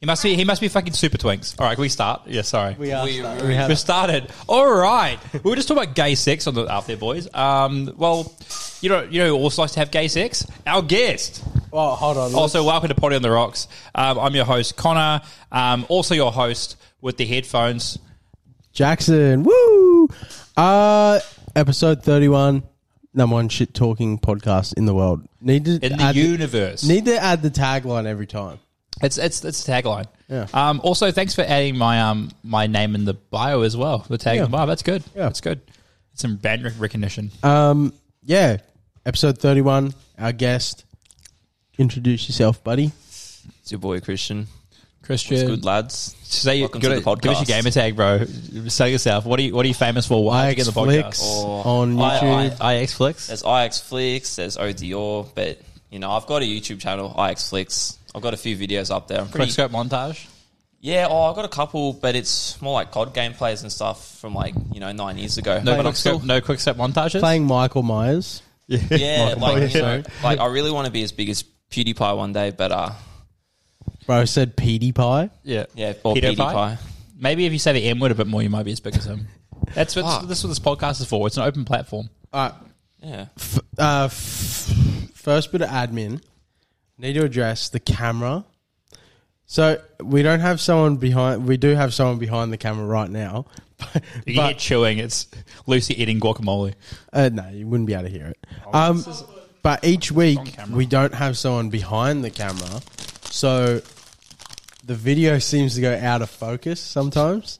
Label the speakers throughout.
Speaker 1: He must be. He must be fucking super twinks. All right, can we start? Yeah, sorry.
Speaker 2: We are.
Speaker 3: We-
Speaker 2: starting. we have
Speaker 1: We started. All right. We were just talking about gay sex on the out there, boys. Um, well, you know, you know, who also likes to have gay sex. Our guest.
Speaker 2: Oh, hold on.
Speaker 1: Also, welcome to Potty on the Rocks. Um, I'm your host, Connor. Um, also, your host with the headphones.
Speaker 2: Jackson. Woo. Uh, episode thirty-one, number one shit talking podcast in the world. Need to
Speaker 1: In the
Speaker 2: add
Speaker 1: universe.
Speaker 2: need to add the tagline every time.
Speaker 1: It's it's it's the tagline.
Speaker 2: Yeah.
Speaker 1: Um, also, thanks for adding my um my name in the bio as well. The tag in the
Speaker 2: Yeah.
Speaker 1: bio. That's good.
Speaker 2: Yeah.
Speaker 1: That's good. It's some brand rec- recognition.
Speaker 2: Um, yeah. Episode thirty-one. Our guest. Introduce yourself, buddy.
Speaker 3: It's your boy Christian.
Speaker 1: Christian,
Speaker 3: Good lads.
Speaker 1: say
Speaker 3: Welcome
Speaker 1: give
Speaker 3: to
Speaker 1: it-
Speaker 3: the podcast.
Speaker 1: Give us your gamer tag, bro. Sell yourself. What are you What are you famous for? Why did you get the
Speaker 2: Flicks
Speaker 1: podcast? Oh,
Speaker 2: on
Speaker 3: I-
Speaker 2: YouTube.
Speaker 3: I-
Speaker 1: IX Flicks.
Speaker 3: There's IX Flicks, there's ODR, but you know, I've got a YouTube channel, IX Flicks. I've got a few videos up there. I'm pretty
Speaker 1: Quickscope montage.
Speaker 3: Yeah, oh, I've got a couple, but it's more like COD gameplays and stuff from like, you know, nine years ago.
Speaker 1: No
Speaker 3: but I'm
Speaker 1: quickscope. No quickscope montages.
Speaker 2: playing Michael Myers.
Speaker 3: yeah,
Speaker 2: Michael
Speaker 3: like,
Speaker 2: Myers,
Speaker 3: you know,
Speaker 2: sorry.
Speaker 3: like I really want to be as big as PewDiePie one day, but uh,
Speaker 2: Bro said PewDiePie.
Speaker 1: Yeah.
Speaker 3: yeah, or
Speaker 1: Pedo
Speaker 3: PewDiePie.
Speaker 1: pie? Maybe if you say the M word a bit more, you might be as big as him. That's what
Speaker 3: Fuck.
Speaker 1: this is what this podcast is for. It's an open platform.
Speaker 2: All right.
Speaker 3: Yeah.
Speaker 2: F- uh, f- first bit of admin. Need to address the camera. So we don't have someone behind. We do have someone behind the camera right now. But,
Speaker 1: You can hear chewing. It's Lucy eating guacamole.
Speaker 2: uh, no, you wouldn't be able to hear it. Um, but each week
Speaker 1: camera.
Speaker 2: we don't have someone behind the camera, so the video seems to go out of focus sometimes,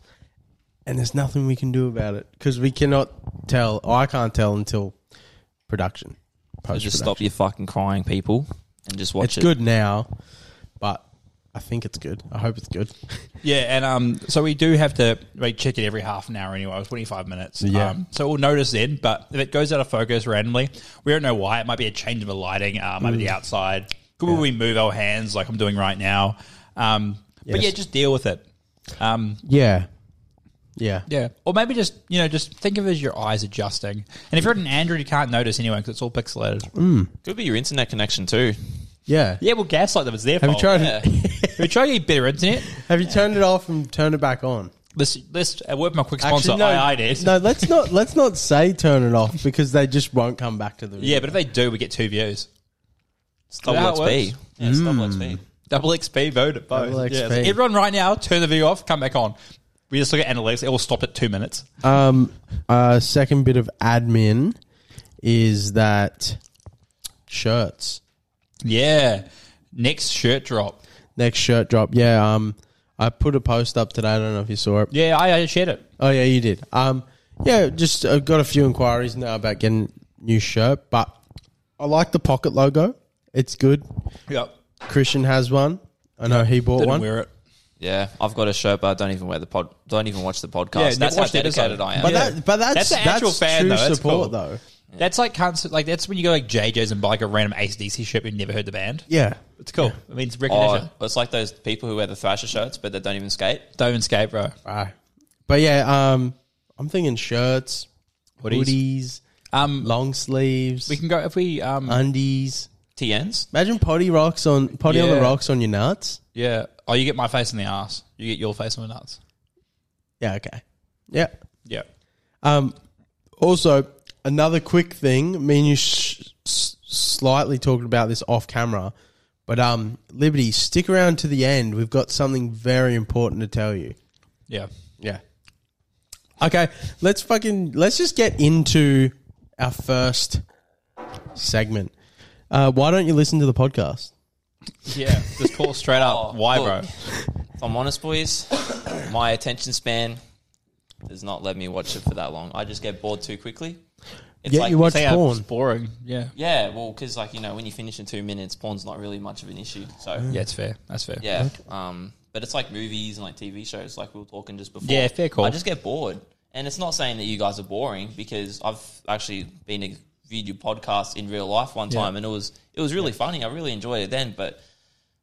Speaker 2: and there's nothing we can do about it because we cannot tell. I can't tell until production.
Speaker 3: So
Speaker 2: Post
Speaker 3: just stop your fucking crying, people, and just watch
Speaker 2: It's
Speaker 3: it.
Speaker 2: good now, but I think it's good. I hope it's good.
Speaker 1: Yeah, and um, so we do have to like, check it every half an hour anyway. It's twenty five minutes.
Speaker 2: Yeah.
Speaker 1: Um, so we'll notice then, but if it goes out of focus randomly, we don't know why. It might be a change of the lighting. Uh, might be
Speaker 2: Mm.
Speaker 1: the outside. Could we move our hands like I'm doing right now? Um, But
Speaker 2: Yes.
Speaker 1: yeah, just deal with it. Um,
Speaker 2: Yeah. Yeah.
Speaker 1: yeah, or maybe just you know just think of it as your eyes adjusting. And if you're on an Android, you can't notice anyway because it's all pixelated.
Speaker 2: Mm.
Speaker 3: Could be your internet connection too.
Speaker 2: Yeah.
Speaker 1: Yeah, well, gaslight them. It's their
Speaker 2: Have
Speaker 1: fault.
Speaker 2: you tried
Speaker 3: Yeah.
Speaker 1: we try to get better internet.
Speaker 2: have you turned it off and turned it back on?
Speaker 1: Let's let's uh, work with my quick sponsor.
Speaker 2: no,
Speaker 1: I, I did.
Speaker 2: No, let's not let's not say turn it off because they just won't come back to the
Speaker 1: Yeah, but if they do, we get two views.
Speaker 3: It's double
Speaker 1: how it
Speaker 3: XP.
Speaker 1: works? Hmm.
Speaker 3: Yeah, it's double XP.
Speaker 1: Double XP voted both.
Speaker 2: Double
Speaker 1: Yeah, so
Speaker 2: XP.
Speaker 1: everyone right now, turn the video off, come back on. We just look at analytics. It all stopped at two minutes.
Speaker 2: Um uh second bit of admin is that shirts.
Speaker 1: Yeah. Next shirt drop.
Speaker 2: Next shirt drop. Yeah, um I put a post up today, I don't know if you saw it.
Speaker 1: Yeah, I, I shared it.
Speaker 2: Oh yeah, you did. Um, yeah, just uh, got a few inquiries now about getting new shirt, but I like the pocket logo. It's good.
Speaker 1: Yep.
Speaker 2: Christian has one. I know he bought
Speaker 1: Didn't
Speaker 2: one.
Speaker 1: wear it.
Speaker 3: Yeah, I've got a shirt, but I don't even wear the pod. Don't even watch the podcast.
Speaker 1: Yeah,
Speaker 3: That's how
Speaker 1: watch the episode.
Speaker 3: dedicated I am.
Speaker 2: But
Speaker 1: Yeah.
Speaker 2: that, but that's
Speaker 1: That's an actual
Speaker 2: that's
Speaker 1: fan,
Speaker 2: true
Speaker 1: though. That's
Speaker 2: support
Speaker 1: cool.
Speaker 2: though.
Speaker 1: That's like constant, like that's when you go like JJ's and buy like a random ACDC shirt and you never heard the band.
Speaker 2: Yeah,
Speaker 1: It's cool. It means recognition.
Speaker 3: Oh, it's like those people who wear the Thrasher shirts, but they don't even skate.
Speaker 1: Don't even skate, bro.
Speaker 2: right. But yeah, um, I'm thinking shirts,
Speaker 1: Hoodies.
Speaker 2: hoodies,
Speaker 1: Um,
Speaker 2: long sleeves,
Speaker 1: we can go if we um
Speaker 2: undies.
Speaker 3: TNs.
Speaker 2: Imagine potty rocks on potty on
Speaker 1: Yeah.
Speaker 2: the rocks on your nuts.
Speaker 1: yeah. Oh, you get my face in the ass. You get your face on the nuts.
Speaker 2: Yeah, okay. Yeah,
Speaker 1: Yeah.
Speaker 2: Um, also, another quick thing. Me and you sh- s- slightly talked about this off camera, but um, Liberty, stick around to the end. We've got something very important to tell you.
Speaker 1: Yeah.
Speaker 2: Yeah. Okay, let's fucking let's just get into our first segment. Uh, why don't you listen to the podcast?
Speaker 1: Yeah. Just call straight up.
Speaker 3: Oh,
Speaker 1: Why,
Speaker 3: look.
Speaker 1: bro?
Speaker 3: If I'm honest, boys, my attention span does not let me watch it for that long. I just get bored too quickly. It's
Speaker 2: Yeah, you watch
Speaker 1: Say, uh,
Speaker 2: porn.
Speaker 1: It's boring. Yeah.
Speaker 3: Yeah, well, because like you know, when you finish in two minutes, porn's not really much of an issue. So
Speaker 1: Yeah, it's fair. That's fair.
Speaker 3: Yeah. Um, but it's like movies and like TV shows, like we were talking just before.
Speaker 1: Yeah, fair call.
Speaker 3: I just get bored, and it's not saying that you guys are boring because I've actually been a viewed your podcast in real life one time, and it was it was really funny. I really enjoyed it then, but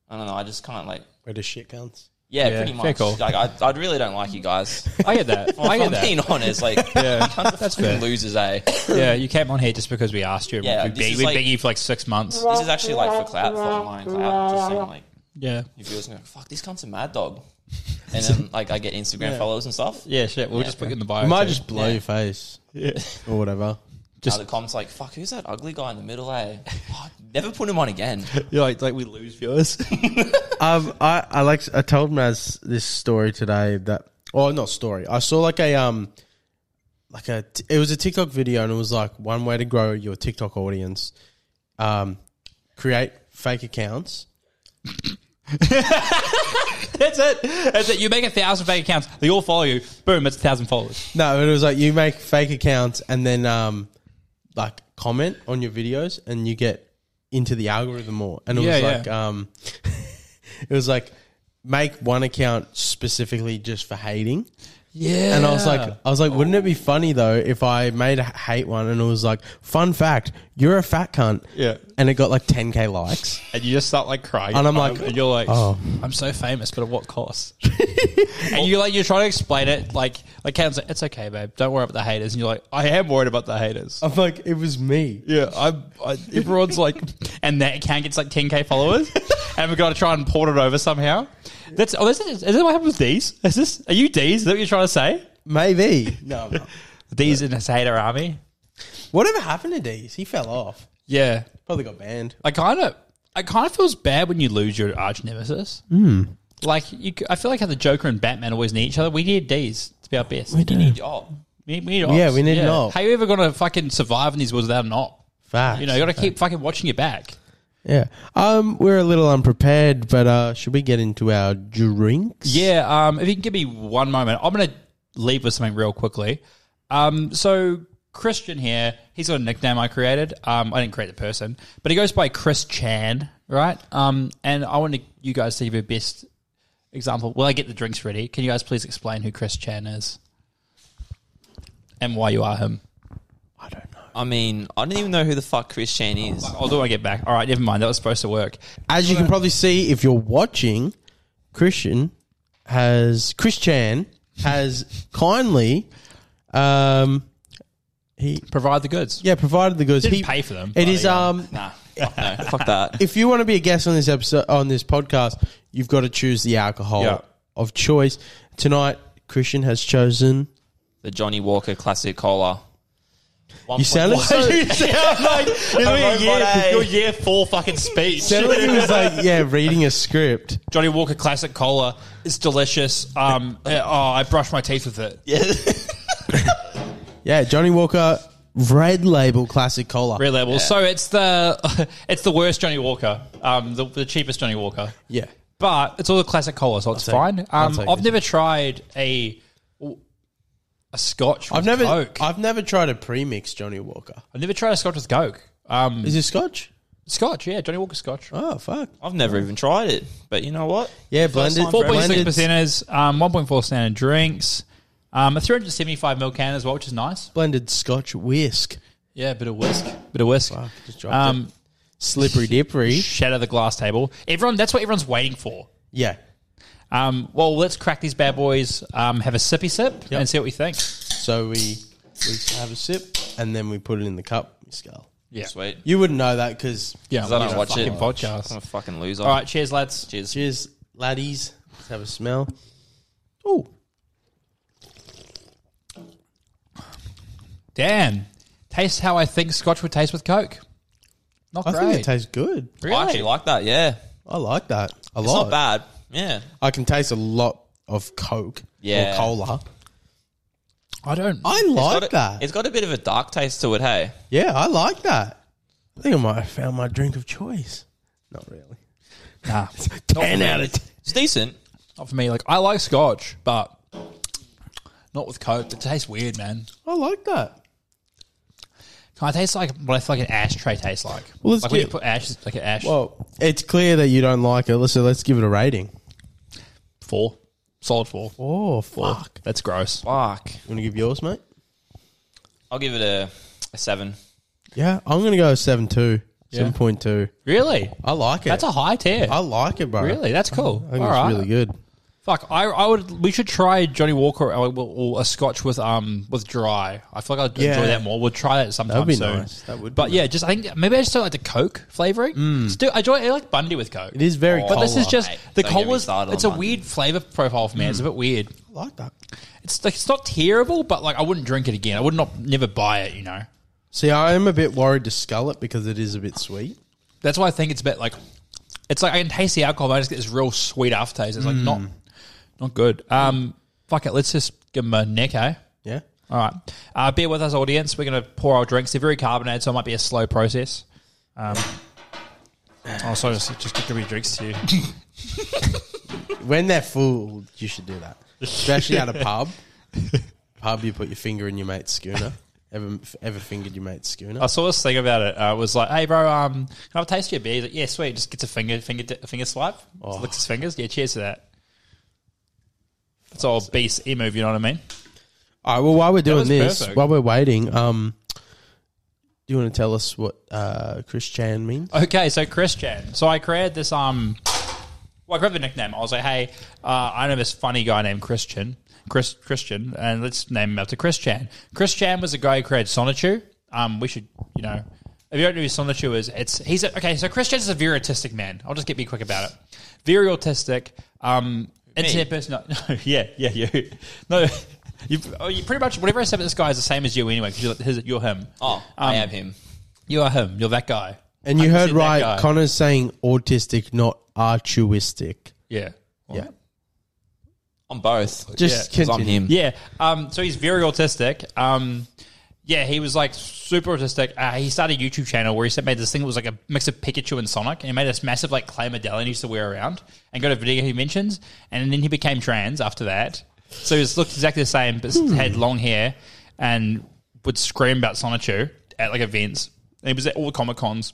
Speaker 3: I don't know. I just can't like.
Speaker 2: Where the shit guns?
Speaker 3: Yeah,
Speaker 1: Yeah,
Speaker 3: pretty
Speaker 1: fair
Speaker 3: much.
Speaker 1: call.
Speaker 3: Like I, I really don't like you guys.
Speaker 1: I get that. I
Speaker 3: If
Speaker 1: get
Speaker 3: I'm
Speaker 1: that.
Speaker 3: being honest, like
Speaker 1: Yeah,
Speaker 3: that's fucking losers, eh? This
Speaker 1: yeah. You came on here just because we asked you.
Speaker 3: Yeah,
Speaker 1: we
Speaker 3: this
Speaker 1: beg,
Speaker 3: is
Speaker 1: we
Speaker 3: like-
Speaker 1: beg you for like six months.
Speaker 3: is actually like for clout, for online clout, just saying like
Speaker 1: Yeah.
Speaker 3: Your viewers are going, fuck, this cunt's a mad dog. And then like I get Instagram followers and stuff.
Speaker 1: Yeah, shit. We'll just put it in the bio.
Speaker 2: You might
Speaker 1: too.
Speaker 2: just blow
Speaker 3: Yeah.
Speaker 2: your face
Speaker 1: Yeah.
Speaker 2: or whatever.
Speaker 1: Just-
Speaker 3: Just the comments like, fuck, who's that ugly guy in the middle? Eh? Oh, never put him on again.
Speaker 1: You're like, like we lose viewers.
Speaker 2: Um, I I like I told Maz this story today that oh not story I saw like a um like a t- it was a TikTok video and it was like one way to grow your TikTok audience, um, create fake accounts.
Speaker 1: That's it. That's it. You make a thousand fake accounts. They all follow you. Boom. It's a thousand followers.
Speaker 2: No, but it was like you make fake accounts and then um like comment on your videos and you get into the algorithm more. And it
Speaker 1: Yeah,
Speaker 2: was
Speaker 1: yeah.
Speaker 2: like um it was like make one account specifically just for hating.
Speaker 1: Yeah.
Speaker 2: And I was like, I was like, wouldn't it be funny though if I made a hate one and it was like, fun fact, you're a fat cunt.
Speaker 1: Yeah.
Speaker 2: And it got like 10k likes.
Speaker 1: and you just start like crying,
Speaker 2: And I'm like,
Speaker 1: and you're like,
Speaker 2: oh.
Speaker 1: I'm so famous, but at what cost? and you like, you're trying to explain it, like, like Cam's like, it's okay, babe, don't worry about the haters, and you're like, I am worried about the haters.
Speaker 2: I'm like, it was me.
Speaker 1: Yeah, I'm. I, everyone's like, and that account gets like 10k followers, and we've got to try and port it over somehow. That's oh, is this, is this what happens with D's? Is this are you D's? Is that what you're trying to say?
Speaker 2: Maybe. No, I'm not.
Speaker 1: D's in his hater army.
Speaker 2: Whatever happened to Deez? He fell off.
Speaker 1: Yeah,
Speaker 2: Probably got banned.
Speaker 1: I kind of, I kind of feels bad when you lose your arch nemesis. Like you, c- I feel like how the Joker and Batman always need each other. We need D's to be our best. We,
Speaker 3: You need oh,
Speaker 1: need- we need ops.
Speaker 2: Yeah, we need an op.
Speaker 1: How you ever gonna fucking survive in these woods without an op?
Speaker 2: Facts.
Speaker 1: You know, you gotta keep fucking watching your back.
Speaker 2: Yeah. Um, we're a little unprepared, but uh, should we get into our drinks?
Speaker 1: Yeah, um, if you can give me one moment, I'm going to leave with something real quickly. Um, so Christian here, he's got a nickname I created. Um, I didn't create the person, but he goes by Chris Chan, right? Um, and I want to, you guys to give your best example. Will I get the drinks ready? Can you guys please explain who Chris Chan is and why you are him?
Speaker 2: I don't know.
Speaker 3: I mean, I don't even know who the fuck Chris Chan is.
Speaker 1: I'll do it when I get back. All right, never mind. That was supposed to work.
Speaker 2: As you can probably see, if you're watching, Christian has Chris Chan has kindly, um, he
Speaker 1: Provide the goods.
Speaker 2: yeah provided the goods.
Speaker 1: Didn't
Speaker 2: he
Speaker 1: pay for them.
Speaker 2: It
Speaker 1: but,
Speaker 2: is um.
Speaker 3: Nah, fuck no, fuck that.
Speaker 2: If you want to be a guest on this episode on this podcast, you've got to choose the alcohol
Speaker 1: Yeah.
Speaker 2: of choice. Tonight, Christian has chosen.
Speaker 3: The Johnny Walker Classic Cola.
Speaker 1: Oh
Speaker 2: You sounded so.
Speaker 1: You sound like you're doing a
Speaker 3: robot,
Speaker 1: year,
Speaker 3: eh?
Speaker 1: your year four fucking speech.
Speaker 2: sounded like he was like yeah, reading a script.
Speaker 1: Johnny Walker Classic Cola is delicious. Um, eh, oh, I brush my teeth with it.
Speaker 2: Yeah, Johnny Walker Red Label Classic Cola.
Speaker 1: Red Label. So it's the it's the worst Johnny Walker, um, the, the cheapest Johnny Walker.
Speaker 2: Yeah.
Speaker 1: But it's all the classic cola, so it's
Speaker 2: take-
Speaker 1: fine.
Speaker 2: I'll
Speaker 1: Um,
Speaker 2: take
Speaker 1: I've
Speaker 2: it.
Speaker 1: never tried a a Scotch. With
Speaker 2: I've never,
Speaker 1: Coke. I've,
Speaker 2: I've never tried a premix Johnny Walker.
Speaker 1: never tried a Scotch with Coke. Um,
Speaker 2: Is it Scotch?
Speaker 1: Scotch, yeah, Johnny Walker Scotch.
Speaker 2: Oh fuck!
Speaker 3: I've never even tried it, but you know what?
Speaker 2: Yeah,
Speaker 3: First
Speaker 2: blended.
Speaker 3: time
Speaker 1: Four point six
Speaker 2: blended,
Speaker 1: percenters, um, one point four standard drinks, um, a three hundred seventy five ml can as well, which is nice.
Speaker 2: blended Scotch whisk.
Speaker 1: Yeah, a bit of whisk, bit of whisk.
Speaker 2: Just dropped
Speaker 1: Um,
Speaker 2: it. Slippery dippery.
Speaker 1: shatter the glass table. Everyone, that's what everyone's waiting for.
Speaker 2: Yeah.
Speaker 1: Um, well, let's crack these bad boys, um, have a sippy sip, and see what we think.
Speaker 2: So we we have a sip and then we put it in the cup. We scull.
Speaker 1: Yeah,
Speaker 3: Sweet.
Speaker 2: You wouldn't know that because
Speaker 1: yeah.
Speaker 3: 'Cause I
Speaker 1: we're
Speaker 3: don't
Speaker 1: a
Speaker 3: watch it.
Speaker 1: fucking podcast.
Speaker 3: I'm a fucking loser.
Speaker 1: All right, cheers, lads.
Speaker 3: cheers.
Speaker 2: Cheers, laddies. Let's have a smell. Oh,
Speaker 1: Damn, taste how I think Scotch would taste with Coke. Not
Speaker 2: I think
Speaker 1: great.
Speaker 2: it tastes good.
Speaker 1: Really?
Speaker 3: I actually like that. Yeah,
Speaker 2: I like that a
Speaker 3: it's
Speaker 2: lot.
Speaker 3: not bad. Yeah,
Speaker 2: I can taste a lot of Coke
Speaker 3: Yeah.
Speaker 2: or cola.
Speaker 1: I don't.
Speaker 2: I
Speaker 3: It's
Speaker 2: like
Speaker 3: got a-
Speaker 2: that.
Speaker 3: It's got a bit of a dark taste to it. Hey,
Speaker 2: Yeah, I like that. I think I might have found my drink of choice. Not really.
Speaker 1: nah,
Speaker 2: Ten out of ten.
Speaker 3: it's decent.
Speaker 1: not for me. Like I like Scotch, but not with Coke. It tastes weird, man.
Speaker 2: I like that.
Speaker 1: Can I taste like what I feel like an ashtray tastes like?
Speaker 2: Well, let's
Speaker 1: like when
Speaker 2: get-
Speaker 1: you put ashes like an ash
Speaker 2: Well, it's clear that you don't like it, so let's give it a rating.
Speaker 1: four, solid four.
Speaker 2: Oh fuck!
Speaker 1: That's gross.
Speaker 3: Fuck.
Speaker 2: You want to give yours, mate?
Speaker 3: I'll give it a, a seven.
Speaker 2: Yeah, I'm gonna go seven two, seven point two.
Speaker 1: Really?
Speaker 2: I like it.
Speaker 1: That's a high tier.
Speaker 2: I like it, bro.
Speaker 1: Really? That's cool.
Speaker 2: Uh, I think
Speaker 1: All
Speaker 2: it's
Speaker 1: right.
Speaker 2: really good.
Speaker 1: Fuck, I, I would. We should try Johnny Walker or, or a Scotch with um with dry. I feel like I'd
Speaker 2: Yeah.
Speaker 1: enjoy that more. We'll try that sometime
Speaker 2: That'd be
Speaker 1: soon.
Speaker 2: nice. That would be
Speaker 1: But yeah, just I think maybe I just don't like the Coke flavoring. Still, I enjoy I like Bundy with Coke.
Speaker 2: It is very
Speaker 1: But this is
Speaker 2: cola. Mm.
Speaker 1: just
Speaker 3: Mate,
Speaker 1: the
Speaker 3: don't get me
Speaker 1: cola's.
Speaker 3: started on
Speaker 1: It's a
Speaker 3: Bundy.
Speaker 1: weird flavor profile for me. It's a bit weird.
Speaker 2: like that.
Speaker 1: It's like it's not terrible, but like I wouldn't drink it again. I would not never buy it. You know,
Speaker 2: See, I am a bit worried to scull it because it is a bit sweet.
Speaker 1: that's why I think it's a bit like it's like I can taste the alcohol, but I just get this real sweet aftertaste. It's like not not good. Um, fuck it, let's just give them a neck, eh?
Speaker 2: Yeah.
Speaker 1: All right. Uh, bear with us, audience. We're going to pour our drinks. They're very carbonated, so it might be a slow process. Um, oh, sorry, just, just give your drinks to you.
Speaker 2: When they're full, you should do that. Especially at a pub. pub, you put your finger in your mate's schooner. Ever, ever fingered your mate's schooner?
Speaker 1: I saw this thing about it. Uh, it was like, hey, bro, um, can I have a taste of your beer? He's like, yeah, sweet. Just gets a finger finger, di- finger swipe. Just Licks his fingers. Yeah, cheers to that. It's all beast emo, if you know what I mean.
Speaker 2: All right. Well, while we're doing
Speaker 1: was
Speaker 2: this,
Speaker 1: perfect.
Speaker 2: while we're waiting, um, do you want to tell us what uh, Chris Chan means?
Speaker 1: Okay, so Christian. So I created this. Um, well, I grabbed the nickname. I was like, hey, uh, I know this funny guy named Christian, Chris Christian, and let's name him after Christian. Christian was the guy who created Sonichu. Um, we should, you know, if you don't know who Sonichu is, it's he's a, okay. So Christian is a very autistic man. I'll just get be quick about it. Very autistic. Um, internet person. No, yeah, yeah, you. No, you. Oh, you pretty much whatever I said about this guy is the same as you anyway. Because you're, his- you're him.
Speaker 3: Oh, I am him.
Speaker 1: You are him. You're that guy.
Speaker 2: And you heard
Speaker 1: 100% that
Speaker 2: right,
Speaker 1: guy.
Speaker 2: Connor's saying autistic, not altruistic.
Speaker 1: Yeah.
Speaker 2: Yeah.
Speaker 3: I'm both.
Speaker 2: Just
Speaker 1: Yeah,
Speaker 3: 'Cause I'm
Speaker 2: continue.
Speaker 3: him.
Speaker 1: Yeah. Um, so he's very autistic. Um, yeah, he was like super autistic. Uh, he started a YouTube channel where he said- made this thing that was like a mix of Pikachu and Sonic, and he made this massive like clay medallion he used to wear around and got a video he mentions, and then he became trans after that. So he looked exactly the same, but had long hair and would scream about Sonichu at like events. And he was at all the Comic Cons.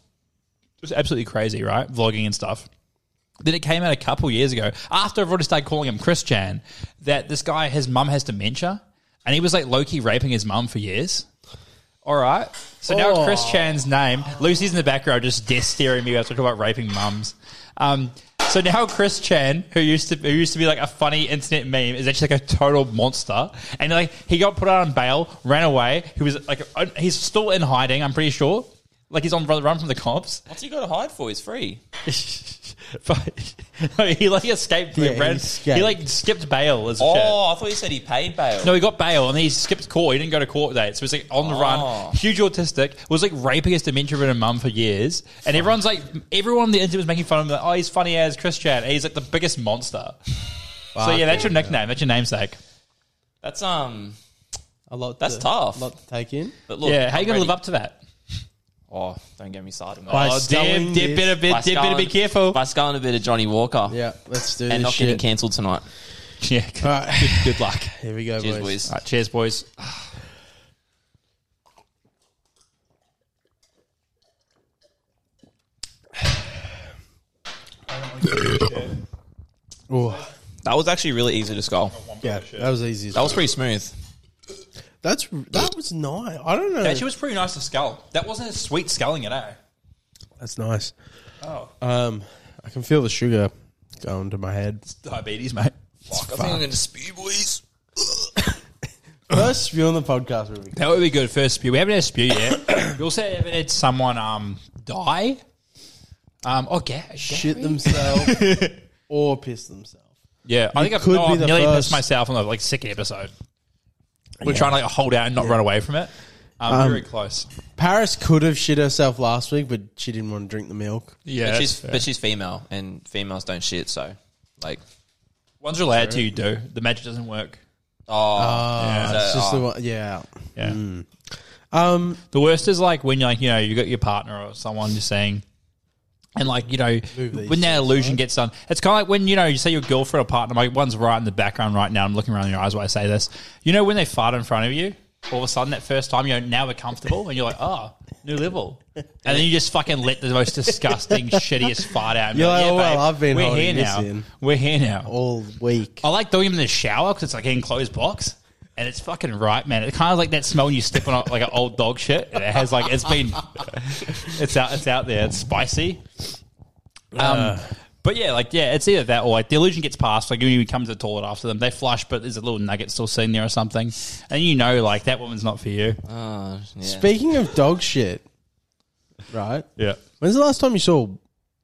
Speaker 1: It was absolutely crazy, right? Vlogging and stuff. Then it came out a couple years ago after I've already started calling him Chris Chan that this guy, his mum has dementia and he was like low key raping his mum for years. All right. So now
Speaker 2: Oh.
Speaker 1: Chris Chan's name, Lucy's in the background just death staring me as I talk about raping mums. Um, so now Chris Chan, who used to who used to be like a funny internet meme, is actually like a total monster. And like he got put out on bail, ran away. He was like he's still in hiding. I'm pretty sure. Like he's on the run from the cops.
Speaker 3: What's he got to hide for? He's free.
Speaker 1: but he like escaped.
Speaker 2: Yeah,
Speaker 1: he,
Speaker 2: he
Speaker 1: ran,
Speaker 2: escaped.
Speaker 1: he like skipped bail as a
Speaker 3: Oh,
Speaker 1: shit.
Speaker 3: I thought you said he paid bail.
Speaker 1: No, he got bail and he skipped court. He didn't go to court that. So he's like on the
Speaker 3: Oh.
Speaker 1: run, huge autistic, was like raping his dementia ridden mum for years. And everyone's like, everyone on the internet was making fun of him. Like, oh, he's funny as Chris Chan. And he's like the biggest monster. so yeah, that's your nickname. That's your namesake.
Speaker 3: That's um.
Speaker 2: A lot.
Speaker 3: That's
Speaker 2: to,
Speaker 3: tough.
Speaker 2: lot to take in.
Speaker 3: But look,
Speaker 1: yeah, how
Speaker 3: I'm
Speaker 1: you going to
Speaker 3: ready.
Speaker 1: live up to that?
Speaker 3: Oh, don't get me started. mate.
Speaker 2: By
Speaker 1: Oh,
Speaker 2: selling
Speaker 1: Deb, Deb
Speaker 2: this-
Speaker 1: better, be,
Speaker 3: By
Speaker 1: Deb better be
Speaker 3: sculling-
Speaker 1: careful.
Speaker 3: By sculling a bit of Johnny Walker
Speaker 2: Yeah, let's do
Speaker 3: and
Speaker 2: this
Speaker 3: not
Speaker 2: shit.
Speaker 3: getting cancelled tonight.
Speaker 1: Yeah.
Speaker 2: All right,
Speaker 1: Good luck.
Speaker 2: here we go,
Speaker 3: Cheers,
Speaker 2: boys.
Speaker 3: boys.
Speaker 1: All right, cheers, boys.
Speaker 2: Oh,
Speaker 3: That was actually really easy to scull.
Speaker 2: yeah, that was easy.
Speaker 3: That was pretty smooth.
Speaker 2: That's that was nice. I don't know.
Speaker 1: Actually, it was pretty nice to scull. That wasn't a sweet sculling at all.
Speaker 2: That's nice.
Speaker 1: Oh,
Speaker 2: Um, I can feel the sugar going to my head.
Speaker 1: it's diabetes, mate.
Speaker 3: I think I'm going to spew, boys.
Speaker 2: First spew on the podcast, Ruby.
Speaker 1: That would be good first spew. We haven't had a spew yet. we also haven't had someone um die. Um, oh, Ga- Gary?
Speaker 2: Shit themselves or piss themselves.
Speaker 1: Yeah, I think I've
Speaker 2: could
Speaker 1: oh,
Speaker 2: be
Speaker 1: I've
Speaker 2: the
Speaker 1: nearly
Speaker 2: first.
Speaker 1: pissed myself on the like second episode. We're trying to like hold out and not run away from it. Um, very close.
Speaker 2: Paris could have shit herself last week, but she didn't want to drink the milk.
Speaker 1: Yeah,
Speaker 3: But she's,
Speaker 1: that's fair.
Speaker 3: but she's female, and females don't shit, so, like,
Speaker 1: once you're allowed to, you do the magic doesn't work.
Speaker 3: oh.
Speaker 2: Ah,
Speaker 3: so,
Speaker 2: it's just
Speaker 3: oh,
Speaker 2: the one. Yeah.
Speaker 1: Yeah,
Speaker 2: Um,
Speaker 1: Hmm. the worst is like when like you know you got your partner or someone just saying. And like you know,
Speaker 2: Move these
Speaker 1: when that illusion gets done, it's kind of like when you know you say your girlfriend or partner, like one's right in the background right now. I'm looking around in your eyes while I say this. You know when they fart in front of you, all of a sudden that first time you know now we're comfortable, and you're like, oh, new level, and then you just fucking let the most disgusting, shittiest fart out. and be
Speaker 2: You're like, "Oh, well,
Speaker 1: babe,
Speaker 2: I've been
Speaker 1: we're
Speaker 2: holding
Speaker 1: here
Speaker 2: this
Speaker 1: now.
Speaker 2: in."
Speaker 1: We're here now.
Speaker 2: all week.
Speaker 1: I like doing them in the shower because it's like an enclosed box. And it's fucking right, man. It's kind of like that smell when you step on a, like an old dog shit. And it has like it's been, it's out, it's out there. It's spicy. Um, but But yeah, like yeah, it's either that or like the illusion gets passed. Like when you come to the toilet after them, they flush, but there's a little nugget still sitting there or something, and you know like that woman's not for you. Uh,
Speaker 3: Oh, yeah.
Speaker 2: Speaking of dog shit, right?
Speaker 1: Yeah.
Speaker 2: When's the last time you saw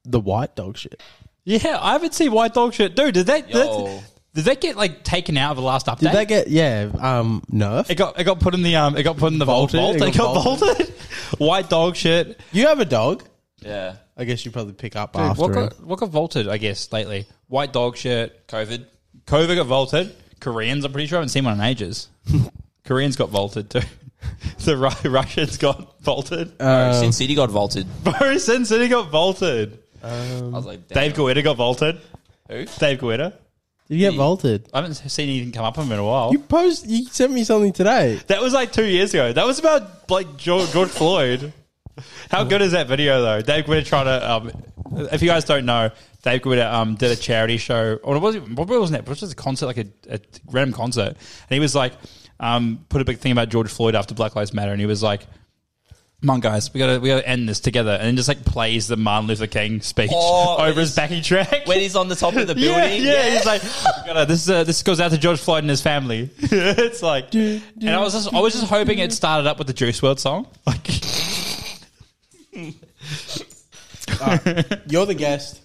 Speaker 2: the white dog shit?
Speaker 1: Yeah, I haven't seen white dog shit, dude. Did that did,
Speaker 3: Yo.
Speaker 1: that did that get like taken out of the last update?
Speaker 2: Did they get yeah um nerf?
Speaker 1: it got it got put in the um it got put in the vault.
Speaker 2: Vaulted?
Speaker 1: vault. It, got vaulted. white dog shit.
Speaker 2: You have a dog?
Speaker 3: yeah.
Speaker 2: I guess you probably pick up
Speaker 1: Dude,
Speaker 2: after.
Speaker 1: what
Speaker 2: him.
Speaker 1: got, what got vaulted? I guess lately, white dog shit.
Speaker 3: COVID.
Speaker 1: COVID got vaulted. Koreans, I'm pretty sure I haven't seen one in ages. Koreans got vaulted too. The Ru- Russians got vaulted.
Speaker 3: Uh, Sin City got vaulted.
Speaker 1: Bro, Sin City got vaulted.
Speaker 3: I was like, damn.
Speaker 1: Dave Guetta got vaulted.
Speaker 3: Who?
Speaker 1: Dave Guetta.
Speaker 2: Did you get vaulted?
Speaker 1: I haven't seen anything come up of him in a while.
Speaker 2: You post. You sent me something today.
Speaker 1: That was like two years ago. That was about like George, George Floyd. How good is that video though? Dave Guetta trying to. Um, if you guys don't know, Dave Guetta um, did a charity show, or was it, what wasn't it? It was just a concert, like a, a random concert, and he was like, um, put a big thing about George Floyd after Black Lives Matter, and he was like. Come on, guys, we gotta we gotta end this together, and then just like plays the Martin Luther King speech
Speaker 3: Oh,
Speaker 1: over his backing track.
Speaker 3: When he's on the top of the building.
Speaker 1: Yeah, yeah, he's like, we gotta- this uh, this goes out to George Floyd and his family. it's like, and I was just I was just hoping it started up with the Juice World song. Like,
Speaker 2: You're the guest.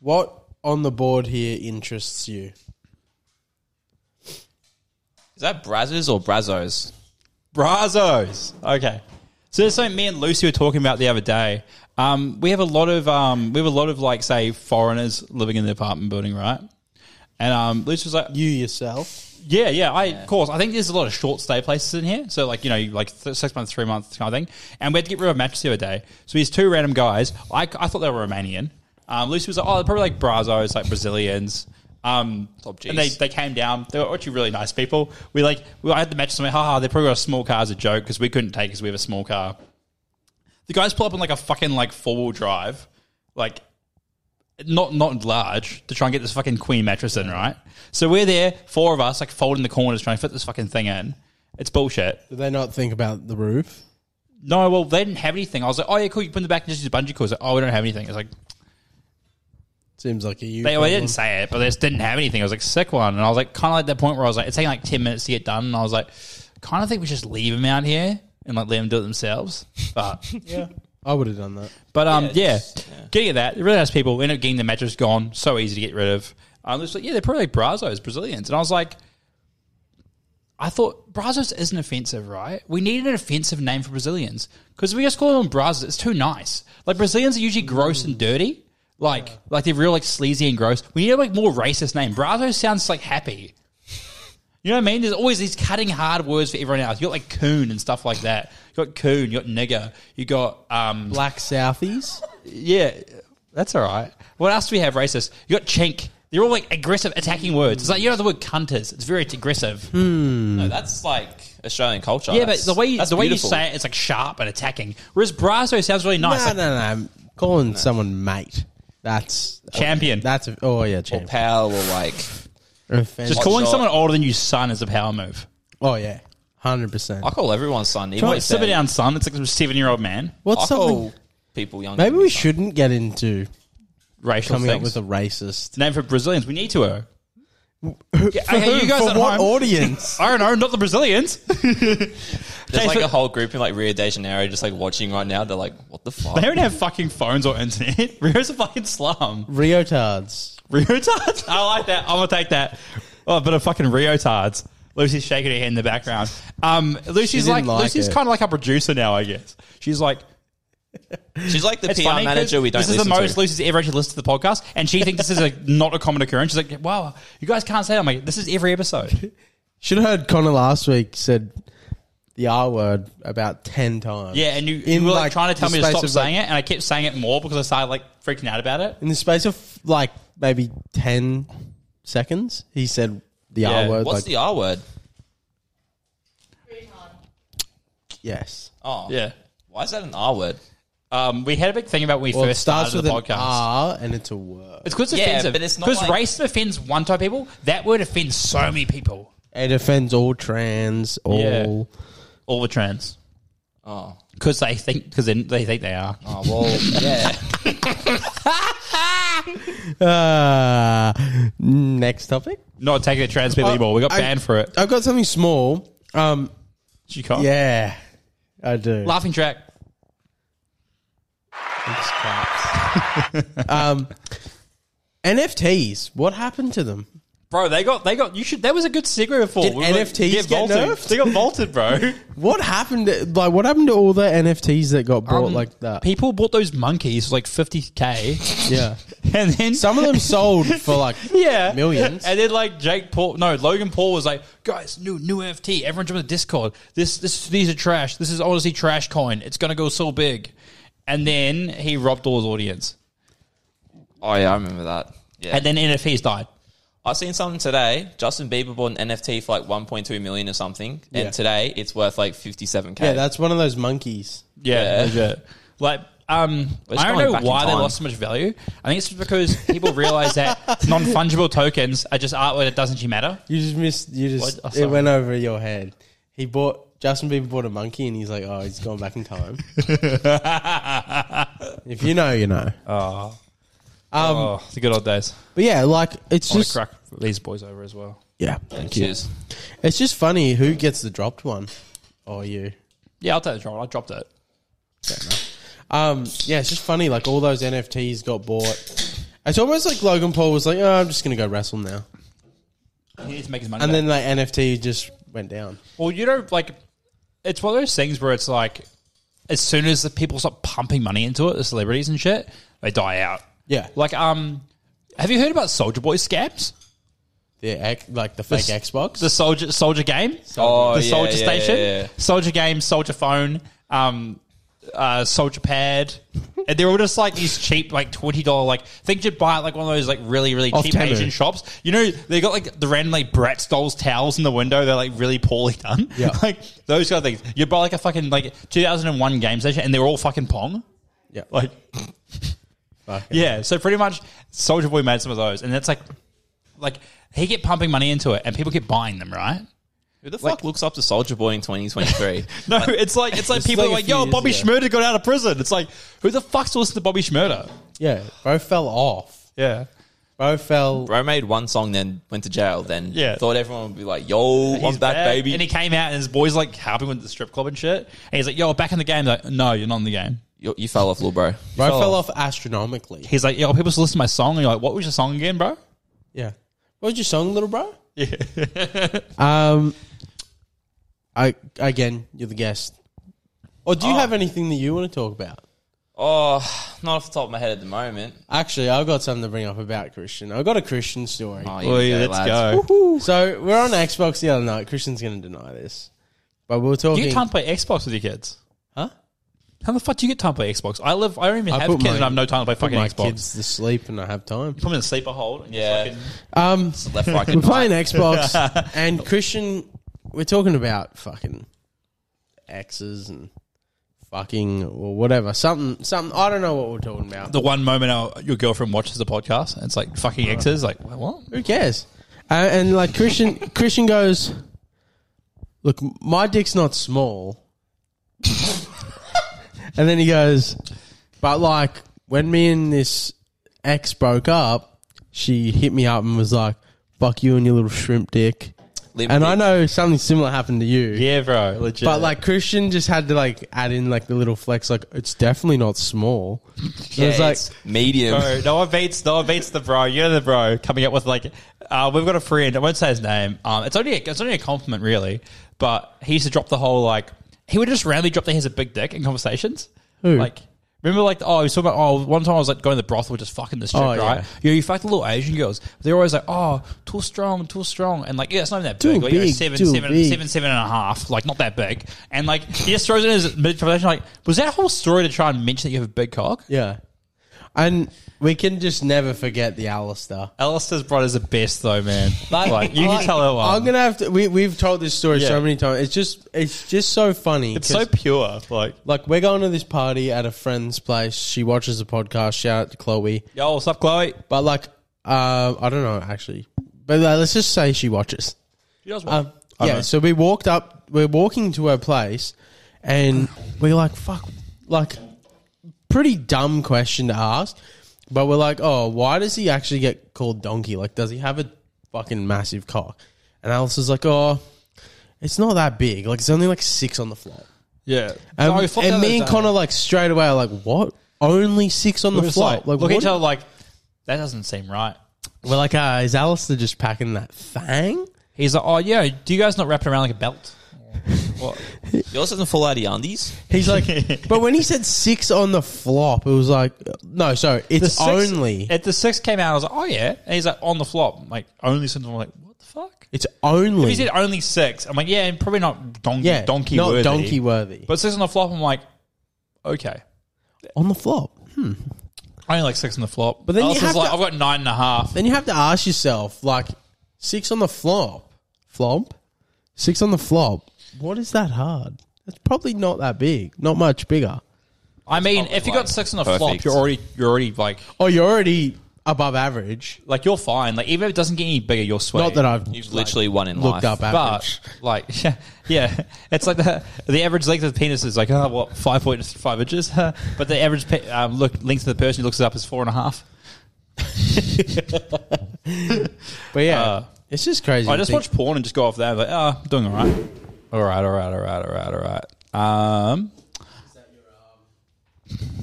Speaker 2: What on the board here interests you?
Speaker 3: Is that Brazzers or Brazzos?
Speaker 1: Brazos. Okay, so there's something me and Lucy were talking about the other day. Um, we have a lot of um, we have a lot of like say foreigners living in the apartment building, right? And um, Lucy was like,
Speaker 2: You yourself.
Speaker 1: Yeah, yeah, I of course. I think there's a lot of short stay places in here. So like you know, like th- six months, three months kind of thing. And we had to get rid of a mattress the other day. So these two random guys. I, I thought they were Romanian. Um, Lucy was like, oh, they're probably like Brazos, like Brazilians. Um,
Speaker 3: Oh, jeez.
Speaker 1: and they, they came down. They were actually really nice people. We like we, I had the mattress and went, haha, they probably got a small car as a joke because we couldn't take because we have a small car. The guys pull up in like a fucking like four wheel drive, like not not large to try and get this fucking queen mattress in, right? So we're there, four of us, like folding the corners trying to fit this fucking thing in. It's bullshit.
Speaker 2: Did they not think about the roof?
Speaker 1: No, well they didn't have anything. I was like, oh yeah, cool. You can put in the back and just use bungee cords. Like, oh, we don't have anything. It's like
Speaker 2: Seems like a you.
Speaker 1: they, well, they didn't
Speaker 2: problem.
Speaker 1: say it, but they just didn't have anything. I was like, sick one, and I was like, kind of like that point where I was like, it's taking like ten minutes to get done, and I was like, kind of think we should just leave them out here and like let them do it themselves. But
Speaker 2: I would have done that.
Speaker 1: But um, yeah,
Speaker 3: Yeah, just-
Speaker 1: getting at that, really nice people. Ended up getting the mattress gone. So easy to get rid of. Um, it's like, yeah, they're probably like Brazos, Brazilians. And I was like, I thought Brazos isn't offensive, right? We needed an offensive name for Brazilians because we just call them Brazos. It's too nice. Like Brazilians are usually gross and dirty. Like, like they're real like sleazy and gross. We need a like more racist name. Brazos sounds like happy. You know what I mean? There's always these cutting hard words for everyone else. You got like coon and stuff like that. You got coon. You got nigger. You got um,
Speaker 2: Black Southies.
Speaker 1: yeah, that's all right. What else do we have? Racist? You got chink. They're all like aggressive, attacking words. It's like you know the word cunters. It's very aggressive.
Speaker 3: No, that's like Australian culture.
Speaker 1: Yeah, but
Speaker 3: That's-
Speaker 1: the way you,
Speaker 3: that's
Speaker 1: the way you
Speaker 3: beautiful.
Speaker 1: say it, it's like sharp and attacking. Whereas Brazo sounds really nice,
Speaker 2: No,
Speaker 1: like
Speaker 2: no, no. Calling someone mate. That's
Speaker 1: champion.
Speaker 2: That's a, oh yeah,
Speaker 3: or
Speaker 2: champion.
Speaker 3: pal or like
Speaker 2: Offensive.
Speaker 1: Just calling
Speaker 3: Hotshot.
Speaker 1: someone older than you son is a power move.
Speaker 2: oh yeah, hundred percent.
Speaker 3: I call everyone's son. Even
Speaker 1: Like,
Speaker 3: if
Speaker 1: sit
Speaker 3: they're-
Speaker 1: down, son. It's like a seven-year-old man.
Speaker 2: What's
Speaker 3: I
Speaker 2: something?
Speaker 3: call people younger.
Speaker 2: Maybe
Speaker 3: than
Speaker 2: we
Speaker 3: me son.
Speaker 2: shouldn't get into
Speaker 1: Racial
Speaker 2: coming
Speaker 1: things.
Speaker 2: up with a racist.
Speaker 1: name for Brazilians. We need to. Uh, okay,
Speaker 2: Who-
Speaker 1: you guys
Speaker 2: for
Speaker 1: at
Speaker 2: what
Speaker 1: home-
Speaker 2: audience?
Speaker 1: I don't know. Not the Brazilians.
Speaker 3: There's
Speaker 1: Change
Speaker 3: like
Speaker 1: the-
Speaker 3: a whole group in like Rio de Janeiro just like watching right now. They're like, what the fuck?
Speaker 1: they don't have fucking phones or internet. Rio's a fucking slum.
Speaker 2: Rio tards.
Speaker 1: Riotards? I like that. I'm gonna take that. Oh, but a fucking Riotards. Lucy's shaking her head in the background. Um, Lucy's like,
Speaker 2: didn't like
Speaker 1: Lucy's
Speaker 2: it.
Speaker 1: kind of like our producer now, I guess. She's like,
Speaker 3: She's like the
Speaker 1: it's
Speaker 3: PR
Speaker 1: funny 'cause
Speaker 3: manager we don't
Speaker 1: This is the
Speaker 3: listen
Speaker 1: most
Speaker 3: to.
Speaker 1: Lucy's ever actually listened to the podcast, and she thinks this is like not a common occurrence. She's like, wow, you guys can't say that. I'm like, this is every episode.
Speaker 2: Should have heard Connor last week said the R word about ten times.
Speaker 1: Yeah, and you, you
Speaker 2: In,
Speaker 1: were like,
Speaker 2: like,
Speaker 1: trying to tell
Speaker 2: the
Speaker 1: me to
Speaker 2: space
Speaker 1: stop
Speaker 2: of, like-
Speaker 1: saying it, and I kept saying it more because I started like freaking out about it.
Speaker 2: in the space of like maybe ten seconds, he said the
Speaker 1: Yeah.
Speaker 2: R word.
Speaker 3: What's
Speaker 2: like,
Speaker 3: the R word?
Speaker 2: yes.
Speaker 3: Oh,
Speaker 1: Yeah.
Speaker 3: Why is that an R word?
Speaker 1: Um, we had a big thing about when we
Speaker 2: Well, it
Speaker 1: first
Speaker 2: starts
Speaker 1: started
Speaker 2: with
Speaker 1: the
Speaker 2: an
Speaker 1: podcast.
Speaker 2: R and it's a word.
Speaker 1: It's because it's
Speaker 3: Yeah,
Speaker 1: offensive.
Speaker 3: but it's not
Speaker 1: because
Speaker 3: like-
Speaker 1: racism offends one type of people. That word offends so many people.
Speaker 2: It offends all trans, all
Speaker 1: All the trans
Speaker 3: Oh,
Speaker 1: because they think because they, they think they are.
Speaker 3: oh well, yeah.
Speaker 2: Uh, next topic.
Speaker 1: Not taking it trans people anymore. We got
Speaker 2: Uh, I-
Speaker 1: banned for it.
Speaker 2: I've got something small. Um,
Speaker 1: She can't.
Speaker 2: yeah, I do.
Speaker 1: Laughing track.
Speaker 2: um, NFTs. What happened to them?
Speaker 1: Bro, they got they got you should that was a good segue before.
Speaker 2: Did
Speaker 1: were-
Speaker 2: NFTs
Speaker 1: yeah,
Speaker 2: get
Speaker 1: vaulted.
Speaker 2: nerfed?
Speaker 1: They got vaulted, bro.
Speaker 2: What happened? To, like, what happened to all the NFTs that got bought like that?
Speaker 1: People bought those monkeys for like fifty K
Speaker 2: yeah,
Speaker 1: and then
Speaker 2: some of them sold for like
Speaker 1: yeah.
Speaker 2: millions.
Speaker 1: And then like Jake Paul, no, Logan Paul was like, guys, new new NFT. Everyone jump on the Discord. This this these are trash. This is honestly trash coin. It's gonna go so big. And then he robbed all his audience.
Speaker 3: Oh yeah, I remember that. Yeah,
Speaker 1: And then NFTs died.
Speaker 3: I seen something today. Justin Bieber bought an NFT for like 1.2 million or something, and
Speaker 2: Yeah.
Speaker 3: today it's worth like 57k.
Speaker 2: Yeah, that's one of those monkeys.
Speaker 1: Yeah,
Speaker 3: Yeah.
Speaker 1: legit. Like, um,
Speaker 3: just
Speaker 1: I don't
Speaker 3: going
Speaker 1: know
Speaker 3: back in
Speaker 1: why they
Speaker 3: time.
Speaker 1: lost so much value. I think it's just because people realize that non fungible tokens are just artwork that doesn't actually matter.
Speaker 2: You just missed. You just
Speaker 1: What? Oh,
Speaker 2: it
Speaker 1: sorry.
Speaker 2: went over your head. He bought Justin Bieber bought a monkey, and he's like, "Oh, he's gone back in time." if you know, you know.
Speaker 1: Oh,
Speaker 2: Um,
Speaker 1: oh it's the good old days.
Speaker 2: but yeah, like it's
Speaker 1: I want to
Speaker 2: just
Speaker 1: crack these boys over as well.
Speaker 2: yeah. Thank you.
Speaker 3: Cheers.
Speaker 2: It's just funny who gets the dropped one. Oh, you.
Speaker 1: Yeah, I'll take the troll. I dropped it.
Speaker 2: Um, yeah, it's just funny. Like all those NFTs got bought. It's almost like Logan Paul was like, "Oh, I'm just gonna go wrestle now,"
Speaker 1: He needs to make his money.
Speaker 2: and
Speaker 1: back.
Speaker 2: then that NFT just went down.
Speaker 1: Well, you know, like it's one of those things where it's like, as soon as the people stop pumping money into it, the celebrities and shit, they die out.
Speaker 2: Yeah, like
Speaker 1: Like, um, have you heard about Soldier Boy scams?
Speaker 2: the ex- like the fake
Speaker 1: s-
Speaker 2: Xbox.
Speaker 1: The Soldier Soldier Game,
Speaker 3: Oh,
Speaker 1: the
Speaker 3: yeah,
Speaker 1: Soldier
Speaker 3: yeah,
Speaker 1: Station,
Speaker 3: yeah, yeah.
Speaker 1: Soldier Game, Soldier Phone, um, uh, Soldier Pad, and they're all just like these cheap, like twenty dollar, like think you'd buy at like one of those like really really
Speaker 2: Off
Speaker 1: cheap
Speaker 2: Temu.
Speaker 1: Asian shops. You know, they got like the random like Bratz dolls towels in the window. They're like really poorly done.
Speaker 2: Yeah.
Speaker 1: like those kind of things. You buy like a fucking like two thousand and one game station, and they're all fucking pong.
Speaker 2: yeah,
Speaker 1: Like,
Speaker 2: Fucking-
Speaker 1: yeah. So pretty much, Soldier Boy made some of those, and that's like, like he kept pumping money into it, and people keep buying them, right?
Speaker 3: Who the fuck looks up to Soldier Boy in 2023?
Speaker 1: No, it's like it's like people
Speaker 2: like a
Speaker 1: are like,
Speaker 2: few
Speaker 1: "Yo,
Speaker 2: years
Speaker 1: Bobby
Speaker 2: ago."
Speaker 1: Schmurda got out of prison." It's like, who the fuck's listening to Bobby Schmurda?
Speaker 2: yeah. Bro fell off.
Speaker 1: Yeah,
Speaker 2: Bro fell.
Speaker 3: Bro made one song, then went to jail, then
Speaker 1: Yeah.
Speaker 3: thought everyone would be like, "Yo, I'm back, baby."
Speaker 1: And he came out, and his boys like helping with the strip club and shit. And he's like, "Yo, back in the game." They're like, no, you're not in the game.
Speaker 3: you, you fell off, little bro.
Speaker 2: Bro
Speaker 1: fell
Speaker 2: fell off astronomically.
Speaker 1: He's like, "Yo, people still listen to my song." And you're like, "What was your song again, bro?"
Speaker 2: Yeah. What was your song, little bro? Yeah. um, I again, you're the guest. Or do you
Speaker 1: Oh.
Speaker 2: have anything that you want to talk about?
Speaker 3: Oh, not off the top of my head at the moment.
Speaker 2: Actually, I've got something to bring up about Christian. I've got a Christian story.
Speaker 3: Oh,
Speaker 1: Oh, yeah, let's go.
Speaker 2: So we're on Xbox the other night. Christian's going to deny this, but we were talking.
Speaker 1: You can't play Xbox with your kids.
Speaker 2: huh?
Speaker 1: How the fuck do you get time to play Xbox? I live. I don't even
Speaker 2: I
Speaker 1: have
Speaker 2: put
Speaker 1: kids,
Speaker 2: my-
Speaker 1: and I have no time to play
Speaker 2: Put
Speaker 1: fucking
Speaker 2: my
Speaker 1: Xbox.
Speaker 2: kids to sleep, and I have time.
Speaker 1: Put them in sleeper hold. And
Speaker 3: Yeah.
Speaker 1: yeah.
Speaker 2: Um,
Speaker 3: Left, right,
Speaker 2: we're
Speaker 3: and
Speaker 2: playing Xbox, and Christian, we're talking about fucking exes and fucking or whatever. Something, something. I don't know what we're talking about.
Speaker 1: The one moment our, your girlfriend watches the podcast, and it's like fucking exes. Like "Wait, what?
Speaker 2: Who cares? Uh, and like Christian, Christian goes, "Look, my dick's not small." and then he goes, "But like when me and this ex broke up, she hit me up and was like, "Fuck you and your little shrimp dick."
Speaker 3: Limp
Speaker 2: And
Speaker 3: dick.
Speaker 2: I know something similar happened to you.
Speaker 1: Yeah, bro. Legit.
Speaker 2: But like Christian just had to like add in like the little flex, like it's definitely not small. it was
Speaker 3: Yeah,
Speaker 2: like
Speaker 3: it's medium.
Speaker 1: Bro, no one beats no one beats the bro. You're the bro coming up with like uh, we've got a friend. I won't say his name. Um, it's only a, it's only a compliment really, but he used to drop the whole like he would just randomly drop that he has a big dick in conversations.
Speaker 2: Who?
Speaker 1: Like remember like oh he was talking about oh one time I was like going to the brothel just fucking this chick
Speaker 2: Oh, yeah.
Speaker 1: right. Yeah, you fucked the little Asian girls. They're always like oh too strong too strong and like yeah it's not even that big.
Speaker 2: Too
Speaker 1: like, you know,
Speaker 2: big,
Speaker 1: seven,
Speaker 2: too
Speaker 1: seven-
Speaker 2: big.
Speaker 1: seven, seven and a half, like not that big. And like he just throws in his mid conversation like was that whole story to try and mention that you have a big cock?
Speaker 2: Yeah. And we can just never forget the Alistair.
Speaker 1: Alistair's brother's the best though, man. Like, you can
Speaker 2: Like,
Speaker 1: tell that one.
Speaker 2: I'm gonna have to. We we've told this story
Speaker 1: Yeah.
Speaker 2: so many times. It's just it's just so funny.
Speaker 1: it's so
Speaker 2: 'cause,
Speaker 1: pure. Like,
Speaker 2: like we're going to this party at a friend's place. She watches the podcast. Shout out to Chloe.
Speaker 1: yo, what's up, Chloe?
Speaker 2: But like, uh, I don't know actually. But like, let's just say she watches.
Speaker 1: She does
Speaker 2: Um, yeah, so we walked up. We're walking to her place, and we're like, "Fuck!" Like, pretty dumb question to ask. But we're like, oh, why does he actually get called donkey? Like, does he have a fucking massive cock? And Alice is like, oh, it's not that big. Like, it's only like six on the flop.
Speaker 1: Yeah.
Speaker 2: And, um, and me and Connor, like, straight away, are like, what? Only six on the
Speaker 1: We're just
Speaker 2: flop?
Speaker 1: like,
Speaker 2: Like,
Speaker 1: look at
Speaker 2: what-
Speaker 1: each other like, that doesn't seem right.
Speaker 2: We're like, uh, is Alistair just packing that fang?
Speaker 1: He's like, oh, yeah, do you guys not wrap it around like a belt? What?
Speaker 3: Yours doesn't fall out of your undies.
Speaker 2: He's like, but when he said six on the flop, it was like, no, sorry,
Speaker 1: The
Speaker 2: it's
Speaker 1: six-
Speaker 2: only,
Speaker 1: At the six came out, I was like, oh, yeah. And he's like, on the flop. I'm like, only since I'm like, what the fuck?
Speaker 2: it's
Speaker 1: He
Speaker 2: only,
Speaker 1: said only six. I'm like, yeah, and probably not donkey,
Speaker 2: yeah,
Speaker 1: donkey
Speaker 2: not
Speaker 1: worthy.
Speaker 2: donkey worthy,
Speaker 1: But six on the flop, I'm like, okay.
Speaker 2: on the flop.
Speaker 1: I only like six on the flop. But then
Speaker 2: then you
Speaker 1: Alice
Speaker 2: have
Speaker 1: was like,
Speaker 2: to-
Speaker 1: I've got nine and a half.
Speaker 2: Then you have to ask yourself, like, six on the flop, flop, six on the flop. What is that hard? It's probably not that big, not much bigger.
Speaker 1: I mean, if you got
Speaker 3: like
Speaker 1: six on the flop,
Speaker 3: perfect.
Speaker 1: you're already you're already like
Speaker 2: Oh, you're already above average.
Speaker 1: like you're fine. Like even if it doesn't get any bigger, you're sweet.
Speaker 2: Not that I've
Speaker 3: You've literally won in
Speaker 2: looked
Speaker 3: life.
Speaker 2: up average.
Speaker 1: but like yeah, yeah, it's like the the average length of the penis is like oh what five point five inches, but the average pe- um, look length of the person who looks it up is four and a half.
Speaker 2: But, yeah,
Speaker 1: Uh,
Speaker 2: it's just crazy.
Speaker 1: I
Speaker 2: to
Speaker 1: just
Speaker 2: think.
Speaker 1: watch porn and just go off there. Like ah, doing all right, all right, all right, all right, all right, all right. Um,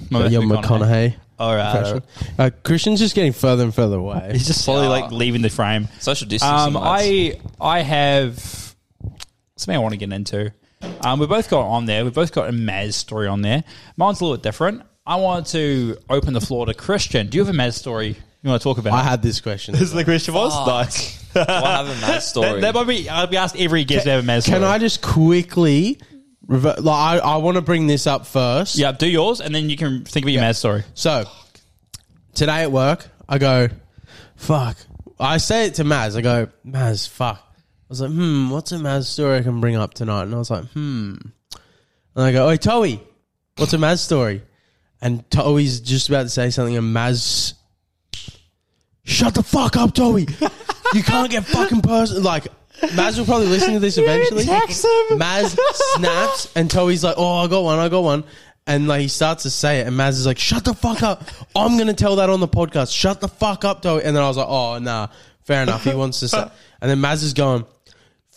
Speaker 1: my
Speaker 2: Your McConaughey.
Speaker 1: All right, all right.
Speaker 2: Uh, Christian's just getting further and further away.
Speaker 1: He's just slowly like leaving the frame.
Speaker 3: Social distancing.
Speaker 1: Um,
Speaker 3: lads.
Speaker 1: I I have something I want to get into. Um, we both got on there. We've both got a Maz story on there. Mine's a little bit different. I wanted to open the floor to Christian. Do you have a Maz story you want to talk about?
Speaker 2: I had this question.
Speaker 1: is the question was nice.
Speaker 3: Well, I have a mad story.
Speaker 1: That, that might be. I'll be asked every guest to have a Maz.
Speaker 2: Can
Speaker 1: story.
Speaker 2: I just quickly? Rever- like, I, I want to bring this up first.
Speaker 1: Yeah, do yours, and then you can think about your Maz story.
Speaker 2: So today at work, I go, fuck. I say it to Maz. I go, Maz, fuck. I was like, hmm, what's a Maz story I can bring up tonight? And I was like, hmm. And I go, Oi, Toey, what's a Maz story? And Toey's just about to say something, and Maz, shut the fuck up, Toey. you can't get fucking person. Like, Maz will probably listen to this eventually.
Speaker 1: text him.
Speaker 2: Maz snaps, and Toey's like, "Oh, I got one, I got one," and like he starts to say it, and Maz is like, "Shut the fuck up! I'm gonna tell that on the podcast. Shut the fuck up, Toey." And then I was like, "Oh, nah, fair enough. He wants to say." And then Maz is going,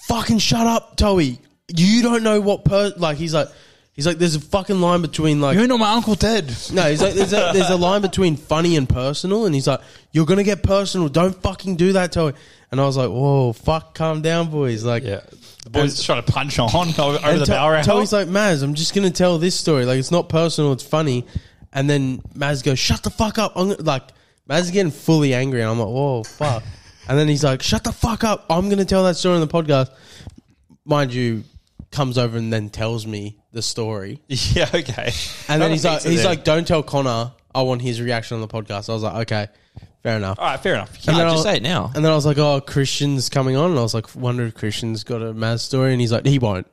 Speaker 2: "Fucking shut up, Toey. You don't know what per like." He's like, he's like, "There's a fucking line between like."
Speaker 1: know my uncle Ted.
Speaker 2: No, he's like, there's a, there's a line between funny and personal, and he's like, you're gonna get personal. Don't fucking do that, Toey. And I was like, whoa, fuck, calm down, boys. Like,
Speaker 1: Yeah, the boys trying to punch on over, over the
Speaker 2: and To-
Speaker 1: bow rail.
Speaker 2: Toey's like, Maz, I'm just gonna tell this story. Like, it's not personal, it's funny. And then Maz goes, shut the fuck up. I'm gonna, like, Maz is getting fully angry, and I'm like, whoa, fuck. and then he's like, shut the fuck up. I'm gonna tell that story on the podcast. Mind you, comes over and then tells me the story.
Speaker 1: yeah, okay.
Speaker 2: And
Speaker 1: Have
Speaker 2: then
Speaker 1: a
Speaker 2: he's like,
Speaker 1: pizza
Speaker 2: he's
Speaker 1: there.
Speaker 2: like, don't tell Connor. I want his reaction on the podcast. I was like, okay, fair enough.
Speaker 1: all right, fair enough.
Speaker 2: And
Speaker 3: Nah,
Speaker 2: then
Speaker 3: just
Speaker 2: I'll-
Speaker 3: say it now.
Speaker 2: And then I was like, oh, Christian's coming on. And I was like, wonder if Christian's got a Maz story. And he's like, he won't.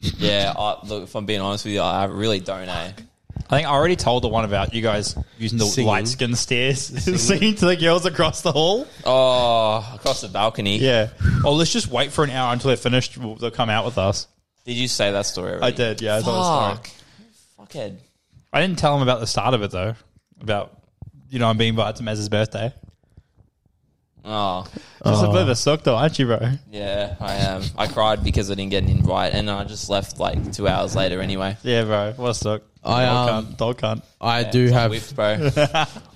Speaker 3: yeah, I, look, if I'm being honest with you, I really don't eh? know.
Speaker 1: I think I already told the one about you guys using the
Speaker 2: Singing.
Speaker 1: light skin stairs, singing. to the girls across the hall.
Speaker 3: Oh, across the balcony.
Speaker 1: Yeah. Oh, let's just wait for an hour until they're finished. We'll- They'll come out with us.
Speaker 3: Did you say that story?
Speaker 1: I
Speaker 3: Already?
Speaker 1: did. Yeah, I told the story.
Speaker 3: Fuck. Fuckhead.
Speaker 1: I didn't tell them about the start of it though. About you know I'm being invited to Maz's birthday.
Speaker 3: Oh,
Speaker 1: Just a bit of a suck though, aren't you, bro?
Speaker 3: yeah, I am. I cried because I didn't get an invite, and I just left like two hours later anyway.
Speaker 1: Yeah, bro. What a suck.
Speaker 2: I,
Speaker 1: dog
Speaker 2: um,
Speaker 1: cunt. Dog cunt.
Speaker 2: I do have,
Speaker 3: Whipped, bro.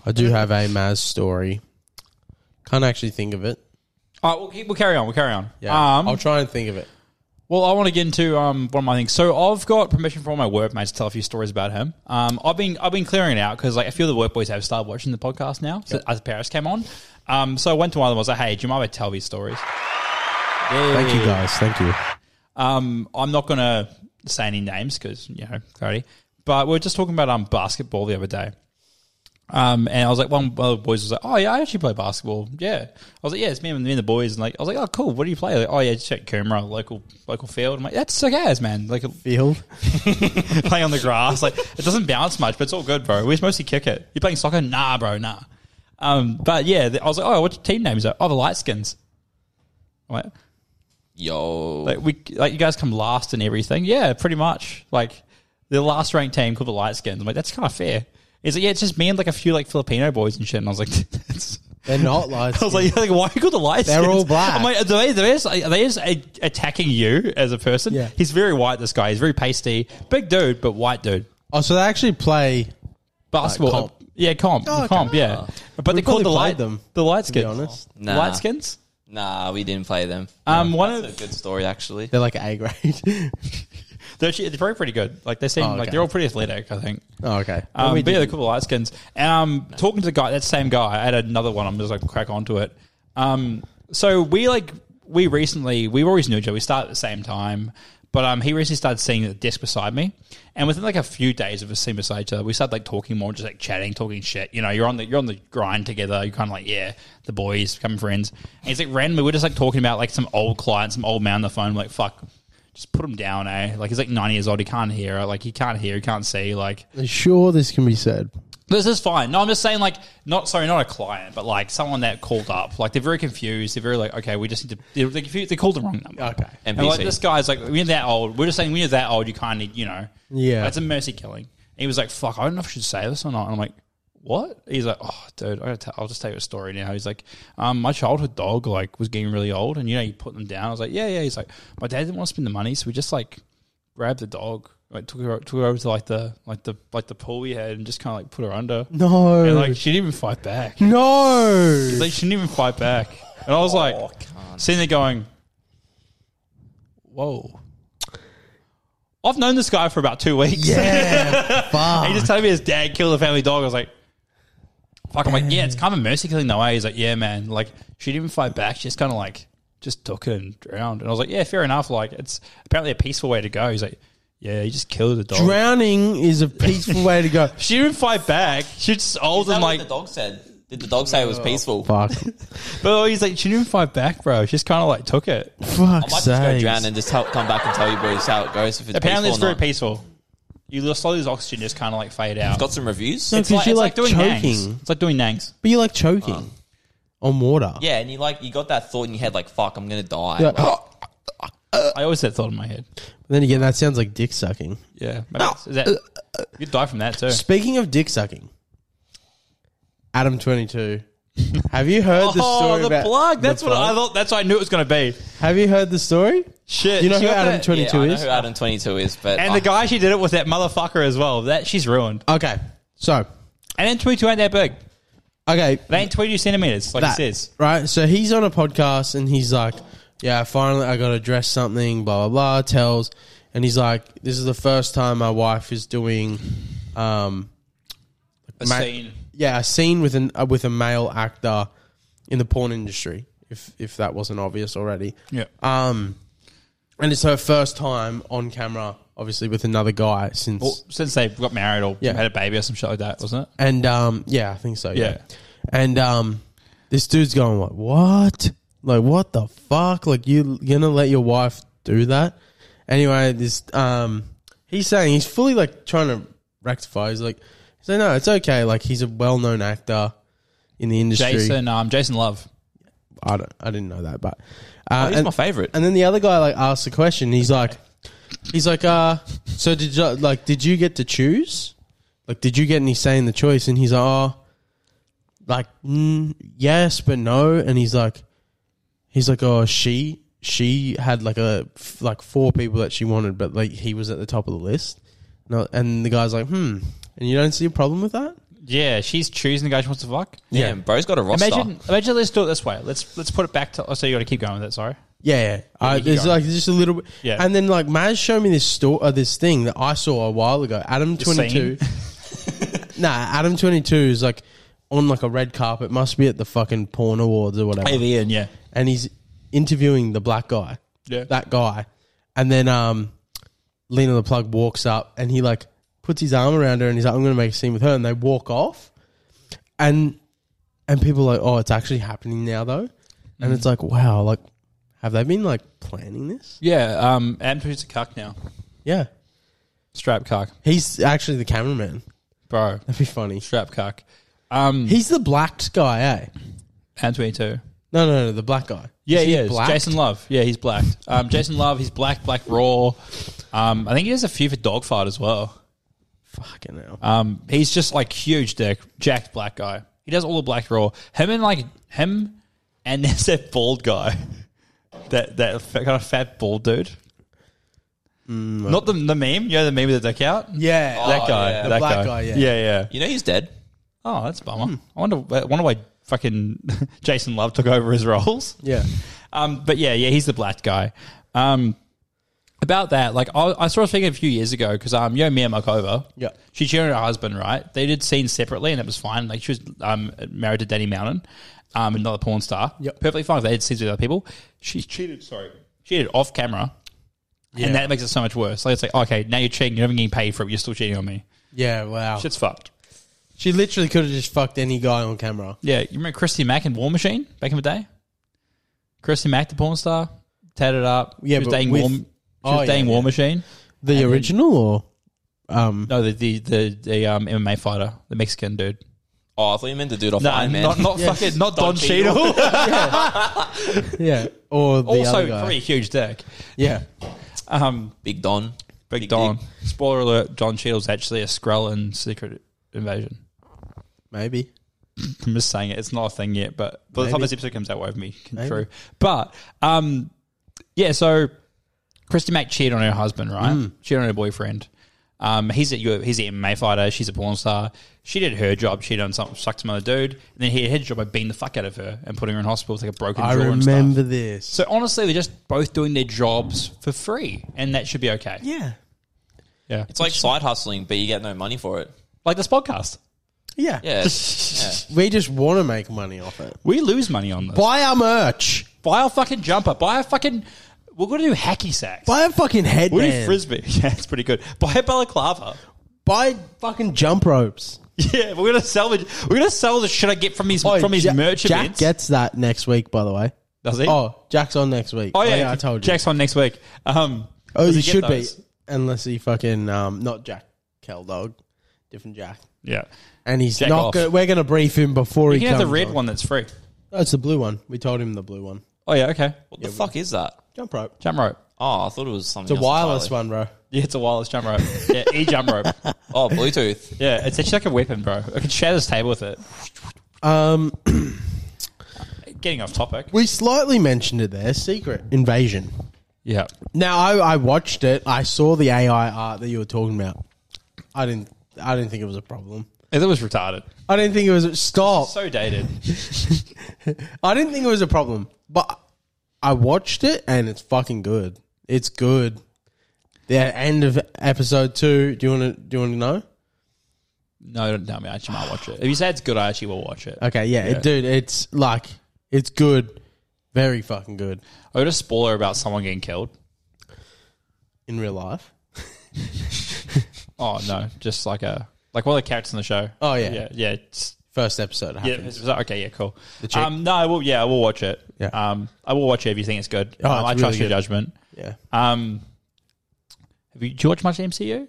Speaker 2: I do have a Maz story. Can't actually think of it.
Speaker 1: All right, we'll, keep- we'll carry on. We'll carry on.
Speaker 2: Yeah,
Speaker 1: Um,
Speaker 2: I'll try and think of it.
Speaker 1: Well, I want to get into um, one of my things. So I've got permission from all my workmates to tell a few stories about him. Um, I've been I've been clearing it out because like a few of the work boys have started watching the podcast now. So, as Paris came on, um, so I went to one of them. I was like, "Hey, do you mind if I tell these stories?"
Speaker 2: Thank you guys. Thank you.
Speaker 1: Um, I'm not going to say any names because you know Cody. But we were just talking about um basketball the other day. Um, and I was like, one one of the boys was like, "Oh yeah, I actually play basketball." Yeah, I was like, "Yeah, it's me and me and the boys." And like, I was like, "Oh cool, what do you play?" Like, "Oh yeah, just at Coomera, local local field." I'm like, "That's sick ass, man!" Like
Speaker 2: Field.
Speaker 1: playing on the grass, like it doesn't bounce much, but it's all good, bro. We just mostly kick it. You playing soccer? Nah, bro, nah. Um, but yeah, the- I was like, "Oh, what's your team name?" He's like, "Oh, the light skins." I'm like,
Speaker 3: Yo,
Speaker 1: like we like you guys come last and everything. Yeah, pretty much. Like the last ranked team called the light skins. I'm like, that's kind of fair. Is it? Yeah, it's just me and like a few like Filipino boys and shit. And I was like, that's-
Speaker 2: They're not light.
Speaker 1: I was like, like, why are you got the lights?
Speaker 2: They're all black.
Speaker 1: I'm like, are they, are they just, are they just a- attacking you as a person?
Speaker 2: Yeah.
Speaker 1: He's very white. This guy. He's very pasty, big dude, but white dude.
Speaker 2: oh, so they actually play.
Speaker 1: Basketball.
Speaker 2: Like comp.
Speaker 1: Yeah, comp.
Speaker 2: Oh, okay.
Speaker 1: Comp. Yeah, but they
Speaker 2: We
Speaker 1: called the
Speaker 2: probably
Speaker 1: light
Speaker 2: played them,
Speaker 1: The light
Speaker 2: To be
Speaker 1: skins.
Speaker 2: honest,
Speaker 3: Nah.
Speaker 1: Light skins.
Speaker 3: Nah, we didn't play them.
Speaker 1: Um, one
Speaker 3: That's
Speaker 1: of
Speaker 3: a good story actually.
Speaker 2: they're like A grade.
Speaker 1: they're, actually, they're probably pretty good. Like they seem
Speaker 2: Oh,
Speaker 1: like
Speaker 2: okay.
Speaker 1: they're all pretty athletic. I think.
Speaker 2: oh, okay.
Speaker 1: Um,
Speaker 2: we
Speaker 1: but yeah, they're
Speaker 2: did-
Speaker 1: a couple of light skins. And um, talking to the guy, that same guy, I had another one. I'm just like crack onto it. Um, so we like we recently we always knew each other. We started at the same time, but um, he recently started sitting at the desk beside me, and within like a few days of us sitting beside each other, we started like talking more, just like chatting, talking shit. You know, you're on the you're on the grind together. You're kind of like yeah, the boys become friends. And he's like randomly we're just like talking about like some old client, some old man on the phone. like fuck. Just put him down, eh? Like he's like ninety years old. He can't hear. Like he can't hear. He can't see. Like
Speaker 2: Sure, this can be said.
Speaker 1: this is fine. No, I'm just saying, like, not sorry, not a client, but like someone that called up. Like, they're very confused. They're very like, okay, we just need to. They're, they're confused. They called the wrong number.
Speaker 2: Okay.
Speaker 1: And,
Speaker 3: NPC.
Speaker 1: like this guy's like, we're that old. We're just saying we're that old. You kind of need, you know.
Speaker 2: Yeah.
Speaker 1: That's a mercy killing. And he was like, fuck, I don't know if I should say this or not. And I'm like, what? He's like, oh, dude, I gotta tell, I'll just tell you a story now. He's like, um, my childhood dog like was getting really old, and you know, you put them down. I was like, yeah, yeah. He's like, my dad didn't want to spend the money, so we just like grabbed the dog, like took her took her over to like the like the like the pool we had, and just kind of like put her under.
Speaker 2: No.
Speaker 1: And like she didn't even fight back.
Speaker 2: no.
Speaker 1: They shouldn't even fight back. And I was like,
Speaker 2: Oh,
Speaker 1: sitting there going, whoa. I've known this guy for about two weeks.
Speaker 2: yeah. fuck.
Speaker 1: He just told me his dad killed the family dog. I was like, fuck. I'm like, yeah, it's kind of mercy killing that way. He's like, yeah, man. Like, she didn't even fight back. She just kind of like, just took it and drowned. And I was like, yeah, fair enough. Like, it's apparently a peaceful way to go. He's like, yeah, you just killed the dog.
Speaker 2: Drowning is a peaceful way to go.
Speaker 1: she didn't fight back. She just old
Speaker 3: Is that
Speaker 1: and
Speaker 3: what
Speaker 1: like
Speaker 3: the dog said? Did the dog say it was peaceful?
Speaker 2: Fuck.
Speaker 1: But he's like, she didn't fight back, bro. She just kind of like took it.
Speaker 2: Fuck.
Speaker 3: I might just go drown and just help, come back and tell you boys how it goes. If it's
Speaker 1: Apparently, it's
Speaker 3: peaceful
Speaker 1: very
Speaker 3: or not.
Speaker 1: peaceful. You lo- slowly lose oxygen, just kind of like fade out.
Speaker 3: Got some reviews.
Speaker 2: No,
Speaker 1: it's like,
Speaker 2: you're
Speaker 1: it's
Speaker 2: like,
Speaker 1: like, doing
Speaker 2: choking.
Speaker 1: nangs. It's like doing nangs.
Speaker 2: But you're like choking on water.
Speaker 3: yeah, and you like you got that thought in your head like fuck, I'm gonna die.
Speaker 2: You're
Speaker 3: Like,
Speaker 2: like, "Oh."
Speaker 1: I always had that thought in my head.
Speaker 2: Then again, that sounds like dick sucking.
Speaker 1: Yeah, Maybe it's- is that, you'd die from that too.
Speaker 2: Speaking of dick sucking, Adam twenty two. Have you heard the story about
Speaker 1: Oh, plug.
Speaker 2: the
Speaker 1: That's what I
Speaker 2: plug?
Speaker 1: thought. That's what I knew it was going to be.
Speaker 2: Have you heard the story?
Speaker 1: Shit.
Speaker 2: You know
Speaker 1: she
Speaker 2: who
Speaker 1: got
Speaker 2: Adam
Speaker 1: that-
Speaker 2: twenty
Speaker 3: yeah,
Speaker 2: two
Speaker 3: I know
Speaker 2: is?
Speaker 3: who Adam twenty two is, but
Speaker 1: and
Speaker 3: I-
Speaker 1: the guy she did it with that motherfucker as well. That she's ruined.
Speaker 2: Okay, so
Speaker 1: And then twenty two ain't that big.
Speaker 2: okay,
Speaker 1: It ain't twenty two centimeters like
Speaker 2: that,
Speaker 1: it says.
Speaker 2: right? So he's on a podcast and he's like, "Yeah, finally I got to dress something." Blah blah blah. Tells, and he's like, "This is the first time my wife is doing, um,
Speaker 1: A
Speaker 2: Ma-
Speaker 1: scene.
Speaker 2: yeah, a scene with an uh, with a male actor in the porn industry. If if that wasn't obvious already,
Speaker 1: Yeah.
Speaker 2: um, and it's her first time on camera, obviously with another guy since,
Speaker 1: Well, since they got married or
Speaker 2: Yeah.
Speaker 1: had a baby or some shit like that, wasn't it?
Speaker 2: and um, yeah, I think so, yeah.
Speaker 1: Yeah.
Speaker 2: And um, this dude's going like, what? Like what the fuck? Like you gonna let your wife do that? Anyway, this um, he's saying he's fully like trying to rectify. He's like, he's like, no, it's okay. Like he's a well known actor in the industry.
Speaker 1: Jason, um, Jason Love.
Speaker 2: I don't, I didn't know that, but uh,
Speaker 3: Oh, he's
Speaker 2: and-
Speaker 3: my favorite.
Speaker 2: and then the other guy like asks a question. He's like, he's like, uh, so did you like did you get to choose? Like, did you get any say in the choice? And he's like, oh, like mm, yes, but no. And he's like, he's like, oh, she she had like a f- like four people that she wanted, but like he was at the top of the list. No, and the guy's like, hmm. And you don't see a problem with that?
Speaker 1: Yeah, she's choosing the guy she wants to fuck.
Speaker 3: yeah, bro's got a roster.
Speaker 1: Imagine, imagine. Let's do it this way. Let's let's put it back to. Oh, so you got to keep going with it. Sorry.
Speaker 2: Yeah, yeah. Uh,
Speaker 1: you keep
Speaker 2: there's
Speaker 1: going.
Speaker 2: like just a little bit.
Speaker 1: Yeah.
Speaker 2: And then like Maz showed me this store, uh, this thing that I saw a while ago. Adam twenty two.
Speaker 1: scene?
Speaker 2: nah, Adam twenty two is like on like a red carpet. Must be at the fucking porn awards or whatever.
Speaker 1: Alien. Yeah.
Speaker 2: And he's interviewing the black guy.
Speaker 1: Yeah.
Speaker 2: That guy. And then um, Lena the plug walks up and he like puts his arm around her and he's like, I'm gonna make a scene with her. And they walk off. And and people are like, oh, it's actually happening now though. And it's like, wow, like, have they been like planning this?
Speaker 1: Yeah. Um. Andrew's a cuck now.
Speaker 2: Yeah,
Speaker 1: Strap cuck,
Speaker 2: he's actually the cameraman.
Speaker 1: bro.
Speaker 2: That'd be funny.
Speaker 1: Strap cuck. Um.
Speaker 2: He's the blacked guy, eh?
Speaker 1: Andrew too.
Speaker 2: No, no, no, the black guy.
Speaker 1: Yeah,
Speaker 2: Is he
Speaker 1: yeah.
Speaker 2: blacked?
Speaker 1: Jason Love. Yeah, he's black. Um. Jason Love. He's black. Black raw. Um. I think he has a few for dogfight as well.
Speaker 2: Fucking hell.
Speaker 1: Um, he's just like huge dick, jacked black guy. He does all the black raw. Him and like him, and there's that bald guy, that that fa- kind of fat bald dude. Not the the meme, you know the meme with the dick out.
Speaker 2: Mm, yeah.
Speaker 1: that
Speaker 3: Oh,
Speaker 1: guy,
Speaker 3: yeah.
Speaker 1: that
Speaker 3: The
Speaker 2: black guy, yeah. Hmm.
Speaker 1: yeah, yeah.
Speaker 3: You know he's dead.
Speaker 1: Oh, that's a bummer. I wonder, I wonder why fucking Jason Love took over his roles.
Speaker 2: yeah.
Speaker 1: Um, but yeah, yeah, he's the black guy. Um, about that, like I, I saw a thing a few years ago because um, Yo Mia Markova,
Speaker 2: Yeah.
Speaker 1: she cheated on her husband, right? They did scenes separately, and it was fine. Like she was um, married to Danny Mountain, um, another porn star.
Speaker 2: Yep.
Speaker 1: perfectly fine. if They did scenes with other people. She cheated. Sorry, cheated off camera, and that makes it so much worse. Like it's like okay, now you're cheating. You're not even getting paid for it. You're still cheating on me.
Speaker 2: Yeah, wow.
Speaker 1: Shit's fucked.
Speaker 2: She literally could have just fucked any guy on camera.
Speaker 1: Yeah, you remember Christy Mack in War Machine back in the day? Christy Mack, the porn star, tatted up.
Speaker 2: Yeah,
Speaker 1: she was
Speaker 2: but
Speaker 1: dating
Speaker 2: with-
Speaker 1: War, she
Speaker 2: Oh,
Speaker 1: was dating
Speaker 2: yeah,
Speaker 1: War
Speaker 2: yeah.
Speaker 1: Machine.
Speaker 2: The original or um
Speaker 1: No, the the the, the um, MMA fighter, the Mexican dude.
Speaker 3: Oh, I thought you meant the dude off
Speaker 1: No,
Speaker 3: Iron Man.
Speaker 1: not not
Speaker 2: Yes.
Speaker 1: fucking not Don,
Speaker 3: Don Cheadle.
Speaker 1: Cheadle.
Speaker 2: yeah, or the other
Speaker 1: also,
Speaker 2: guy.
Speaker 1: pretty huge dick.
Speaker 2: Yeah.
Speaker 1: Um,
Speaker 3: Big Don.
Speaker 1: Big,
Speaker 3: Big
Speaker 1: Don. Spoiler alert: Don Cheadle's actually a Skrull in Secret Invasion.
Speaker 2: Maybe.
Speaker 1: I'm just saying it. It's not a thing yet, but by the time
Speaker 2: Maybe.
Speaker 1: this episode comes out, won't be
Speaker 2: Maybe.
Speaker 1: true. But um, yeah, so Christy Mack cheated on her husband, right?
Speaker 2: Mm.
Speaker 1: Cheated on her boyfriend. Um, he's a you- he's an MMA fighter. She's a porn star. She did her job. Cheated on some sucked some other dude, and then he had his job by beating the fuck out of her and putting her in hospital with like a broken
Speaker 2: I
Speaker 1: jaw and stuff.
Speaker 2: remember this.
Speaker 1: So honestly, they're just both doing their jobs for free, and that should be okay.
Speaker 2: yeah.
Speaker 1: Yeah,
Speaker 3: It's like side hustling, but you get no money for it.
Speaker 1: like this podcast.
Speaker 2: Yeah.
Speaker 3: Yeah. yeah.
Speaker 2: We just want to make money off it.
Speaker 1: We lose money on this.
Speaker 2: Buy our merch.
Speaker 1: Buy a fucking jumper. Buy a fucking. We're gonna do hacky sacks.
Speaker 2: Buy a fucking
Speaker 1: Woody
Speaker 2: headband.
Speaker 1: Frisbee. Yeah, it's pretty good. Buy a balaclava.
Speaker 2: Buy fucking jump ropes.
Speaker 1: Yeah, we're gonna sell it. We're gonna sell the shit I get from his Oh, from his
Speaker 2: Oh, Ja-
Speaker 1: merch
Speaker 2: Jack
Speaker 1: events.
Speaker 2: gets that next week, by the way.
Speaker 1: Does he?
Speaker 2: Oh, Jack's on next week.
Speaker 1: Oh, yeah,
Speaker 2: I told you.
Speaker 1: Jack's on next week. Um,
Speaker 2: oh,
Speaker 1: does
Speaker 2: he
Speaker 1: get
Speaker 2: should be,
Speaker 1: those?
Speaker 2: unless he fucking um, not Jack Keldog, different Jack.
Speaker 1: Yeah,
Speaker 2: And he's
Speaker 1: Jack
Speaker 2: not.
Speaker 1: off.
Speaker 2: Gonna, we're going to brief him before
Speaker 1: you
Speaker 2: he
Speaker 1: can have
Speaker 2: comes.
Speaker 1: the red
Speaker 2: on.
Speaker 1: one that's free.
Speaker 2: No, it's the blue one. We told him the blue one.
Speaker 1: Oh yeah, okay.
Speaker 3: What the fuck is that?
Speaker 2: Jump rope.
Speaker 1: Jump rope.
Speaker 3: Oh, I thought it was
Speaker 2: It's
Speaker 3: something.
Speaker 2: a wireless
Speaker 3: entirely.
Speaker 2: one, bro.
Speaker 1: Yeah, it's a wireless jump rope. Yeah, e jump rope.
Speaker 3: Oh, Bluetooth.
Speaker 1: Yeah, it's actually like a weapon, bro. I could share this table with it.
Speaker 2: Um,
Speaker 1: Getting off topic.
Speaker 2: we slightly mentioned it there. Secret invasion.
Speaker 1: Yeah,
Speaker 2: Now I, I watched it. I saw the AI art that you were talking about. I didn't. I didn't think it was a problem.
Speaker 1: it was retarded.
Speaker 2: I didn't think it was. Stop.
Speaker 1: So dated.
Speaker 2: I didn't think it was a problem, but I watched it and it's fucking good. It's good. The end of episode two. Do you want to? Do you want to know?
Speaker 1: No, don't tell me. I actually might watch it. If you say it's good, I actually will watch it.
Speaker 2: Okay, yeah, it- dude. It's like it's good, very fucking good
Speaker 1: I heard a spoiler about someone getting killed.
Speaker 2: in real life.
Speaker 1: Oh no, just like a like one of the characters in the show.
Speaker 2: Oh, yeah.
Speaker 1: yeah, yeah, it's-
Speaker 2: First episode
Speaker 1: yeah.
Speaker 2: happened.
Speaker 1: it's- it's- okay, yeah, cool.
Speaker 2: chick?
Speaker 1: Um, no, I will. Yeah, I will watch it.
Speaker 2: Yeah.
Speaker 1: Um, I will watch it if you think it's good.
Speaker 2: Oh,
Speaker 1: um,
Speaker 2: it's
Speaker 1: I trust
Speaker 2: really
Speaker 1: your
Speaker 2: good.
Speaker 1: judgment.
Speaker 2: Yeah.
Speaker 1: Um, have you, do you watch much MCU?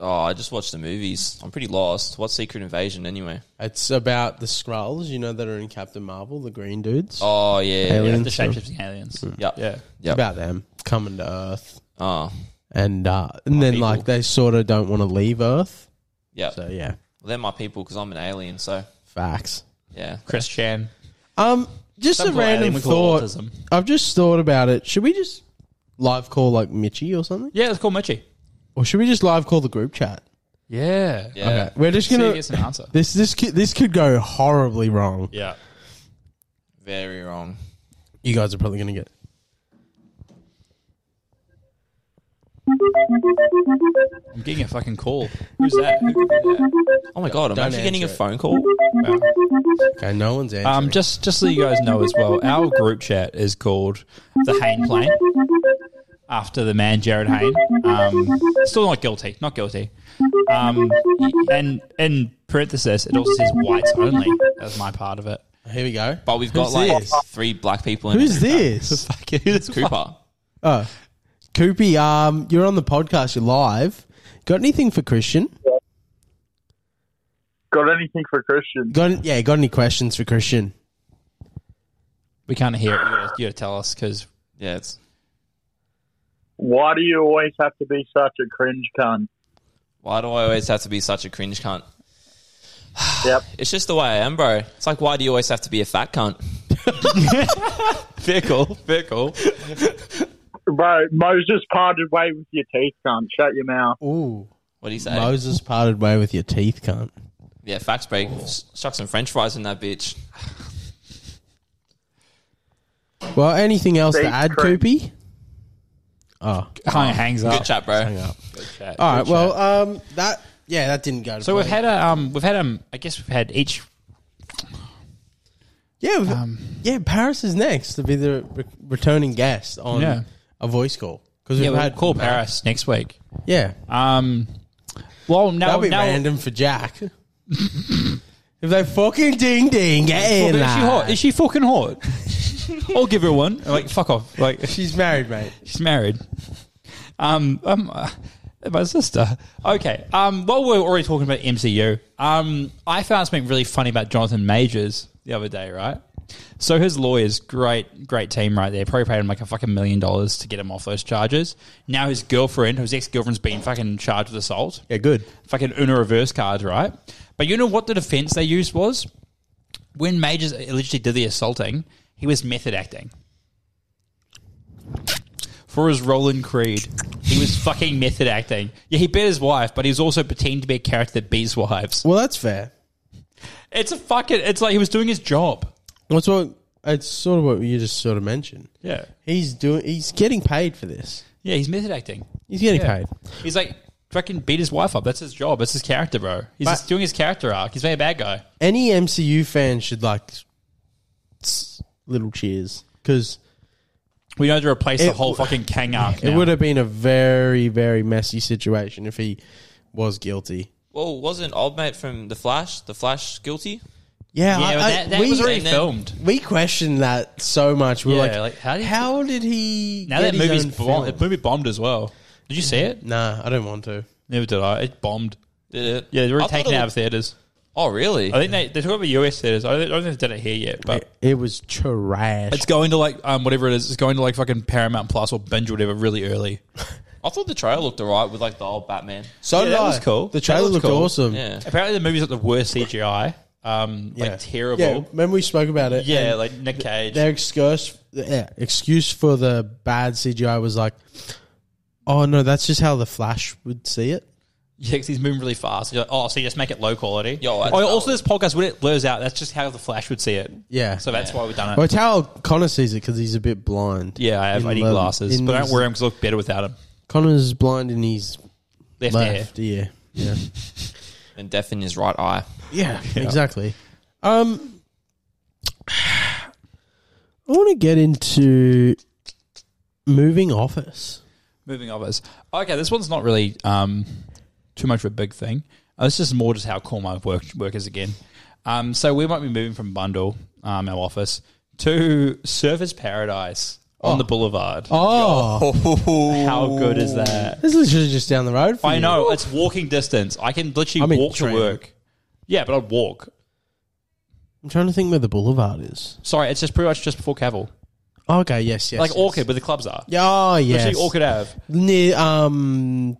Speaker 3: Oh, I just watched the movies. I'm pretty lost. What's Secret Invasion anyway?
Speaker 2: It's about the Skrulls, you know, that are in Captain Marvel, the green dudes.
Speaker 3: Oh yeah, yeah.
Speaker 2: Alien.
Speaker 1: Yeah,
Speaker 2: Mm,
Speaker 1: the
Speaker 2: sure. Mm.
Speaker 1: shapeshifting aliens.
Speaker 3: Yep.
Speaker 1: Yeah,
Speaker 2: It's
Speaker 3: Yep.
Speaker 2: about them coming to Earth,
Speaker 3: Oh,
Speaker 2: and uh, and then
Speaker 3: people.
Speaker 2: like they sort of don't want to leave Earth.
Speaker 3: yep.
Speaker 2: So yeah,
Speaker 3: Well, they're my people because I'm an alien. So
Speaker 2: facts.
Speaker 3: yeah.
Speaker 1: Chris Chan.
Speaker 2: Um, just
Speaker 1: Some
Speaker 2: a
Speaker 1: call it
Speaker 2: random
Speaker 1: alien, we call it
Speaker 2: thought.
Speaker 1: autism.
Speaker 2: I've just thought about it. Should we just live call like Mitchy or something,
Speaker 1: Yeah, it's called Mitchie.
Speaker 2: or should we just live call the group chat?
Speaker 1: Yeah,
Speaker 3: Yeah.
Speaker 2: We're just
Speaker 1: So you
Speaker 2: gonna
Speaker 1: get some answer.
Speaker 2: this this could, this could go horribly wrong.
Speaker 1: Yeah.
Speaker 3: Very wrong.
Speaker 2: You guys are probably gonna get.
Speaker 1: I'm getting a fucking call. Who's that? Who could be that?
Speaker 3: Oh my god, I'm
Speaker 2: Don't
Speaker 3: actually getting a
Speaker 2: answer it.
Speaker 3: phone call.
Speaker 2: Okay, no one's answering.
Speaker 1: Um, just just so you guys know as well, our group chat is called the Hain Plane after the man Jared Hain. Um, still not guilty, not guilty. Um, and in parenthesis, it also says whites only. That's my part of it.
Speaker 2: Here we go.
Speaker 3: But we've got
Speaker 2: Who's
Speaker 3: like
Speaker 2: this?
Speaker 3: three black people. in
Speaker 2: Who's
Speaker 3: it.
Speaker 2: this?
Speaker 1: It's
Speaker 3: Cooper.
Speaker 2: Oh, Koopy, um, you're on the podcast. You're live. Got anything for Christian?
Speaker 4: Got anything for Christian?
Speaker 2: Got yeah. Got any questions for Christian?
Speaker 1: We can't hear it. You gotta, you gotta tell us because
Speaker 3: Yeah, it's
Speaker 4: Why do you always have to be such a cringe cunt?
Speaker 3: Why do I always have to be such a cringe cunt?
Speaker 4: Yep.
Speaker 3: It's just the way I am, bro. It's like, why do you always have to be a fat cunt? Fickle, fickle.
Speaker 4: Bro, Moses parted way with your teeth, cunt. Shut your mouth.
Speaker 2: Ooh.
Speaker 3: What do you say?
Speaker 2: Moses parted way with your teeth, cunt.
Speaker 3: Yeah, facts, break. S- Chuck some French fries in that bitch.
Speaker 2: Well, anything else to
Speaker 4: Teeth
Speaker 2: add,
Speaker 4: cream.
Speaker 2: Koopy? Oh,
Speaker 1: Kind of hangs
Speaker 3: Good
Speaker 1: up.
Speaker 3: chat, bro.
Speaker 2: hang up. All right. Well, um, that yeah, that didn't go. To
Speaker 1: So we've
Speaker 2: plan.
Speaker 1: had a um, we've had um, I guess we've had each.
Speaker 2: yeah, we've-
Speaker 1: Um,
Speaker 2: yeah. Paris is next to be the re- returning guest on
Speaker 1: Yeah.
Speaker 2: a voice call because
Speaker 1: Yeah,
Speaker 2: we've
Speaker 1: we'll
Speaker 2: had
Speaker 1: call Paris next week.
Speaker 2: Yeah,
Speaker 1: Um, well, now
Speaker 2: that'll be
Speaker 1: now
Speaker 2: random for Jack. if they fucking ding ding get
Speaker 1: Well,
Speaker 2: in,
Speaker 1: is she hot?
Speaker 2: lad.
Speaker 1: Is she fucking hot? I'll give her one. Like fuck off. Like
Speaker 2: she's married, mate.
Speaker 1: She's married. Um, um uh, my sister. Okay. Um, while we're already talking about MCU, um, I found something really funny about Jonathan Majors the other day, right? So his lawyers, great, great team right there, probably paid him like a fucking million dollars to get him off those charges. Now his girlfriend, whose ex girlfriend's been fucking charged with assault,
Speaker 2: Yeah, good.
Speaker 1: fucking Una reverse cards, right? But you know what the defense they used was? When Majors allegedly did the assaulting, he was method acting. For his role in Creed, he was fucking method acting. Yeah, he beat his wife, but he was also pretending to be a character that beats wives.
Speaker 2: Well, that's fair.
Speaker 1: It's a fucking, it's like he was doing his job.
Speaker 2: What's what? It's sort of what you just sort of mentioned.
Speaker 1: Yeah.
Speaker 2: He's doing. He's getting paid for this.
Speaker 1: Yeah, he's method acting.
Speaker 2: He's getting
Speaker 1: Yeah.
Speaker 2: paid.
Speaker 1: He's like, fucking beat his wife up. That's his job. That's his character, bro. He's
Speaker 2: But-
Speaker 1: just doing his character arc. He's being a bad guy.
Speaker 2: Any MCU fan should like s- little cheers because
Speaker 1: We know to replace the
Speaker 2: It-
Speaker 1: whole fucking Kang arc.
Speaker 2: it
Speaker 1: now.
Speaker 2: would have been a very very messy situation if he was guilty.
Speaker 3: Well, wasn't old mate from The Flash, The Flash guilty?
Speaker 2: Yeah,
Speaker 1: Yeah,
Speaker 2: I-
Speaker 1: but
Speaker 2: I-
Speaker 1: that, that
Speaker 2: we,
Speaker 1: was already
Speaker 3: and then-
Speaker 1: filmed.
Speaker 2: we questioned that so much. We were
Speaker 1: Yeah,
Speaker 2: like,
Speaker 1: like, how
Speaker 2: how
Speaker 1: did
Speaker 2: did,
Speaker 1: he-
Speaker 2: he?
Speaker 1: Now that
Speaker 2: get his
Speaker 1: movie's bom-
Speaker 2: own film?
Speaker 1: that movie bombed as well. Did you see it?
Speaker 2: Nah, I don't want to.
Speaker 1: Never did I. It bombed.
Speaker 3: Did it?
Speaker 1: Yeah, they were
Speaker 3: I thought
Speaker 1: taken
Speaker 3: it
Speaker 1: out
Speaker 3: was-
Speaker 1: of theaters.
Speaker 3: Oh, really?
Speaker 1: I think they they took over US theaters. I don't, I don't think they've done it here yet, but
Speaker 2: It, it was trash.
Speaker 1: it's going to like um whatever it is. It's going to like fucking Paramount Plus or binge or whatever really early.
Speaker 3: I thought the trailer looked alright with like the old Batman.
Speaker 2: so
Speaker 1: yeah,
Speaker 2: did
Speaker 1: that
Speaker 2: I.
Speaker 1: was cool.
Speaker 2: The
Speaker 1: That
Speaker 2: trailer
Speaker 1: looked
Speaker 2: looked
Speaker 1: cool.
Speaker 2: awesome.
Speaker 3: Yeah.
Speaker 1: Apparently, the movie's got the worst CGI. Um,
Speaker 2: Yeah.
Speaker 1: like terrible.
Speaker 2: Yeah,
Speaker 1: Yeah,
Speaker 2: remember we spoke about it. and
Speaker 1: like Nick Cage.
Speaker 2: their excuse, yeah, excuse for the bad CGI was like, oh no, that's just how the Flash would see it.
Speaker 1: Yeah, 'cause he's moving really fast. You're like, oh, so you just make it low quality.
Speaker 3: Yo, that's
Speaker 1: oh,
Speaker 3: not-
Speaker 1: also, this podcast when it blurs out, that's just how the Flash would see it.
Speaker 2: Yeah.
Speaker 1: So that's why we've done it.
Speaker 2: Well, it's how Connor sees it because he's a bit blind.
Speaker 1: yeah, I have
Speaker 2: In
Speaker 1: ID
Speaker 2: love-
Speaker 1: glasses,
Speaker 2: in
Speaker 1: but I don't
Speaker 2: his-
Speaker 1: wear them because I look better without them.
Speaker 2: Connor's blind in his
Speaker 1: Left, ear.
Speaker 2: left ear. Yeah.
Speaker 3: And deaf in his right eye.
Speaker 2: Yeah, exactly. Um, I want to get into moving office.
Speaker 1: Moving others. Okay, this one's not really um, too much of a big thing. Uh, it's just more just how cool my work work is again. Um, so we might be moving from Bundle, um, our office, to Surfers Paradise on the Boulevard.
Speaker 2: Oh,
Speaker 1: How good is that?
Speaker 2: this is literally just down the road. For
Speaker 1: I
Speaker 2: you.
Speaker 1: know it's walking distance. I can literally
Speaker 2: I mean,
Speaker 1: walk to
Speaker 2: train.
Speaker 1: work. Yeah, but I'd walk.
Speaker 2: I'm trying to think where the boulevard is. Oh,
Speaker 1: Sorry, it's just pretty much just before Cavill,
Speaker 2: Okay, yes, yes,
Speaker 1: like
Speaker 2: yes.
Speaker 1: Orchid, where the clubs are.
Speaker 2: Yeah, Oh, yes.
Speaker 1: Literally Orchid Ave.
Speaker 2: Near um,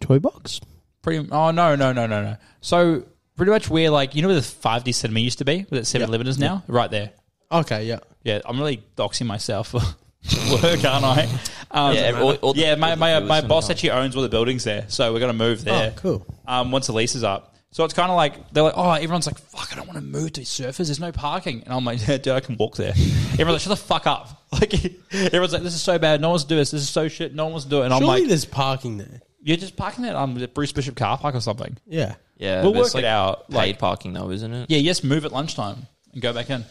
Speaker 2: toy box.
Speaker 1: Pretty. Oh no, no, no, no, no. So pretty much where like you know where the five D cinema used to be, where that Seven Eleven is now, right there.
Speaker 2: Okay, yeah.
Speaker 1: Yeah, I'm really doxing myself for work, aren't I? Um,
Speaker 3: Yeah, every- all- all the-
Speaker 1: yeah, my,
Speaker 3: all the
Speaker 1: my, uh,
Speaker 3: viewers
Speaker 1: my
Speaker 3: and
Speaker 1: boss actually owns all the buildings there, so we're going to move there.
Speaker 2: Oh, cool.
Speaker 1: Um, once the lease is up. So it's kind of like, they're like, oh, everyone's like, fuck, I don't want to move to surfers. There's no parking. And I'm like, yeah, dude, I can walk there. Everyone's like, shut the fuck up. Like, everyone's like, this is so bad. No one wants to do this. This is so shit. No one wants to do it. And I'm
Speaker 2: Surely
Speaker 1: like,
Speaker 2: there's parking there.
Speaker 1: you're just parking at um, the Bruce Bishop car park or something.
Speaker 2: Yeah.
Speaker 3: Yeah,
Speaker 1: We'll
Speaker 3: but it's
Speaker 1: work it out,
Speaker 3: Paid
Speaker 1: like-
Speaker 3: parking though, isn't it?
Speaker 1: Yeah, yes, move at lunchtime and go back in.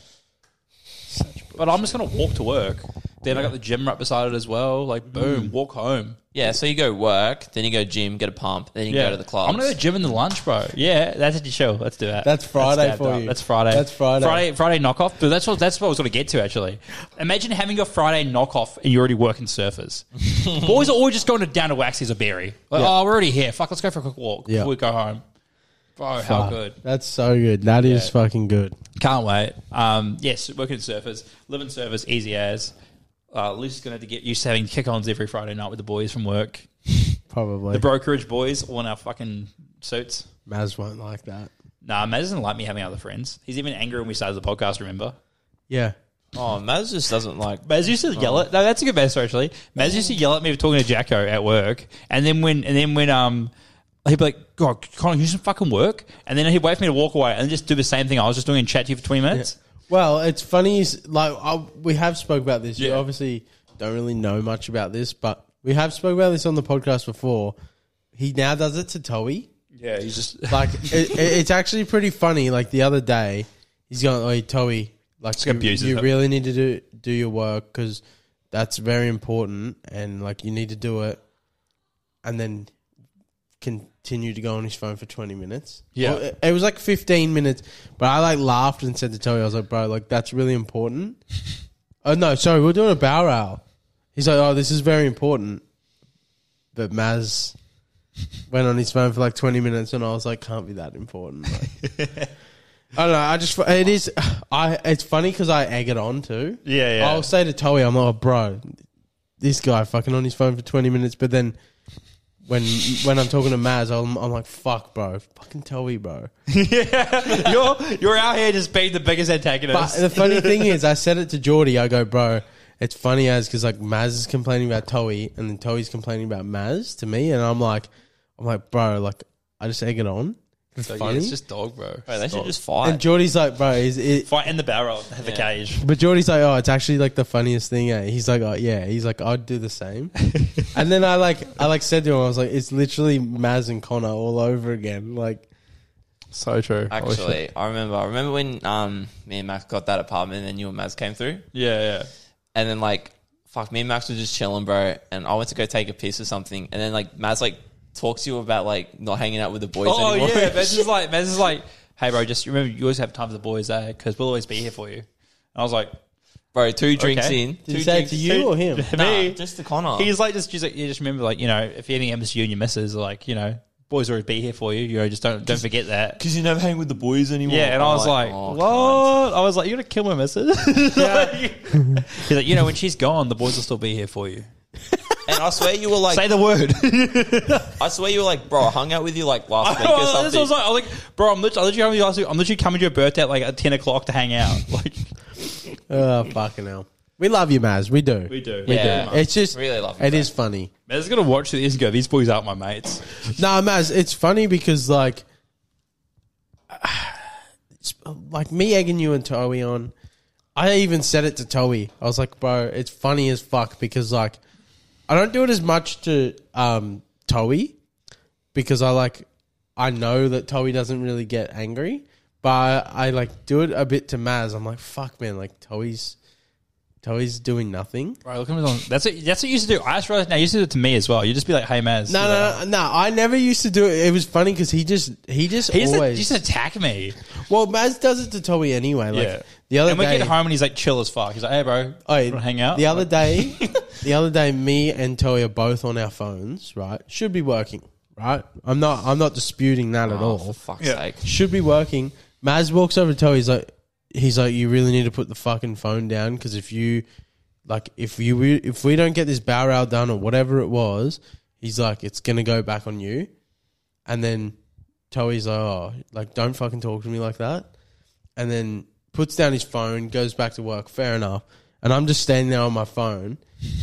Speaker 1: But I'm just going to walk to work. Then I got the gym right beside it as well. Like, boom, walk home.
Speaker 3: Yeah, so you go work, then you go gym, get a pump, then you go to the club.
Speaker 1: I'm gonna go gym in the lunch, bro. Yeah, that's actually chill. Let's do that.
Speaker 2: That's Friday
Speaker 1: dabbed
Speaker 2: for
Speaker 1: up.
Speaker 2: you.
Speaker 1: That's Friday.
Speaker 2: That's Friday.
Speaker 1: Friday. Friday knockoff. Dude, that's what that's what I was gonna get to actually. Imagine having your Friday knockoff and you're already working surfers. Boys are always just going to down to Waxies or Berry. Like,
Speaker 2: Yeah.
Speaker 1: oh, we're already here. Fuck, let's go for a quick walk
Speaker 2: Yeah.
Speaker 1: before we go home. Bro, how good.
Speaker 2: Ah, That's so good. That is fucking good.
Speaker 1: Can't wait. Um, yes, working surfers, living surfers, easy as. Uh, Lucy's gonna have to get used to having kick-ons every Friday night with the boys from work.
Speaker 2: Probably.
Speaker 1: The brokerage boys, all in our fucking suits.
Speaker 2: Maz won't like that.
Speaker 1: Nah, Matt doesn't like me having other friends. He's even angry when we started the podcast, remember?
Speaker 2: Yeah.
Speaker 3: Oh, Maz just doesn't like.
Speaker 1: Maz used to yell at no, that's a good Maz story actually. Maz used to yell at me for talking to Jacko at work, and then when and then when um he'd be like, "God, Connor, you some fucking work," and then he'd wait for me to walk away and just do the same thing I was just doing in chat to you for twenty minutes.
Speaker 2: Well, it's funny. is- Like I, we have spoke about this. You
Speaker 1: Yeah.
Speaker 2: obviously don't really know much about this, but we have spoke about this on the podcast before. He now does it to Toey.
Speaker 1: Yeah, he's just
Speaker 2: Like it, it- it's actually pretty funny. Like the other day, he's going, "Oh, Toey, like you,
Speaker 1: abuses
Speaker 2: you
Speaker 1: it.
Speaker 2: really need to do do your work because that's very important, and like you need to do it." And then continue to go on his phone for twenty minutes.
Speaker 1: Yeah.
Speaker 2: Well, it- it was like fifteen minutes, but I like laughed and said to Toey, "I was like, bro, like that's really important." oh no, sorry, we're doing a bow wow. He's like, "Oh, this is very important," but Maz went on his phone for like 20 minutes and I was like, can't be that important. Like, I don't know. I just, it is, I, it's funny because I egg it on too.
Speaker 1: Yeah, yeah.
Speaker 2: I'll say to Toey, I'm like, oh, bro, this guy fucking on his phone for 20 minutes. But then when, when I'm talking to Maz, I'm, I'm like, fuck, bro, fucking Toey, bro.
Speaker 1: yeah. you're you're out here just being the biggest
Speaker 2: But
Speaker 3: uh,
Speaker 1: antagonist.
Speaker 2: the funny thing is, I said it to Geordie. I go, bro, it's funny as because like Maz is complaining about Toey, and then Toey's complaining about Maz to me, and I'm like, I'm like, bro, like I just egg it on. It's
Speaker 1: So, yeah,
Speaker 2: funny.
Speaker 1: it's just dog, bro.
Speaker 3: Bro, they should just
Speaker 2: and
Speaker 3: fight.
Speaker 2: Geordie's like, bro, is it?
Speaker 1: Fight in the barrel, at the cage.
Speaker 2: But Geordie's like, oh, it's actually like the funniest thing. Eh? He's like, oh yeah. He's like, I'd do the same. and then I like, I like said to him, I was like, it's literally Maz and Connor all over again. Like,
Speaker 1: So true.
Speaker 3: Actually, I remember. I remember when um me and Max got that apartment, and then you and Maz came through,
Speaker 1: Yeah, yeah.
Speaker 3: and then like fuck, me and Max were just chilling, bro. And I went to go take a piss or something, and then like Maz like talks to you about like not hanging out with the boys
Speaker 1: Oh
Speaker 3: anymore.
Speaker 1: yeah, Maz is like Maz is like, hey bro, just remember you always have time for the boys, eh? Because we'll always be here for you. And I was like,
Speaker 3: bro. Two drinks
Speaker 1: Okay.
Speaker 3: in,
Speaker 2: did
Speaker 1: Two
Speaker 2: he say it to
Speaker 1: drinks,
Speaker 2: you
Speaker 1: two-
Speaker 2: or him?
Speaker 1: to
Speaker 3: nah,
Speaker 1: me.
Speaker 3: just to Connor.
Speaker 1: He's like just, just like you just remember like you know if anything happens to you and your missus like you know boys always be here for you you know just don't don't forget that
Speaker 3: because you never hang with the boys anymore.
Speaker 1: yeah and I was like
Speaker 3: oh,
Speaker 1: what I was like you're gonna kill my missus he's like you know when she's gone the boys will still be here for you
Speaker 3: cunt. And I swear you were like,
Speaker 1: say the word
Speaker 3: I swear you were like, bro. I hung out with you like last week or
Speaker 1: I Oh, was,
Speaker 3: something.
Speaker 1: like I was like bro I'm literally, I'm literally coming to you last week. I'm literally coming to your birthday at like at ten o'clock to hang out like
Speaker 2: Oh fucking hell. We love you, Maz. We do.
Speaker 1: we do
Speaker 3: Yeah.
Speaker 2: It's just
Speaker 3: Really love you,
Speaker 2: It
Speaker 3: bro.
Speaker 2: is funny.
Speaker 1: Maz is gonna watch this and go these boys aren't my mates
Speaker 2: No, Maz, it's funny because like, it's- like me egging you and Toey on. I even said it to Toey. I was like, bro, it's funny as fuck because like, I don't do it as much to um Toey because I like, I know that Toey doesn't really get angry, but I, I like do it a bit to Maz. I'm like, fuck, man, like Toey's, Toey's doing nothing.
Speaker 1: right look at him that's what, that's what you used to do I just realized now you used to do it to me as well you just be like hey Maz
Speaker 2: No, no, no, no. I never used to do it. It was funny because he just, he just
Speaker 1: He just,
Speaker 2: always.
Speaker 1: he just attack me.
Speaker 2: Well, Maz does it to Toby anyway. Like
Speaker 1: Yeah.
Speaker 2: the other
Speaker 1: and we
Speaker 2: day,
Speaker 1: get home and he's like chill as fuck. He's like, hey bro,
Speaker 2: Oi,
Speaker 1: wanna hang out?
Speaker 2: The other day, the other day, me and Toby are both on our phones. Right, should be working. Right, I'm not. I'm not disputing that
Speaker 1: Ah,
Speaker 2: at
Speaker 3: Oh,
Speaker 2: all.
Speaker 3: for fuck's
Speaker 1: Yeah.
Speaker 3: sake.
Speaker 2: Should be working. Maz walks over to Toby. He's like, he's like, you really need to put the fucking phone down because if you, like, if you if we don't get this bow row done or whatever it was, he's like, it's gonna go back on you. And then Toey's like, oh, like, don't fucking talk to me like that. And then puts down his phone, goes back to work. Fair enough. And I'm just standing there on my phone.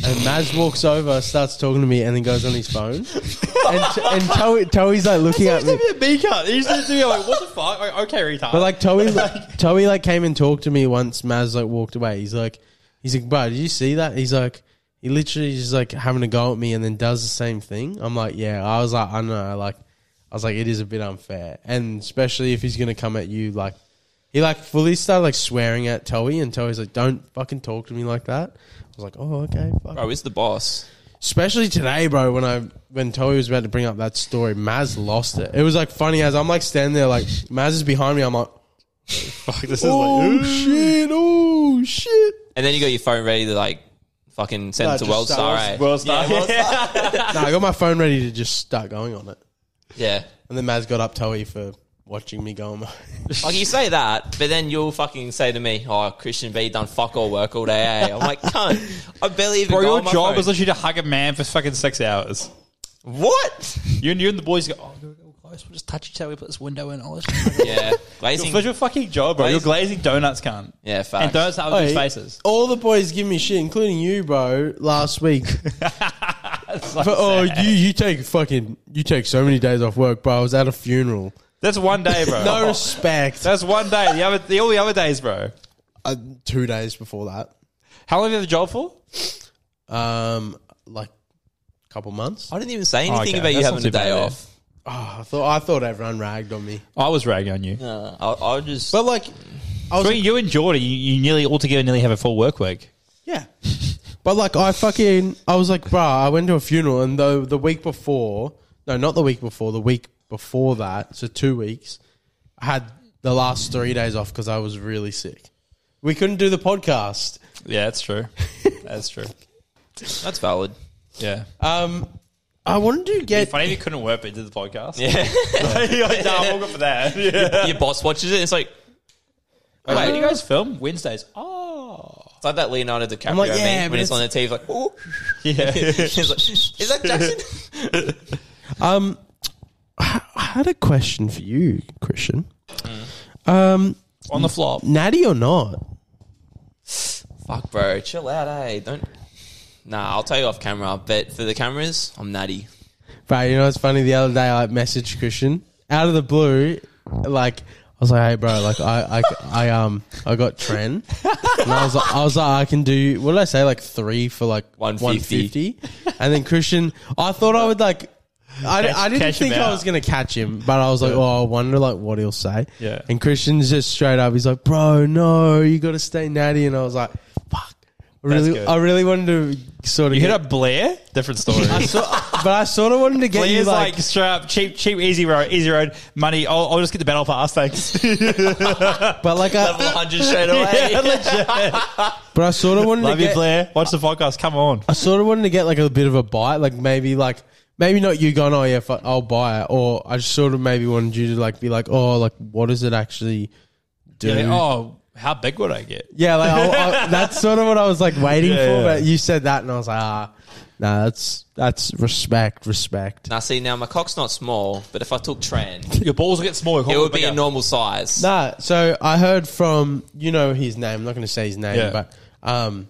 Speaker 2: And Maz walks over, starts talking to me, and then goes on his phone. and and Toey, Toey's like looking at me.
Speaker 1: a B cut. He used to be like, what the fuck? Like, okay, retard.
Speaker 2: But like Toby, Toby like came and talked to me once. Maz like walked away. He's like, he's like, bro, did you see that? He's like, he literally just like having a go at me and then does the same thing. I'm like, yeah. I was like, I know. Like, I was like, it is a bit unfair, and especially if he's gonna come at you like. He like fully started like swearing at Toey, and Toey's like, "Don't fucking talk to me like that." I was like, "Oh, okay, fuck."
Speaker 3: bro. It's the boss.
Speaker 2: Especially today, bro, when I when Toby was about to bring up that story, Maz lost it. It was like funny as I'm like standing there, like Maz is behind me. I'm like,
Speaker 1: fuck, this is
Speaker 2: Oh shit! Oh shit!
Speaker 3: And then you got your phone ready to like fucking send
Speaker 2: No,
Speaker 3: it to
Speaker 2: just
Speaker 3: World
Speaker 2: start-
Speaker 3: Star. eh?
Speaker 1: star. Yeah,
Speaker 2: No, I got my phone ready to just start going on it,
Speaker 3: Yeah.
Speaker 2: and then Maz got up Toey for watching me go on. My-
Speaker 3: Like you say that, but then you'll fucking say to me, "Oh, Christian B done fuck all work all day." Eh? I'm like, cunt, I barely even.
Speaker 1: Bro,
Speaker 3: go
Speaker 1: your
Speaker 3: on my
Speaker 1: job
Speaker 3: phone.
Speaker 1: is literally to hug a man for fucking six hours.
Speaker 3: What?
Speaker 1: You and you and the boys go. Oh, we'll go close. We'll just touch each other. We put this window in. Oh, it's-
Speaker 3: Yeah, glazing.
Speaker 1: That's your fucking job, bro. You're
Speaker 3: Glazing.
Speaker 1: glazing donuts, cunt.
Speaker 3: Yeah, facts.
Speaker 1: And donuts out of
Speaker 2: Hey.
Speaker 1: these faces.
Speaker 2: All the boys give me shit, including you, bro. Last week, But, oh, you you take fucking you take so many days off work, bro. I was at a funeral.
Speaker 1: That's one day, bro.
Speaker 2: No respect.
Speaker 1: that's one day. The other, the, all the other days, bro.
Speaker 2: Uh, two days before that,
Speaker 1: How long have you had the job for?
Speaker 2: um, like a couple months.
Speaker 3: I didn't even say anything
Speaker 1: Oh, okay.
Speaker 3: about you
Speaker 1: That's
Speaker 3: having
Speaker 1: not
Speaker 3: a
Speaker 1: too bad
Speaker 3: day
Speaker 1: then.
Speaker 3: off.
Speaker 2: Oh, I thought I thought everyone ragged on me,
Speaker 1: I was ragging on you.
Speaker 3: No, I, I just.
Speaker 2: but like, I was
Speaker 1: Between you and Jordan, you, you nearly altogether nearly have a full work week.
Speaker 2: yeah. But like, I fucking I was like, bro. I went to a funeral, and the the week before, no, not the week before, the week before that, so two weeks, I had the last three days off because I was really sick. We couldn't do the podcast.
Speaker 1: Yeah, that's true. That's true.
Speaker 3: that's valid.
Speaker 1: Yeah.
Speaker 2: Um, I wanted to get
Speaker 1: funny if you couldn't work but did the podcast.
Speaker 3: Yeah.
Speaker 1: I'm all good for that.
Speaker 3: Your boss watches it. And it's like
Speaker 1: Wait, do you guys film Wednesdays? Oh.
Speaker 3: it's like that Leonardo DiCaprio
Speaker 2: like,
Speaker 3: meme
Speaker 2: yeah, but
Speaker 3: when it's
Speaker 2: it's-
Speaker 3: on the TV. Like, oh,
Speaker 1: Yeah.
Speaker 3: He's like, is that Jackson?
Speaker 2: Um, I had a question for you, Christian. Um,
Speaker 1: On the flop.
Speaker 2: natty or not?
Speaker 3: Fuck, bro. Chill out, eh? Don't. Nah, I'll tell you off camera. But for the cameras, I'm natty.
Speaker 2: Bro, you know what's funny? The other day I messaged Christian out of the blue, like I was like, "Hey, bro, like I, I, I um, I got Tren, and I was like, I was like, I can do what did I say? Like three for like
Speaker 3: 150.
Speaker 2: 150. and then Christian, I thought I would like. I,
Speaker 1: Catch-
Speaker 2: I didn't
Speaker 1: catch him
Speaker 2: think I
Speaker 1: out.
Speaker 2: was gonna catch him, but I was like, oh, I wonder like what he'll say.
Speaker 1: Yeah.
Speaker 2: And Christian's just straight up. He's like, bro, no, you got to stay natty. And I was like, fuck, I really,
Speaker 1: good.
Speaker 2: I really wanted to sort of
Speaker 1: You hit up Blair? Different story.
Speaker 2: I sort- but I sort of wanted to get you
Speaker 1: Blair's
Speaker 2: like,
Speaker 1: like, straight up cheap, cheap, easy road, easy road, money. I'll, I'll just get the battle pass, thanks.
Speaker 2: but like I,
Speaker 3: 100 straight away.
Speaker 2: but I sort of wanted to
Speaker 1: Love you,
Speaker 2: get,
Speaker 1: Blair. Watch the podcast. Come on.
Speaker 2: I sort of wanted to get like a bit of a bite, like maybe like maybe not you going, oh yeah, fu- I'll buy it, or I just sort of maybe wanted you to like be like, oh, like what does it actually do?
Speaker 1: You're like,
Speaker 2: Yeah,
Speaker 1: oh, how big would I get?
Speaker 2: like I, I, that's sort of what I was like waiting
Speaker 1: Yeah,
Speaker 2: for,
Speaker 1: yeah.
Speaker 2: but you said that, and I was like, ah, nah, that's that's respect, respect.
Speaker 3: Now, see, now my cock's not small, but if I took Trend,
Speaker 1: Your balls will get smaller.
Speaker 3: it would be a normal size.
Speaker 2: Nah, so I heard from you know his name. I'm not going to say his name,
Speaker 1: Yeah.
Speaker 2: but um,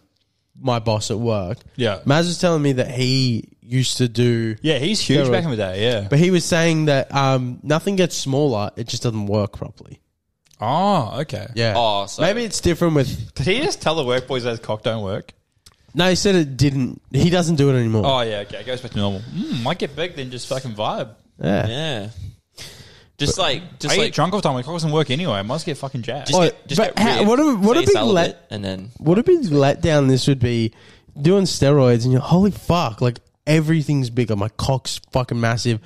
Speaker 2: my boss at work.
Speaker 1: Yeah.
Speaker 2: Maz was telling me that he used to do.
Speaker 1: Yeah, he's huge
Speaker 2: Steroid.
Speaker 1: back in the day. Yeah.
Speaker 2: But he was saying that um, nothing gets smaller; it just doesn't work properly.
Speaker 1: Oh, okay.
Speaker 2: Yeah.
Speaker 3: Oh, so-
Speaker 2: maybe it's different with.
Speaker 1: Did he just tell the work boys that his cock don't work?
Speaker 2: No, he said it didn't. He doesn't do it anymore.
Speaker 1: Oh yeah, okay. It goes back to normal. Mm, might get big, then just fucking vibe.
Speaker 2: yeah.
Speaker 3: Yeah. Just like,
Speaker 1: I
Speaker 3: just
Speaker 1: get
Speaker 3: like,
Speaker 1: drunk all the time. My cock doesn't work anyway. I must get fucking jacked.
Speaker 3: just
Speaker 2: Oh,
Speaker 3: get, just
Speaker 2: but
Speaker 3: get
Speaker 2: how-
Speaker 3: rid.
Speaker 2: what a- what
Speaker 3: so
Speaker 2: a
Speaker 3: you
Speaker 2: big
Speaker 3: sell
Speaker 2: let-
Speaker 3: it and then
Speaker 2: What a big letdown this would be doing steroids and you're holy fuck! Like everything's bigger. My cock's fucking massive,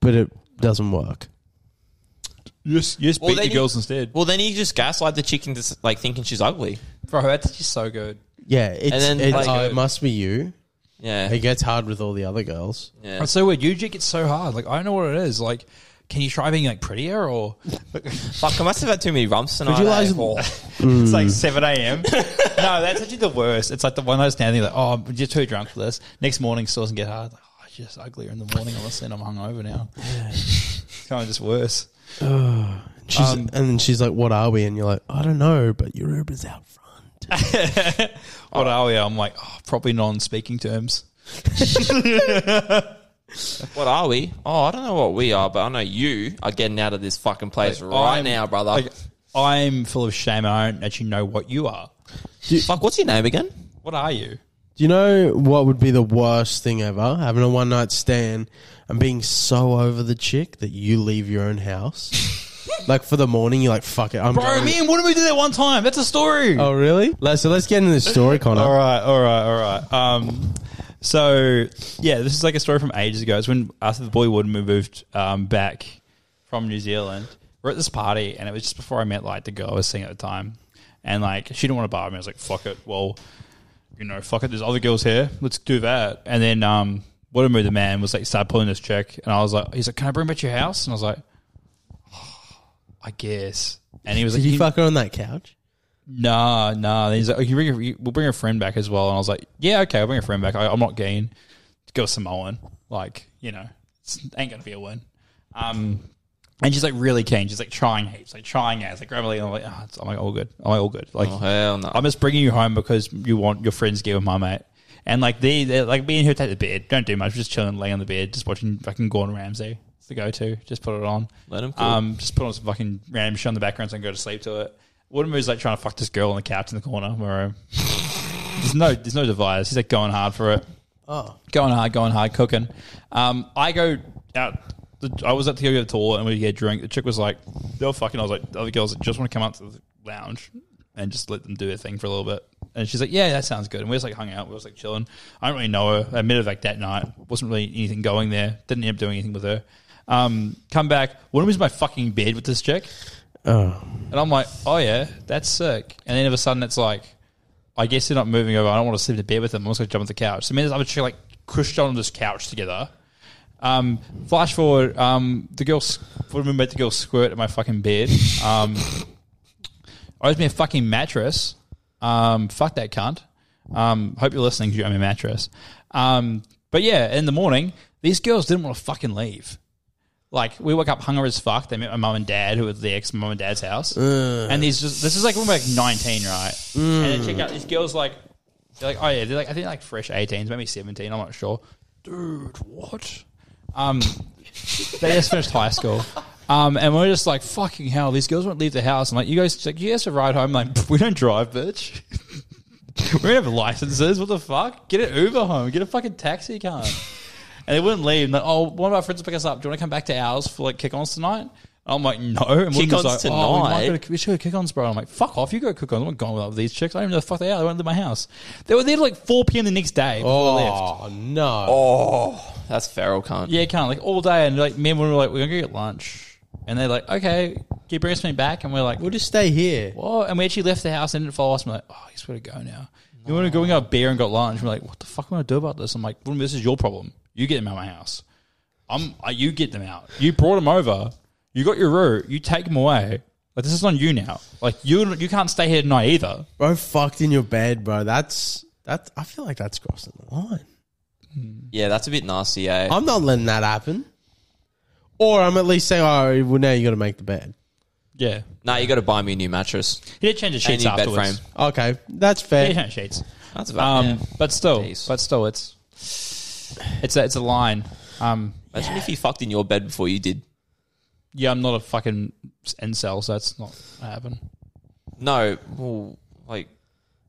Speaker 2: but it doesn't work.
Speaker 1: You just, you just
Speaker 3: Well,
Speaker 1: beat
Speaker 3: then
Speaker 1: the
Speaker 3: you-
Speaker 1: girls instead.
Speaker 3: Well, then you just gaslight the chick into s- like thinking she's ugly.
Speaker 1: Bro, that's just so good.
Speaker 2: Yeah, it's,
Speaker 3: then,
Speaker 2: it's-
Speaker 3: like,
Speaker 2: oh,
Speaker 3: uh,
Speaker 2: it must be you.
Speaker 3: Yeah.
Speaker 2: It gets hard with all the other girls.
Speaker 3: yeah.
Speaker 1: It's so weird. You just get so hard. Like I don't know what it is. Like, can you try being like prettier or?
Speaker 3: Fuck, I must have had too many rumps tonight.
Speaker 2: you
Speaker 3: eh?
Speaker 2: like-
Speaker 3: Oh.
Speaker 1: It's like seven a.m. no, that's actually the worst. It's like the one that's down there. Like, oh, you're too drunk for this. Next morning, still doesn't get hard. Like, oh, it's just uglier in the morning. Honestly, and I'm hungover now. it's kind of just worse.
Speaker 2: She's, and then she's like, "What are we?" And you're like, "I don't know, but your Uber's out front."
Speaker 1: What are we? I'm like, oh, probably non-speaking terms.
Speaker 3: What are we? Oh, I don't know what we are, but I know you are getting out of this fucking place right
Speaker 1: I'm-
Speaker 3: now, brother.
Speaker 1: Like, I'm full of shame. I don't actually know what you are.
Speaker 3: Fuck, what's your name again?
Speaker 1: What are you?
Speaker 2: Do you know what would be the worst thing ever? Having a one night stand and being so over the chick that you leave your own house. like for the morning, you're like, "Fuck it, I'm."
Speaker 1: Bro,
Speaker 2: going.
Speaker 1: me and Woodenby did that one time. That's a story.
Speaker 2: Oh really? Like, So let's get into this story, Connor.
Speaker 1: All right, all right, all right. Um, so yeah, this is like a story from ages ago. It's when after the boy Woodenby moved um, back from New Zealand, we're at this party, and it was just before I met like the girl I was seeing at the time, and like she didn't want to bar me. I was like, fuck it. Well, you know, fuck it. There's other girls here. Let's do that. And then um, Woodenby the man was like, started pulling this check, and I was like, he's like, can I bring back to your house? And I was like, "Oh, I guess. And he was
Speaker 2: Did
Speaker 1: like,
Speaker 2: you
Speaker 1: "You-
Speaker 2: fuck her on that couch?
Speaker 1: Nah, nah. And he's like, oh, you bring a, you- we'll bring a friend back as well. And I was like, yeah, okay, I'll bring a friend back. I, I'm not keen. Go Samoan. Like, you know, it's, ain't going to be a win. Um, and she's like really keen. She's like trying heaps, like trying as like Grammarly. And I'm like, oh, it's, I'm like all good. I'm like all good. Like,
Speaker 3: Oh, hell no.
Speaker 1: I'm just bringing you home because you want your friends to get with my mate. And like they, they're, like me and her take the bed. Don't do much. Just chilling, laying on the bed, just watching fucking Gordon Ramsay. It's the go-to. Just put it on.
Speaker 3: Let him cook.
Speaker 1: Um, just put on some fucking random shit on the background so I can go to sleep to it. Woodenboo's like trying to fuck this girl on the couch in the corner of my room. there's no, there's no device. He's like going hard for it going hard, going hard, cooking. Um, I go out. The, I was at to go get a tour and we get a drink. The chick was like, they were fucking. I was like, the other girls just want to come out to the lounge and just let them do their thing for a little bit. And she's like, yeah, that sounds good. And we just like hung out. We was like chilling. I don't really know her. I met her like that night. Wasn't really anything going there. Didn't end up doing anything with her. Um, come back. One was in my fucking bed with this chick.
Speaker 2: Oh.
Speaker 1: And I'm like, oh yeah, that's sick. And then all of a sudden, it's like, I guess they're not moving over. I don't want to sleep in bed with them. I'm just going to jump on the couch. So me and this other chick like crushed on this couch together. Um, flash forward, um, the girl, s- I remember the girl squirt at my fucking bed. Um, owes me a fucking mattress. Um, fuck that cunt. Um, hope you're listening 'cause you owe me a mattress. Um, but yeah, in the morning, these girls didn't want to fucking leave. Like we woke up hungover as fuck. They met my mum and dad, who were the ex mum and dad's house. And these just this is like when we're like nineteen, right? And they check out these girls like they're like, oh yeah, they're like I think like fresh eighteens, maybe seventeen. I'm not sure. Dude, what? Um, they just finished high school. Um, and we're just like, fucking hell, these girls won't leave the house. I'm like, you guys, like, you guys have a ride home. I'm like, we don't drive, bitch. we don't have licenses. What the fuck? Get an Uber home. Get a fucking taxi car. and they wouldn't leave. And like, oh, one of our friends will pick us up. Do you want to come back to ours for like kick-ons tonight? I'm like, no. And one was
Speaker 3: Kick-ons
Speaker 1: like, Oh, we, might
Speaker 3: tonight?
Speaker 1: go to, we should go to kick-ons, bro. I'm like, fuck off. You go to kick-ons. I'm not going with these chicks. I don't even know the fuck they are. They won't leave my house. They were there till like 4 p.m. the next day. before they left.
Speaker 2: Oh, no. Oh.
Speaker 3: That's feral, cunt.
Speaker 1: Yeah, kind of like all day. And like, me and we were like, we're gonna go get lunch, and they're like, okay, can you bring us something back? And we're like,
Speaker 2: We'll just stay here.
Speaker 1: what? And we actually left the house and didn't follow us. I'm like, oh, I guess we're to go now. We went to go and got a beer and got lunch. We're like, what the fuck am I gonna do about this? I'm like, well, this is your problem. You get them out of my house. I'm, uh, you get them out. You brought them over. You got your route. You take them away. Like this is on you now. Like you, you can't stay here tonight either.
Speaker 2: Bro, fucked in your bed, bro. That's that's. I feel like that's crossing the line.
Speaker 3: Yeah, that's a bit nasty, eh?
Speaker 2: I'm not letting that happen. Or I'm at least saying, oh, well, now you got to make the bed.
Speaker 1: Yeah,
Speaker 3: nah, you got to buy me a new mattress.
Speaker 1: he did change the
Speaker 3: And
Speaker 1: sheets
Speaker 3: new bed
Speaker 1: afterwards.
Speaker 3: frame.
Speaker 2: Okay, that's
Speaker 1: Yeah,
Speaker 2: fair.
Speaker 1: he changed sheets.
Speaker 3: That's about
Speaker 1: Um,
Speaker 3: yeah.
Speaker 1: but still,
Speaker 3: Jeez.
Speaker 1: but still, it's it's a, it's a line. Um,
Speaker 3: Imagine if he fucked in your bed before you did.
Speaker 1: yeah, I'm not a fucking incel, so that's not gonna happen.
Speaker 3: No, well, like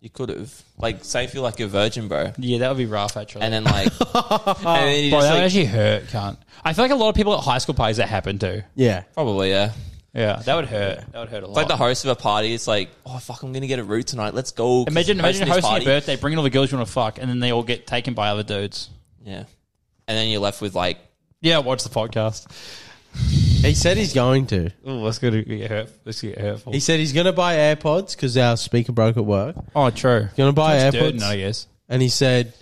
Speaker 3: you could have. Like, say if you're like a virgin, bro,
Speaker 1: Yeah, that would be rough actually.
Speaker 3: and then like, and then you
Speaker 1: Bro,
Speaker 3: just,
Speaker 1: that would
Speaker 3: like-
Speaker 1: actually hurt, can't. I feel like a lot of people at high school parties that happened to.
Speaker 2: Yeah.
Speaker 3: probably yeah.
Speaker 1: Yeah, that would hurt. That would hurt a lot.
Speaker 3: It's like the host of a party. It's like, oh fuck, I'm gonna get a root tonight. Let's go.
Speaker 1: imagine imagine
Speaker 3: this
Speaker 1: hosting a birthday, bringing all the girls you want to fuck, and then they all get taken by other dudes.
Speaker 3: Yeah, and then you're left with like,
Speaker 1: Yeah, watch the podcast.
Speaker 2: He said he's going to.
Speaker 1: Oh, that's gonna get hurt. Let's get hurtful.
Speaker 2: He said he's going to buy AirPods because our speaker broke at work.
Speaker 1: oh, true.
Speaker 2: Gonna buy
Speaker 1: That's
Speaker 2: AirPods?
Speaker 1: dirty, I guess.
Speaker 2: And he said,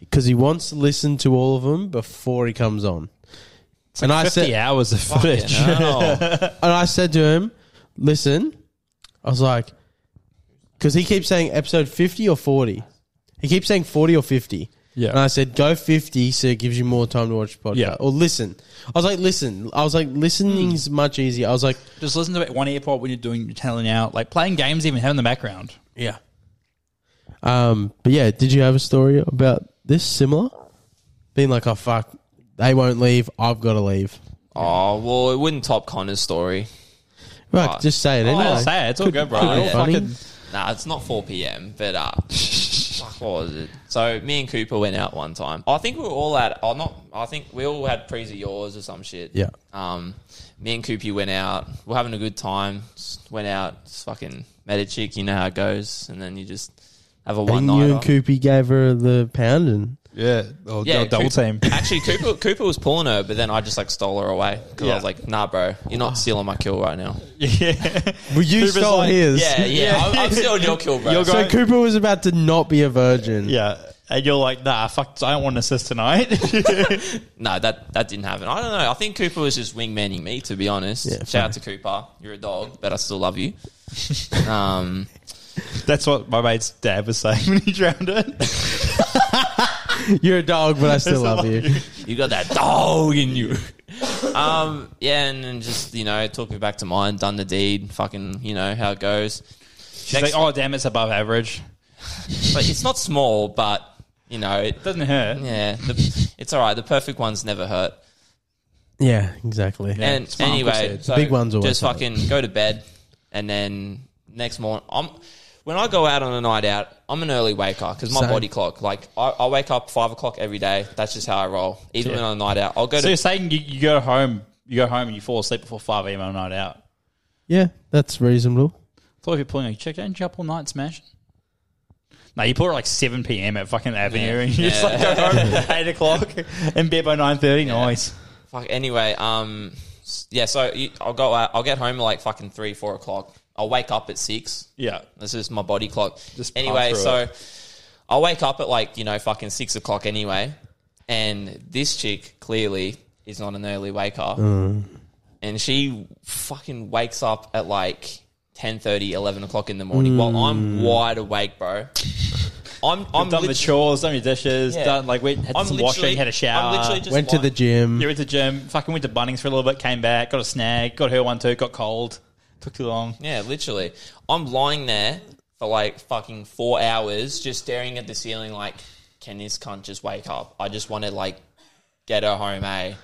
Speaker 2: because he wants to listen to all of them before he comes on. and I
Speaker 1: Fifty
Speaker 2: said,
Speaker 1: hours of footage.
Speaker 3: no.
Speaker 2: and I said to him, listen, I was like, because he keeps saying episode 50 or 40. He keeps saying 40 or 50.
Speaker 1: Yeah.
Speaker 2: And I said, go 50 so it gives you more time to watch the podcast.
Speaker 1: Yeah.
Speaker 2: Or listen. I was like, listen. I was like, listening's
Speaker 1: Hmm.
Speaker 2: much easier. I was like,
Speaker 1: Just listen to it one AirPod when you're doing channeling out, like playing games, even having the background.
Speaker 2: yeah. Um, but yeah, did you have a story about this similar? Being like, oh, fuck, they won't leave. I've got to leave.
Speaker 3: oh well, it wouldn't top Connor's story. Oh.
Speaker 2: Right,
Speaker 3: Right.
Speaker 2: just say it anyway.
Speaker 1: I'll Oh, say it. It's all good, bro.
Speaker 2: could be
Speaker 1: It's
Speaker 2: funny.
Speaker 1: fucking-
Speaker 3: Nah, it's not 4 p.m. But uh, fuck, what was it? So me and Cooper went out one time. I think we were all at. Oh, not. I think we all had pre's of yours or some shit.
Speaker 2: Yeah.
Speaker 3: Um, me and Coopy went out. We're having a good time. Just went out. Just fucking met a chick. You know how it goes. And then you just have a one
Speaker 2: And
Speaker 3: night.
Speaker 2: you and Koopy gave her the pound and
Speaker 1: Yeah, oh, double
Speaker 3: Cooper-
Speaker 1: team.
Speaker 3: Actually, Cooper Cooper was pulling her, but then I just like stole her away because I was like, "Nah, bro, you're not stealing my kill right now."
Speaker 1: yeah,
Speaker 2: Well, you
Speaker 1: Cooper's
Speaker 2: stole
Speaker 1: like,
Speaker 2: his.
Speaker 3: Yeah, yeah, I'm, I'm stealing your kill, bro.
Speaker 1: You're
Speaker 2: So
Speaker 1: Right.
Speaker 2: Cooper was about to not be a virgin.
Speaker 1: yeah. And you're like, nah, fuck. I don't want an assist tonight.
Speaker 3: No, that that didn't happen. I don't know. I think Cooper was just wingmanning me, to be honest.
Speaker 2: Yeah,
Speaker 3: Shout
Speaker 2: fair.
Speaker 3: out to Cooper. You're a dog, but I still love you. um,
Speaker 1: That's what my mate's dad was saying when he drowned it.
Speaker 2: You're a dog, but I still love you.
Speaker 3: You got that dog in you. um, yeah, and then just you know, it took me back to mine. Done the deed. Fucking, you know how it goes.
Speaker 1: She's like, oh, damn, it's above average.
Speaker 3: But it's not small, but you know, it,
Speaker 1: Doesn't hurt.
Speaker 3: yeah, the, it's all right. The perfect ones never hurt.
Speaker 2: Yeah, exactly.
Speaker 3: And
Speaker 1: smart
Speaker 3: anyway,
Speaker 1: said.
Speaker 3: so
Speaker 2: Big ones always
Speaker 3: just
Speaker 2: hurt.
Speaker 3: fucking go to bed, and then next morning, I'm when I go out on a night out, I'm an early waker because my
Speaker 2: Same.
Speaker 3: body clock. Like I, I wake up five o'clock every day. That's just how I roll. Even
Speaker 1: Yeah.
Speaker 3: when on a night out, I'll go
Speaker 1: So you're
Speaker 3: to.
Speaker 1: saying you, you go home, you go home and you fall asleep before 5 a.m. on a night out.
Speaker 2: Yeah, that's reasonable.
Speaker 1: thought if you're pulling a chick, don't you up all night smashing? No, you pull at like 7 p.m. at fucking Avenue
Speaker 3: Yeah.
Speaker 1: and you just like go home at 8 o'clock and bed by 9.30. Nice.
Speaker 3: Fuck. Anyway, um, s- yeah. So you, I'll go out. I'll get home at like fucking three, four o'clock. I'll wake up at six.
Speaker 1: Yeah.
Speaker 3: This is my body clock.
Speaker 1: Just plow
Speaker 3: anyway,
Speaker 1: through
Speaker 3: so I wake up at like you know fucking six o'clock anyway, and this chick clearly is not an early waker,
Speaker 1: Mm.
Speaker 3: and she fucking wakes up at like 10, 11 o'clock in the morning while I'm wide awake, bro. I'm I'm
Speaker 1: Mm. done the
Speaker 3: lit-
Speaker 1: chores, done your dishes,
Speaker 3: Yeah.
Speaker 1: done like we had
Speaker 3: I'm
Speaker 1: some
Speaker 3: literally-
Speaker 1: washing, had a shower.
Speaker 3: I'm literally just
Speaker 2: Went to the
Speaker 3: lying-
Speaker 2: gym.
Speaker 1: You went to gym, fucking went to Bunnings for a little bit, came back, got a snag, got her one too, got cold, took too long.
Speaker 3: Yeah, literally. I'm lying there for like fucking four hours, just staring at the ceiling, like, can this cunt just wake up? I just want to like get her home, eh?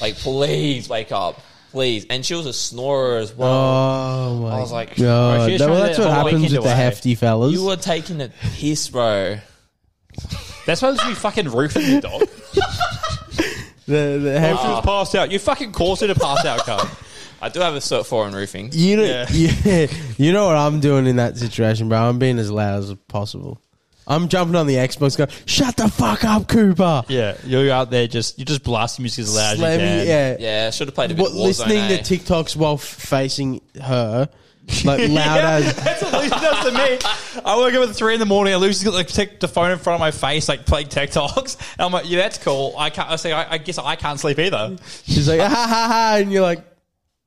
Speaker 3: Like, please wake up, please. And she was a snorer as well.
Speaker 2: Oh my!
Speaker 3: I was like,
Speaker 2: God.
Speaker 1: she's
Speaker 2: No, well,
Speaker 1: trying
Speaker 2: that's
Speaker 1: to
Speaker 2: what
Speaker 1: avoid
Speaker 2: happens with
Speaker 1: Kinder
Speaker 2: the
Speaker 1: Way.
Speaker 2: hefty fellas.
Speaker 3: you were taking a piss, bro.
Speaker 1: That's supposed to be fucking roofing the dog. Ah.
Speaker 2: the, the
Speaker 1: She
Speaker 2: hefty.
Speaker 1: was passed out. You fucking caused her to pass out, cunt.
Speaker 3: I do have a cert four in roofing.
Speaker 2: You know, yeah. you know what I'm doing in that situation, bro. I'm being as loud as possible. I'm jumping on the Xbox, going, "Shut the fuck up, Cooper!"
Speaker 1: Yeah, you're out there just you just blasting music as loud
Speaker 2: Slamming-
Speaker 1: as you can.
Speaker 2: yeah.
Speaker 3: Yeah, should have played a bit
Speaker 2: What,
Speaker 3: of Warzone.
Speaker 2: listening
Speaker 3: eh?
Speaker 2: to TikToks while f- facing her, like loud as
Speaker 1: That's what Lucy does to me. I woke up at three in the morning and Lucy's got like tick, the phone in front of my face, like playing TikToks. And I'm like, yeah, that's cool. I can't. I say, I, I guess I can't sleep either.
Speaker 2: she's like, "Ha ha ha," and you're like,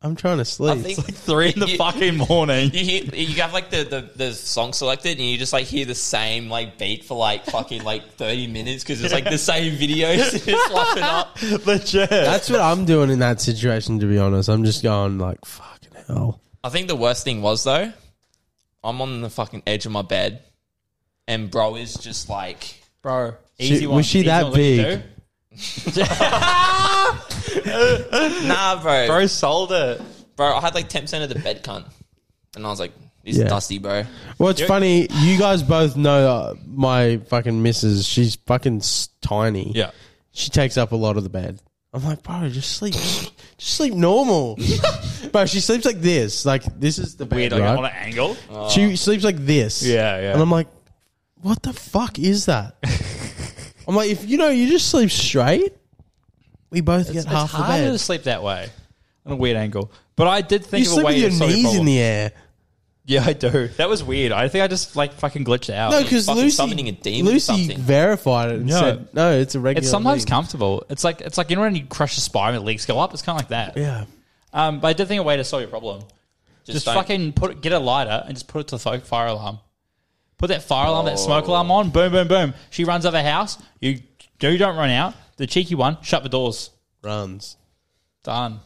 Speaker 2: "I'm trying to
Speaker 3: I
Speaker 2: sleep."
Speaker 3: think
Speaker 1: It's like three in the
Speaker 3: You-
Speaker 1: fucking morning.
Speaker 3: You hear, you have like the, the, the song selected, and you just like hear the same like beat for like fucking like thirty minutes because it's like the same videos swapping up.
Speaker 1: Legit.
Speaker 2: That's what I'm doing in that situation. To be honest, I'm just going like, "Fucking hell."
Speaker 3: I think the worst thing was though, I'm on the fucking edge of my bed, and bro is just like
Speaker 1: bro.
Speaker 2: She- was she that
Speaker 1: one's what you
Speaker 2: big?
Speaker 3: nah, bro,
Speaker 1: do.
Speaker 3: bro.
Speaker 1: Bro sold it.
Speaker 3: I had like ten percent of the bed cunt, and I was like, this
Speaker 2: Yeah.
Speaker 3: is dusty, bro.
Speaker 2: Well, it's funny. You guys both know uh, my fucking missus. She's fucking s- tiny.
Speaker 1: Yeah.
Speaker 2: She takes up a lot of the bed. I'm like, bro, just sleep, just sleep normal. bro, she sleeps like this. Like this is the bed,
Speaker 1: Weird, like
Speaker 2: right?
Speaker 1: on an angle.
Speaker 2: she sleeps like this.
Speaker 1: Yeah, yeah.
Speaker 2: And I'm like, what the fuck is that? I'm like, if you know, you just sleep straight. We both get half
Speaker 1: it's
Speaker 2: the
Speaker 1: harder to
Speaker 2: bed.
Speaker 1: sleep that way on a weird angle. But I did think
Speaker 2: You
Speaker 1: of
Speaker 2: sleep
Speaker 1: a way
Speaker 2: with your
Speaker 1: to solve
Speaker 2: knees
Speaker 1: problem.
Speaker 2: in the air.
Speaker 1: Yeah, I do. That was weird. I think I just like fucking glitched out.
Speaker 2: No, because
Speaker 3: fucking
Speaker 2: Lucy,
Speaker 3: summoning a demon or
Speaker 2: Lucy
Speaker 3: something.
Speaker 2: verified it and
Speaker 1: No.
Speaker 2: said, no, it's a regular.
Speaker 1: it's sometimes
Speaker 2: leak."
Speaker 1: comfortable. It's like it's like you know when you crush a spine and the legs go up. It's kind of like that.
Speaker 2: Yeah.
Speaker 1: Um, but I did think of a way to solve your problem. Just,
Speaker 3: don't-
Speaker 1: fucking put it- get a lighter and just put it to the fo- fire alarm. Put that fire alarm, that smoke
Speaker 3: Oh.
Speaker 1: alarm on. Boom, boom, boom. She runs over the house. You you don't run out. The cheeky one, shut the doors.
Speaker 2: Runs.
Speaker 1: Done.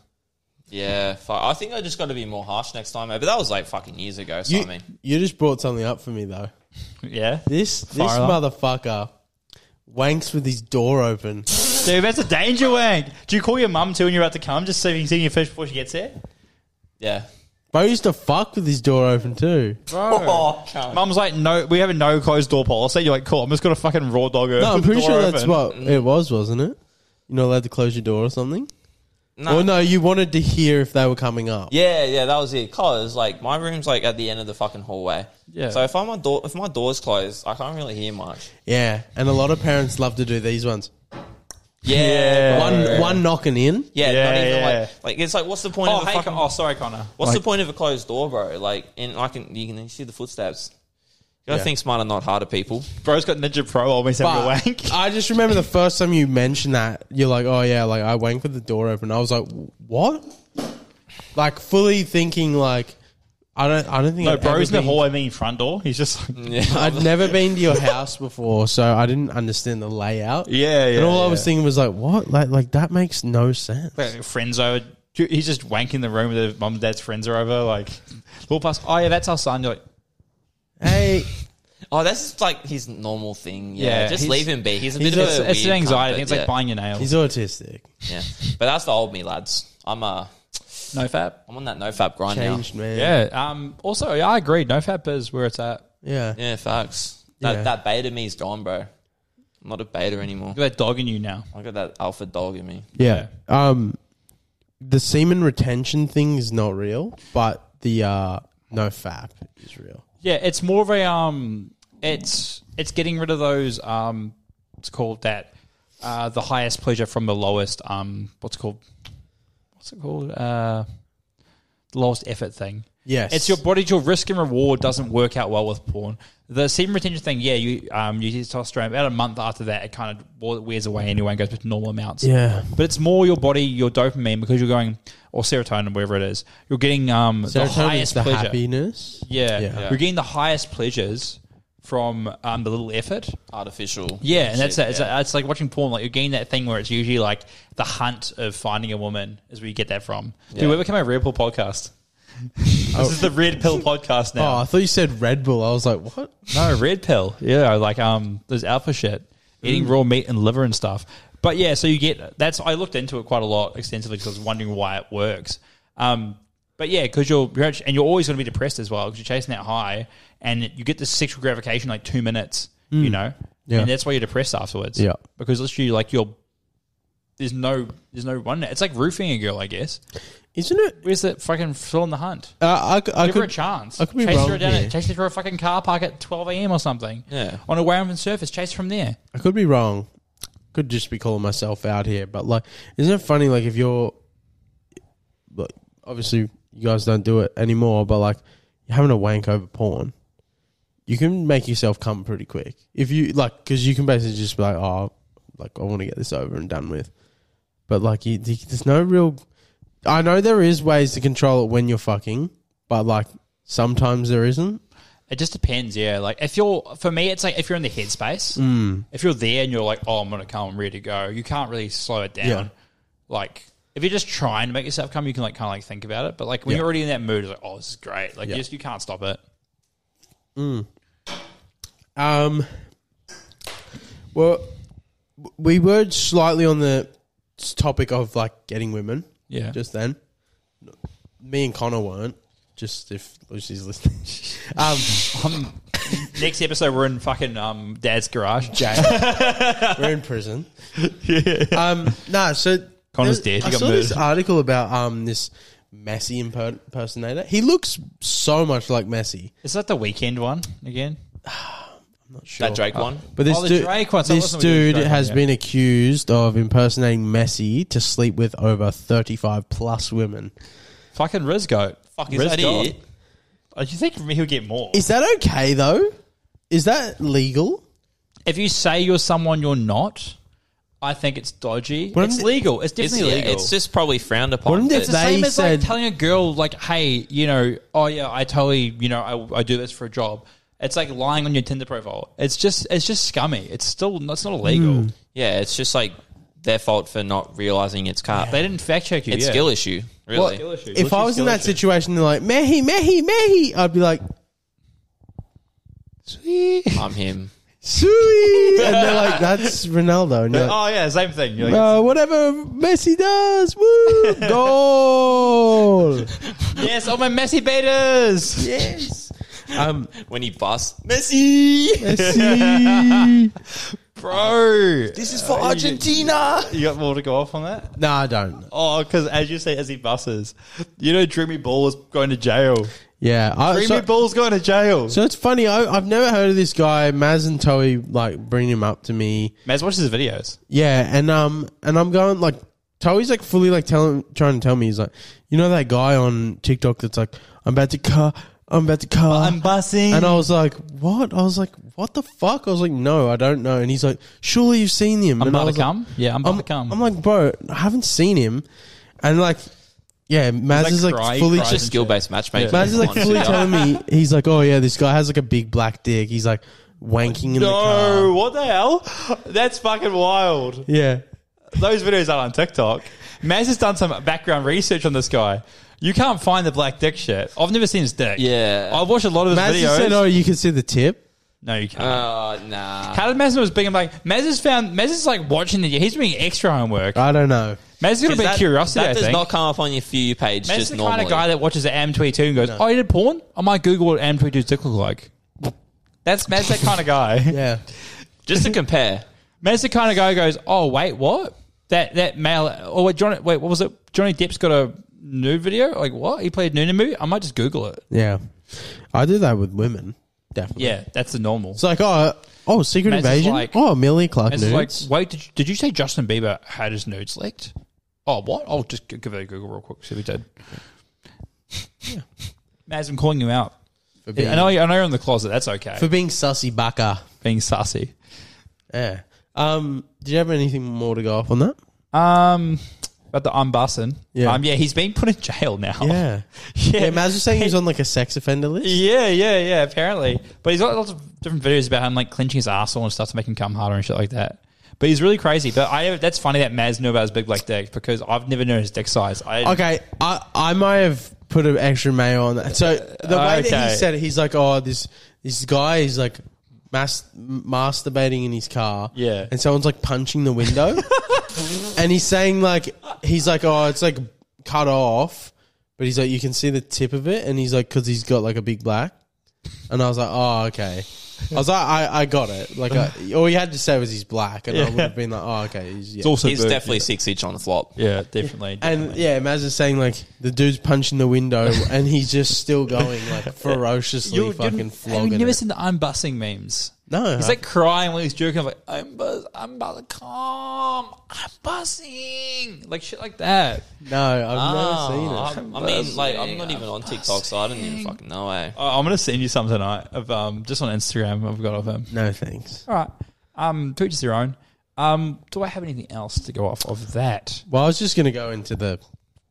Speaker 3: Yeah, fuck. I think I just got to be more harsh next time, eh? but that was like fucking years ago. So
Speaker 2: You,
Speaker 3: I mean,
Speaker 2: you just brought something up for me though.
Speaker 1: Yeah,
Speaker 2: This this
Speaker 1: Fire alarm.
Speaker 2: motherfucker wanks with his door open.
Speaker 1: dude, that's a danger wank. Do you call your mum too when you're about to come, just so you can see your fish before she gets there?
Speaker 3: yeah.
Speaker 2: Bro used to fuck with his door open too.
Speaker 3: Oh, cunt.
Speaker 1: Mum's like, no, we have a no closed door policy. You're like, cool. I'm just gonna fucking raw dog her.
Speaker 2: No, I'm
Speaker 1: with the
Speaker 2: pretty
Speaker 1: door
Speaker 2: sure that's
Speaker 1: open. Mm.
Speaker 2: what it was, wasn't it? You're not allowed to close your door or something.
Speaker 3: Nah.
Speaker 2: Or no, you wanted to hear if they were coming up.
Speaker 3: Yeah, yeah, that was it. Cause like my room's like at the end of the fucking hallway.
Speaker 1: Yeah.
Speaker 3: So if I'm on door, if my door's closed, I can't really hear much.
Speaker 2: Yeah, and a lot of parents love to do these ones.
Speaker 3: Yeah.
Speaker 1: Yeah.
Speaker 2: One
Speaker 3: bro.
Speaker 2: one knocking in.
Speaker 3: Yeah. not
Speaker 1: Yeah,
Speaker 3: even
Speaker 1: yeah.
Speaker 3: like like it's like what's the point
Speaker 1: Oh,
Speaker 3: of a
Speaker 1: hey,
Speaker 3: fucking,
Speaker 1: Con- oh, sorry, Connor.
Speaker 3: what's the point of a closed door, bro? Like and I can you can see the footsteps. You gotta
Speaker 2: Yeah.
Speaker 3: think smarter, not harder, people.
Speaker 1: Bro's got Ninja Pro always having a
Speaker 2: But uh,
Speaker 1: wank.
Speaker 2: I just remember the first time you mentioned that, you're like, oh yeah, like I wank with the door open. I was like, what? Like fully thinking like I don't. I don't think.
Speaker 5: No,
Speaker 2: I've
Speaker 5: bro's in
Speaker 2: ever
Speaker 5: the
Speaker 2: been-
Speaker 5: hallway, meaning front door. He's just like, yeah,
Speaker 2: I'd never been to your house before, so I didn't understand the layout.
Speaker 5: yeah.
Speaker 2: and all I
Speaker 5: yeah.
Speaker 2: was thinking was like, what? Like, like that makes no sense.
Speaker 1: Like, friends over.
Speaker 5: he's just wanking the room with mum and dad's friends are over. Like,
Speaker 1: Little pass. Oh yeah, that's our son. You're like,
Speaker 2: Hey,
Speaker 3: Oh, that's just like his normal thing. Yeah,
Speaker 1: Yeah,
Speaker 3: just
Speaker 1: he's-
Speaker 3: leave him be. He's a bit
Speaker 1: it's,
Speaker 3: of a
Speaker 1: it's, it's an
Speaker 3: weird
Speaker 1: anxiety.
Speaker 3: cunt,
Speaker 1: thing. It's
Speaker 3: but
Speaker 1: like buying your nails.
Speaker 2: he's autistic.
Speaker 3: yeah. yeah, but that's the old me, lads. I'm uh,
Speaker 1: no fab.
Speaker 3: I'm on that no fap grind
Speaker 2: Changed man.
Speaker 1: Yeah. Um. Also, yeah, I agree. No fab is where it's at.
Speaker 2: yeah.
Speaker 3: now. Yeah, facts. That
Speaker 2: Yeah.
Speaker 3: that beta me's gone, bro. I'm not a beta anymore.
Speaker 1: Look at that dog in you now.
Speaker 3: I got that alpha dog in me.
Speaker 2: Yeah. Um, the semen retention thing is not real, but the uh, no fap is real.
Speaker 1: Yeah, it's more of a um, it's it's getting rid of those um, it's called that uh, the highest pleasure from the lowest um, what's it called what's it called uh, the lowest effort thing.
Speaker 2: Yes.
Speaker 1: It's your body's your risk and reward doesn't work out well with porn. The semen retention thing, yeah, you um, you use testosterone about a month after that, it kind of wears away anyway and goes back to normal amounts.
Speaker 2: Yeah.
Speaker 1: but it's more your body, your dopamine because you're going or serotonin, wherever it is, you're getting um, the
Speaker 2: Serotonin
Speaker 1: highest
Speaker 2: is the
Speaker 1: pleasure.
Speaker 2: happiness.
Speaker 1: Yeah.
Speaker 2: Yeah.
Speaker 1: You're getting the highest pleasures from um, the little effort.
Speaker 3: Artificial.
Speaker 1: Yeah, and that's
Speaker 3: shit,
Speaker 1: it. It's,
Speaker 3: yeah.
Speaker 1: it's like watching porn. Like you're getting that thing where it's usually like the hunt of finding a woman is where you get that from. Do Dude, we're becoming a Red Pill podcast. This is the Red Pill podcast
Speaker 2: Oh,
Speaker 1: now.
Speaker 2: I thought you said Red Bull. I was like, what?
Speaker 1: No, Red Pill. Yeah, like um, there's alpha shit, eating
Speaker 2: Mm.
Speaker 1: raw meat and liver and stuff. But yeah, so you get that's. I looked into it quite a lot extensively because I was wondering why it works. Um, but yeah, because you're, you're actually, and you're always going to be depressed as well because you're chasing that high, and you get this sexual gratification like two minutes, you know,
Speaker 2: Mm. Yeah.
Speaker 1: and that's why you're depressed afterwards.
Speaker 2: Yeah.
Speaker 1: because literally like you're. There's no, there's no one. It's like roofing a girl, I guess.
Speaker 2: Isn't it?
Speaker 1: Where's that fucking fill in the hunt?
Speaker 2: Uh, I, I
Speaker 1: Give her a
Speaker 2: could,
Speaker 1: chance.
Speaker 2: I could be
Speaker 1: chase her
Speaker 2: wrong
Speaker 1: down,
Speaker 2: here.
Speaker 1: chase her through a fucking car park at twelve a.m. or something.
Speaker 3: Yeah.
Speaker 1: on a waving surface, chase from there.
Speaker 2: I could be wrong. Could just be calling myself out here, but like, isn't it funny? Like, if you're, like, obviously you guys don't do it anymore, but like, you're having a wank over porn, you can make yourself come pretty quick if you like, because you can basically just be like, oh, like I want to get this over and done with, but like, you, there's no real. I know there is ways to control it when you're fucking, but like sometimes there isn't.
Speaker 1: It just depends, yeah. Like if you're, for me, it's like if you're in the headspace, mm. if you're there and you're like, oh, I'm gonna come, I'm ready to go. You can't really slow it down.
Speaker 2: Yeah.
Speaker 1: Like if you're just trying to make yourself come, you can like kind of like think about it. But like when you're already in that mood, it's like, oh, this is great. Like you just you can't stop it.
Speaker 2: Um, well, we were slightly on the topic of like getting women
Speaker 1: Yeah.
Speaker 2: just then. Me and Connor weren't. Just if Lucy's listening, um,
Speaker 1: Um, next episode, we're in fucking um dad's garage.
Speaker 2: we're in prison. Um, no, so
Speaker 1: Connor's
Speaker 2: there-
Speaker 1: dead.
Speaker 2: I
Speaker 1: He got
Speaker 2: saw this
Speaker 1: murdered.
Speaker 2: article about um this Messi imper- impersonator. He looks so much like Messi.
Speaker 1: Is that the weekend one again?
Speaker 2: Not sure.
Speaker 3: that Drake one.
Speaker 2: But this
Speaker 1: Oh, the
Speaker 2: dude,
Speaker 1: Drake one. So it
Speaker 2: this
Speaker 1: wasn't really
Speaker 2: dude
Speaker 1: the Drake
Speaker 2: has
Speaker 1: one, yeah.
Speaker 2: been accused of impersonating Messi to sleep with over 35 plus women.
Speaker 1: Fucking Rizgo.
Speaker 3: Fuck is that it?
Speaker 1: Oh, you think he'll get more?
Speaker 2: Is that okay though? Is that legal?
Speaker 1: If you say you're someone you're not, I think it's dodgy.
Speaker 2: Wouldn't
Speaker 1: it's
Speaker 2: it-
Speaker 1: legal. It's
Speaker 3: It's,
Speaker 1: definitely
Speaker 3: yeah,
Speaker 1: legal.
Speaker 3: it's just probably frowned upon.
Speaker 2: Wouldn't it
Speaker 3: but-
Speaker 1: It's the
Speaker 2: They
Speaker 1: same as
Speaker 2: said-
Speaker 1: like telling a girl like, "Hey, you know, oh yeah, I totally, you know, I, I do this for a job." It's like lying on your Tinder profile. It's just, it's just scummy. It's still, it's not illegal.
Speaker 2: Hmm.
Speaker 3: yeah, it's just like their fault for not realizing it's car.
Speaker 1: They didn't fact check you.
Speaker 3: It's
Speaker 1: yeah.
Speaker 3: skill issue, really.
Speaker 1: Skill issue.
Speaker 2: if I was in that situation, they're like Mehi, Mehi, Mehi, I'd be like, sweet,
Speaker 3: I'm him.
Speaker 2: sweet, and they're like, that's Ronaldo, and you're like,
Speaker 1: oh yeah, same thing. You're like,
Speaker 2: "Uh, whatever Messi does, woo, goal,
Speaker 1: yes, all my messy betas.
Speaker 2: yes, um,
Speaker 3: When he busts,
Speaker 2: Messi, Messi,
Speaker 1: bro.
Speaker 2: this is for Argentina.
Speaker 1: Uh, You got more to go off on that?
Speaker 2: No, I don't.
Speaker 1: Oh, because as you say, as he buses, you know, Dreamy Ball is going to jail.
Speaker 2: Yeah, I, so,
Speaker 1: Ball's going to jail.
Speaker 2: so it's funny. I, I've never heard of this guy. Maz and Toei like bring him up to me.
Speaker 1: Maz watches his videos.
Speaker 2: Yeah, and um, and I'm going like Toey's like fully like telling, trying to tell me he's like, you know that guy on TikTok that's like, I'm about to car, I'm about to car,
Speaker 1: bussing.
Speaker 2: and I was like, what? I was like, what the fuck? I was like, no, I don't know. And he's like, surely you've seen him.
Speaker 1: I'm
Speaker 2: and I
Speaker 1: about to
Speaker 2: was like-
Speaker 1: come. Yeah, I'm about to come.
Speaker 2: I'm like, bro, I haven't seen him, and like, yeah, Maz
Speaker 1: like
Speaker 2: is like
Speaker 1: cry-
Speaker 2: fully
Speaker 1: cries
Speaker 3: Just
Speaker 1: and
Speaker 3: skill based matchmaking.
Speaker 2: Maz is like
Speaker 3: honestly.
Speaker 2: fully telling me he's like, oh yeah, this guy has like a big black dick. He's like wanking in the
Speaker 1: No,
Speaker 2: car.
Speaker 1: what the hell? That's fucking wild.
Speaker 2: Yeah,
Speaker 1: Those videos are on TikTok. Maz has done some background research on this guy. You can't find the black dick shit. I've never seen his dick.
Speaker 3: Yeah.
Speaker 1: I've watched a lot of his
Speaker 2: Maz
Speaker 1: videos.
Speaker 2: just said, oh, you can see the tip.
Speaker 1: no, you can't.
Speaker 3: Oh, nah.
Speaker 1: How did Maz know it was big? I'm like, Maz has found Maz is like watching the He's doing extra homework.
Speaker 2: I don't know.
Speaker 1: Maz has got a bit of curiosity.
Speaker 3: That
Speaker 1: I
Speaker 3: does
Speaker 1: think.
Speaker 3: not come up on your For You page
Speaker 1: Maz is
Speaker 3: just
Speaker 1: the
Speaker 3: normally.
Speaker 1: kind of guy that watches the M22 and goes, "Oh, you did porn? I might Google what M22's dick look like." That's Maz, that kind of guy.
Speaker 2: Yeah,
Speaker 3: just to compare.
Speaker 1: Maz, the kind of guy who goes, "Oh, wait, what? That that male? Oh, wait, Johnny, wait, what was it? Johnny Depp's got a nude video? Like what? He played nude in a movie? I might just Google it.
Speaker 2: yeah. I do that with women, definitely.
Speaker 1: Yeah, that's the normal.
Speaker 2: It's like oh, oh, Secret
Speaker 1: Maz is
Speaker 2: Invasion.
Speaker 1: like-
Speaker 2: oh, Amelia Clark
Speaker 1: It's
Speaker 2: nudes.
Speaker 1: like, wait, did you, did you say Justin Bieber had his nudes leaked? Oh, what? I'll just g- give it a Google real quick. See if he did. Maz, I'm calling you out.
Speaker 2: for, being,
Speaker 1: I know, you- I know you're in the closet. That's okay.
Speaker 2: for being sussy baka.
Speaker 1: being sassy.
Speaker 2: Yeah. Um. Did you have anything more to go off on that?
Speaker 1: Um, about the unbussing.
Speaker 2: Yeah.
Speaker 1: Um, yeah, he's been put in jail now.
Speaker 2: Yeah.
Speaker 1: yeah.
Speaker 2: Yeah, Maz was saying he's on like a sex offender list.
Speaker 1: Yeah, yeah, yeah, apparently. But he's got lots of different videos about him like clenching his asshole and stuff to make him come harder and shit like that. But he's really crazy. But I that's funny that Maz knew about his big black dick because I've never known his dick size. I
Speaker 2: Okay, I I might have put an extra mayo on that. So the way that
Speaker 1: Okay.
Speaker 2: he said it, he's like, oh, this this guy is like mas- masturbating in his car.
Speaker 1: Yeah.
Speaker 2: and someone's like punching the window, and he's saying like he's like, oh, it's like cut off, but he's like, you can see the tip of it, and he's like, because he's got like a big black. And I was like, oh, okay. I was like, I, I got it. Like, I, all you had to say was he's black, and I would have been like, oh, okay. He's, yeah.
Speaker 1: also
Speaker 3: He's definitely six inch on the flop.
Speaker 1: Yeah, definitely.
Speaker 2: And yeah, Maz is saying like the dude's punching the window and he's just still going like ferociously fucking
Speaker 1: Have
Speaker 2: flogging.
Speaker 1: you never
Speaker 2: it.
Speaker 1: seen the unbussing memes?
Speaker 2: no,
Speaker 1: He's like crying when he's jerking. I'm like, I'm buzz, I'm about to come. I'm bussing. Like shit like that.
Speaker 2: no, I've
Speaker 3: Ah,
Speaker 1: Oh.
Speaker 2: never seen it.
Speaker 3: I I mean, like, I'm not even on TikTok, so I don't even fucking know. Eh?
Speaker 1: I- I'm going to send you some tonight of um, just on Instagram. I've got of him.
Speaker 2: No thanks.
Speaker 1: All right. Um, to each his their own. Um, do I have anything else to go off of that?
Speaker 2: Well, I was just gonna go into the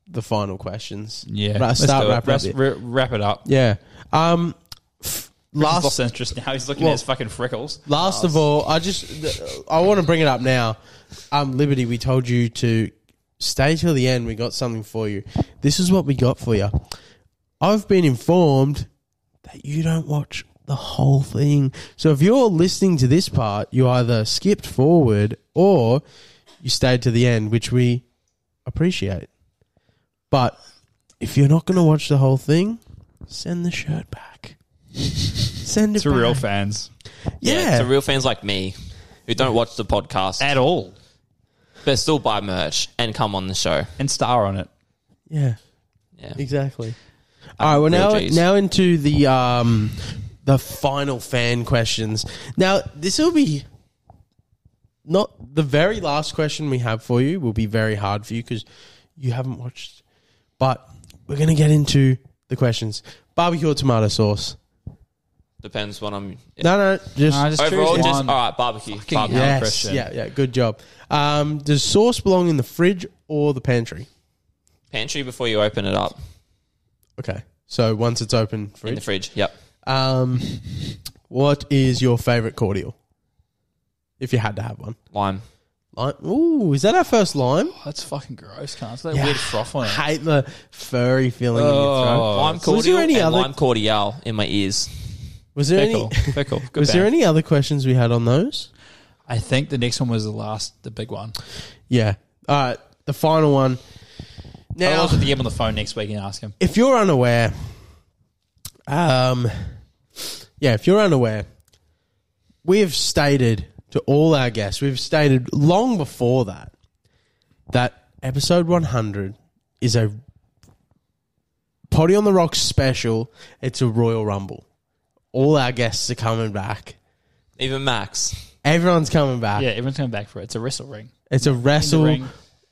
Speaker 2: the final questions.
Speaker 1: Yeah.
Speaker 2: but I
Speaker 1: let's
Speaker 2: start
Speaker 1: do it.
Speaker 2: wrapping
Speaker 1: Let's
Speaker 2: up.
Speaker 1: ra- wrap it up.
Speaker 2: Yeah. Um. f-
Speaker 1: He's
Speaker 2: Last
Speaker 1: lost interest now. He's looking at his fucking freckles.
Speaker 2: Last of all, I just th- I want to bring it up now. Um, Liberty, we told you to stay till the end. We got something for you. This is what we got for you. I've been informed that you don't watch the whole thing. So if you're listening to this part, you either skipped forward or you stayed to the end, which we appreciate. But if you're not going to watch the whole thing, send the shirt back. Send it
Speaker 1: To real
Speaker 2: back.
Speaker 1: fans.
Speaker 2: Yeah.
Speaker 3: To real fans like me who don't watch the podcast,
Speaker 1: At all.
Speaker 3: but still buy merch and come on the show.
Speaker 1: And star on it.
Speaker 2: Yeah.
Speaker 3: Yeah.
Speaker 2: Exactly. All right. Well,
Speaker 3: real
Speaker 2: now
Speaker 3: Gs.
Speaker 2: now into the um the final fan questions. Now this will be not the very last question we have for you. Will be very hard for you because you haven't watched. But we're gonna get into the questions. Barbecue or tomato sauce?
Speaker 3: Depends what I'm.
Speaker 2: No, no, just,
Speaker 1: No, just
Speaker 3: Overall,
Speaker 1: choose
Speaker 3: just all
Speaker 1: one.
Speaker 3: right. Barbecue. barbecue.
Speaker 1: hell.
Speaker 2: yes,
Speaker 1: Christian.
Speaker 2: yeah, yeah. Good job. Um, does sauce belong in the fridge or the pantry?
Speaker 3: Pantry before you open it up
Speaker 2: Okay, so once it's open,
Speaker 3: in the
Speaker 2: fridge.
Speaker 3: fridge. Yep.
Speaker 2: Um, what is your favorite cordial? If you had to have one,
Speaker 3: Lime.
Speaker 2: lime. Ooh, is that our first lime?
Speaker 1: Oh, that's fucking gross, can't That
Speaker 2: Yeah.
Speaker 1: weird froth on it.
Speaker 2: hate the furry feeling
Speaker 1: Oh.
Speaker 2: in your throat.
Speaker 3: Lime
Speaker 2: So
Speaker 3: cordial
Speaker 2: was there any
Speaker 3: and
Speaker 2: other-
Speaker 3: lime cordial in my ears.
Speaker 2: Was there
Speaker 1: Pickle.
Speaker 2: any?
Speaker 1: Pickle. Good
Speaker 2: Was there
Speaker 1: band.
Speaker 2: any other questions we had on those?
Speaker 1: I think the next one was the last, the big one.
Speaker 2: Yeah. All right. The final one.
Speaker 1: I'll
Speaker 2: Now,
Speaker 1: look at the on the phone next week and ask him.
Speaker 2: if you're unaware, um, yeah, if you're unaware, we have stated to all our guests, we've stated long before that, that episode 100 is a Potty on the Rocks special. It's a Royal Rumble. All our guests are coming back.
Speaker 3: Even Max.
Speaker 2: Everyone's coming back.
Speaker 1: Yeah, everyone's coming back for it. It's a wrestle ring.
Speaker 2: It's a wrestle.
Speaker 1: ring.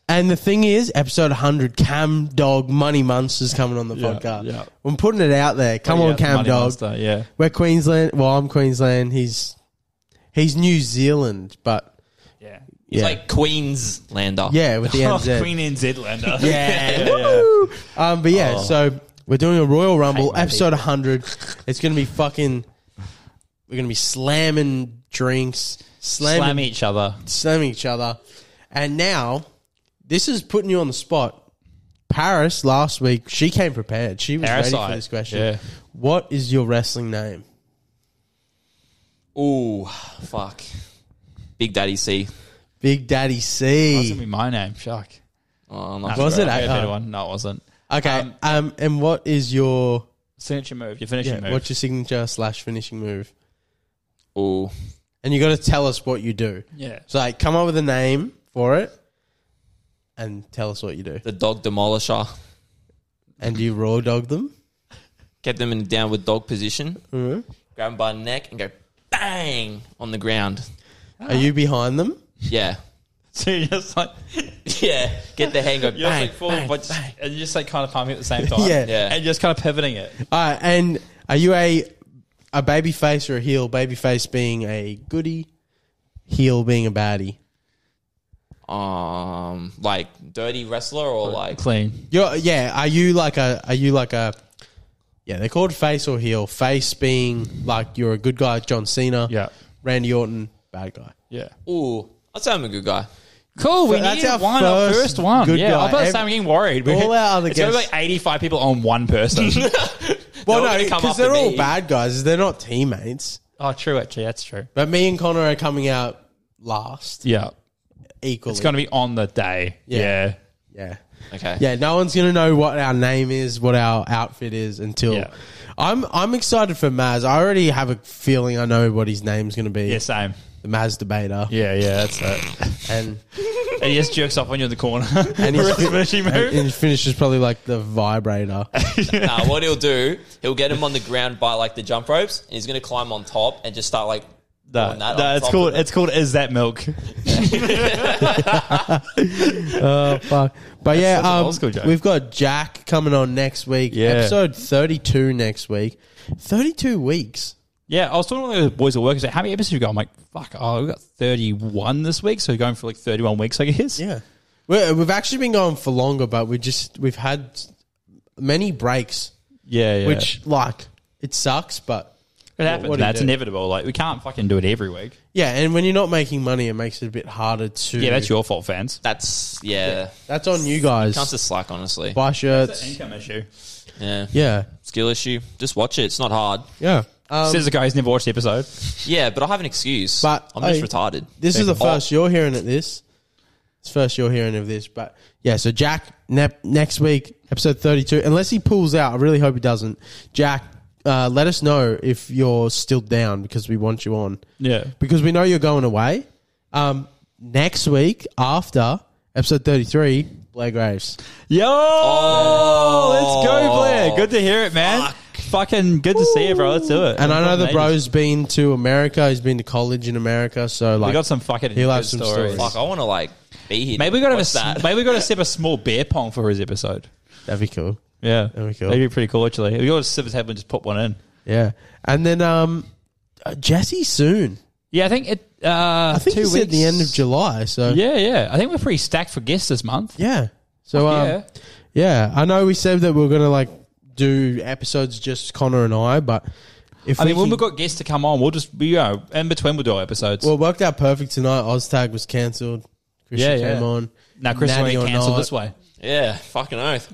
Speaker 2: And the thing is, episode 100, Cam Dog Money Monster's coming on the podcast.
Speaker 1: yeah. Oh,
Speaker 2: I'm putting it out there. Come on,
Speaker 1: Yeah,
Speaker 2: Cam
Speaker 1: Money
Speaker 2: Dog.
Speaker 1: Monster, Yeah.
Speaker 2: We're Queensland. Well, I'm Queensland. He's he's New Zealand, but
Speaker 1: Yeah.
Speaker 2: Yeah.
Speaker 3: like Queenslander.
Speaker 2: yeah, with the NZ.
Speaker 1: Oh, Queen NZ Lander.
Speaker 2: Yeah. Woo! Um,
Speaker 1: Oh.
Speaker 2: but yeah, so we're doing a Royal Rumble
Speaker 3: my
Speaker 2: episode 100. It's gonna be fucking. We're gonna be slamming drinks, slamming,
Speaker 1: Slam each other.
Speaker 2: slamming each other, and now this is putting you on the spot. Paris last week, she came prepared. She was ready for
Speaker 1: Parasite.
Speaker 2: this question.
Speaker 1: Yeah.
Speaker 2: What is your wrestling name?
Speaker 3: Ooh, fuck. Big Daddy C.
Speaker 2: Big Daddy
Speaker 1: That's gonna
Speaker 2: C.
Speaker 1: be my name. Shuck.
Speaker 3: Oh, I'm not
Speaker 2: Was
Speaker 3: sure.
Speaker 2: it?
Speaker 1: I had a
Speaker 2: Uh,
Speaker 1: better one. No, it wasn't.
Speaker 2: Okay. Um, and what is your
Speaker 1: Signature move. Your finishing
Speaker 2: yeah,
Speaker 1: move.
Speaker 2: what's your signature slash finishing move?
Speaker 3: Ooh.
Speaker 2: And you got to tell us what you do.
Speaker 1: yeah.
Speaker 2: So like, come up with a name for it, and tell us what you do.
Speaker 3: The Dog Demolisher.
Speaker 2: And do you raw dog them?
Speaker 3: Get them in a downward dog position. Mm-hmm. Grab them by the neck and go bang on the ground.
Speaker 2: Are you behind them?
Speaker 3: Yeah.
Speaker 1: So you're just like
Speaker 3: Yeah. Get the hand and go
Speaker 1: you're just
Speaker 3: bang.
Speaker 1: like falling,
Speaker 3: bang,
Speaker 1: but just-
Speaker 3: bang.
Speaker 1: and you're just like kind of palming at the same time.
Speaker 2: Yeah.
Speaker 3: Yeah.
Speaker 1: And just kind of pivoting it.
Speaker 2: All right. And are you a a baby face or a heel? Baby face being a goody, heel being a baddie.
Speaker 3: Um, like dirty wrestler or like
Speaker 1: Clean.
Speaker 2: You're yeah. Are you like a are you like a yeah? They're called face or heel. Face being like you're a good guy, John Cena.
Speaker 1: Yeah.
Speaker 2: Randy Orton, bad guy.
Speaker 1: Yeah.
Speaker 3: ooh. I'd say I'm a good guy.
Speaker 1: Cool. We
Speaker 2: that's
Speaker 1: need
Speaker 2: our
Speaker 1: one our
Speaker 2: first
Speaker 1: first, one.
Speaker 2: good
Speaker 1: yeah.
Speaker 2: guy.
Speaker 1: I'm about to
Speaker 2: Every-
Speaker 1: say I'm getting worried.
Speaker 2: all our other
Speaker 1: it's gonna be
Speaker 2: guests-
Speaker 1: like 85 people on one person.
Speaker 2: Well,
Speaker 3: all
Speaker 2: no,
Speaker 3: gonna come
Speaker 2: because
Speaker 3: after
Speaker 2: they're all
Speaker 3: me.
Speaker 2: bad guys. They're not teammates.
Speaker 1: oh, true. Actually, that's true.
Speaker 2: But me and Connor are coming out last
Speaker 1: Yeah.
Speaker 2: equally.
Speaker 1: It's gonna be on the day.
Speaker 2: Yeah.
Speaker 1: Yeah.
Speaker 2: yeah.
Speaker 3: Okay.
Speaker 2: Yeah, no one's gonna know what our name is, what our outfit is until
Speaker 1: Yeah.
Speaker 2: I'm I'm excited for Maz. I already have a feeling I know what his name's gonna be.
Speaker 1: Yeah. Same.
Speaker 2: The Maz debater.
Speaker 1: Yeah. Yeah. That's it.
Speaker 2: And
Speaker 1: and he just jerks off on you in the corner.
Speaker 2: and
Speaker 1: For his
Speaker 2: his,
Speaker 1: finishing move.
Speaker 2: and his finish is probably like the vibrator.
Speaker 3: Nah, Uh, what he'll do, he'll get him on the ground by like the jump ropes, and he's gonna climb on top and just start like.
Speaker 1: No,
Speaker 3: on that
Speaker 1: no,
Speaker 3: on
Speaker 1: it's
Speaker 3: top
Speaker 1: called
Speaker 3: of it.
Speaker 1: it's called is that milk?
Speaker 2: Oh fuck. But yeah,
Speaker 1: such an
Speaker 2: um,
Speaker 1: old school joke.
Speaker 2: we've got Jack coming on next week.
Speaker 1: Yeah.
Speaker 2: Episode thirty two next weck. Thirty two weeks.
Speaker 1: Yeah, I was talking to the boys at work. I said, "How many episodes have you got?" I'm like, "Fuck, oh, we got 31 this week, so we're going for like 31 weeks, I guess."
Speaker 2: Yeah, we we've actually been going for longer, but we just we've had many breaks,
Speaker 1: yeah, yeah.
Speaker 2: which like it sucks, but
Speaker 1: it happens.
Speaker 2: what do you
Speaker 1: that's
Speaker 2: do?
Speaker 1: inevitable. Like we can't fucking do it every week.
Speaker 2: yeah. And when you're not making money, it makes it a bit harder to.
Speaker 1: Yeah, that's your fault, fans.
Speaker 3: That's yeah.
Speaker 2: That's on you guys.
Speaker 3: Comes to slack, honestly.
Speaker 2: Buy shirts.
Speaker 1: Income issue.
Speaker 3: Yeah.
Speaker 2: Yeah,
Speaker 3: Skill issue. Just watch it. It's not hard.
Speaker 2: yeah. Um,
Speaker 1: Says the guy who's never watched the episode.
Speaker 3: Yeah, but I have an excuse.
Speaker 2: But
Speaker 3: I'm just
Speaker 2: I-
Speaker 3: retarded.
Speaker 2: this is the
Speaker 3: Oh,
Speaker 2: first you're hearing of this. It's first you're hearing of this, but yeah. So Jack ne- next week, episode thirty-two. Unless he pulls out, I really hope he doesn't. Jack, uh, let us know if you're still down because we want you on.
Speaker 1: Yeah,
Speaker 2: because we know you're going away. Um, next week after episode 33, Blair Graves.
Speaker 1: yo,
Speaker 3: Oh.
Speaker 1: let's go, Blair. Good to hear it, man. Fucking good to see you, bro. Let's do it.
Speaker 2: And I know the
Speaker 1: Fucking
Speaker 2: bro's been to America. He's been to college in America. So
Speaker 1: We
Speaker 2: like,
Speaker 1: got some fucking
Speaker 2: He'll have
Speaker 1: good
Speaker 2: some stories.
Speaker 3: Fuck, I want to like be here.
Speaker 1: Maybe we got to have a,
Speaker 3: What's
Speaker 1: s- maybe we got to sip a small beer pong for his episode.
Speaker 2: that'd be cool.
Speaker 1: Yeah,
Speaker 2: That'd be cool.
Speaker 1: That'd be pretty cool actually. We got to sip his head and just put one in.
Speaker 2: Yeah. And then um, uh, Jesse soon.
Speaker 1: Yeah, I think it. Uh,
Speaker 2: I think
Speaker 1: two
Speaker 2: it's
Speaker 1: weeks
Speaker 2: at the end of July. So yeah.
Speaker 1: Yeah, yeah. I think we're pretty stacked for guests this month.
Speaker 2: So um, yeah.
Speaker 1: yeah.
Speaker 2: I know we said that we are gonna like do episodes just Connor and I, but if
Speaker 1: I mean, when
Speaker 2: can-
Speaker 1: we've got guests to come on, we'll just you know in between we'll do our episodes.
Speaker 2: well, it worked out perfect tonight. Oztag was cancelled. Christian
Speaker 1: Yeah, yeah.
Speaker 2: came on.
Speaker 1: now Chris already
Speaker 2: Natty or
Speaker 1: cancelled
Speaker 2: not.
Speaker 1: this way.
Speaker 3: Yeah, fucking oath.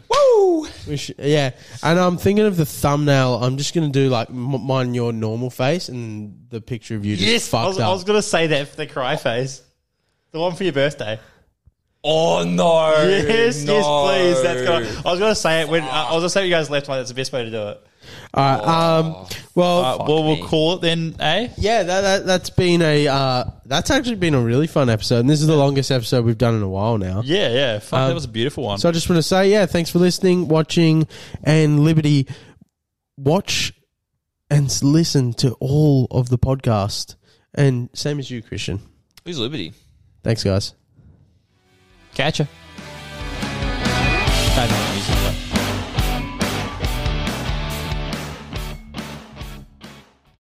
Speaker 2: We should, yeah, and I'm thinking of the thumbnail. I'm just gonna do like m- mine, your normal face, and the picture of you just fucked up.
Speaker 1: gonna say that for the cry face, the one for your birthday.
Speaker 3: Oh no. no.
Speaker 1: I was gonna say it when I was gonna say you guys left one. That's the best way to do it.
Speaker 2: All right,
Speaker 1: Oh.
Speaker 2: um, well,
Speaker 1: well,
Speaker 3: me.
Speaker 1: we'll call it then, eh?
Speaker 2: yeah, that, that that's been a uh, that's actually been a really fun episode, and this is the longest episode we've done in a while now.
Speaker 1: Yeah, yeah. Fuck, that was a beautiful one.
Speaker 2: So I just want to say, yeah, thanks for listening, watching, and Liberty. Watch and s- listen to all of the podcast, and same as you, Christian.
Speaker 3: Who's Liberty?
Speaker 2: Thanks, guys.
Speaker 1: Catch ya. Bye, bye.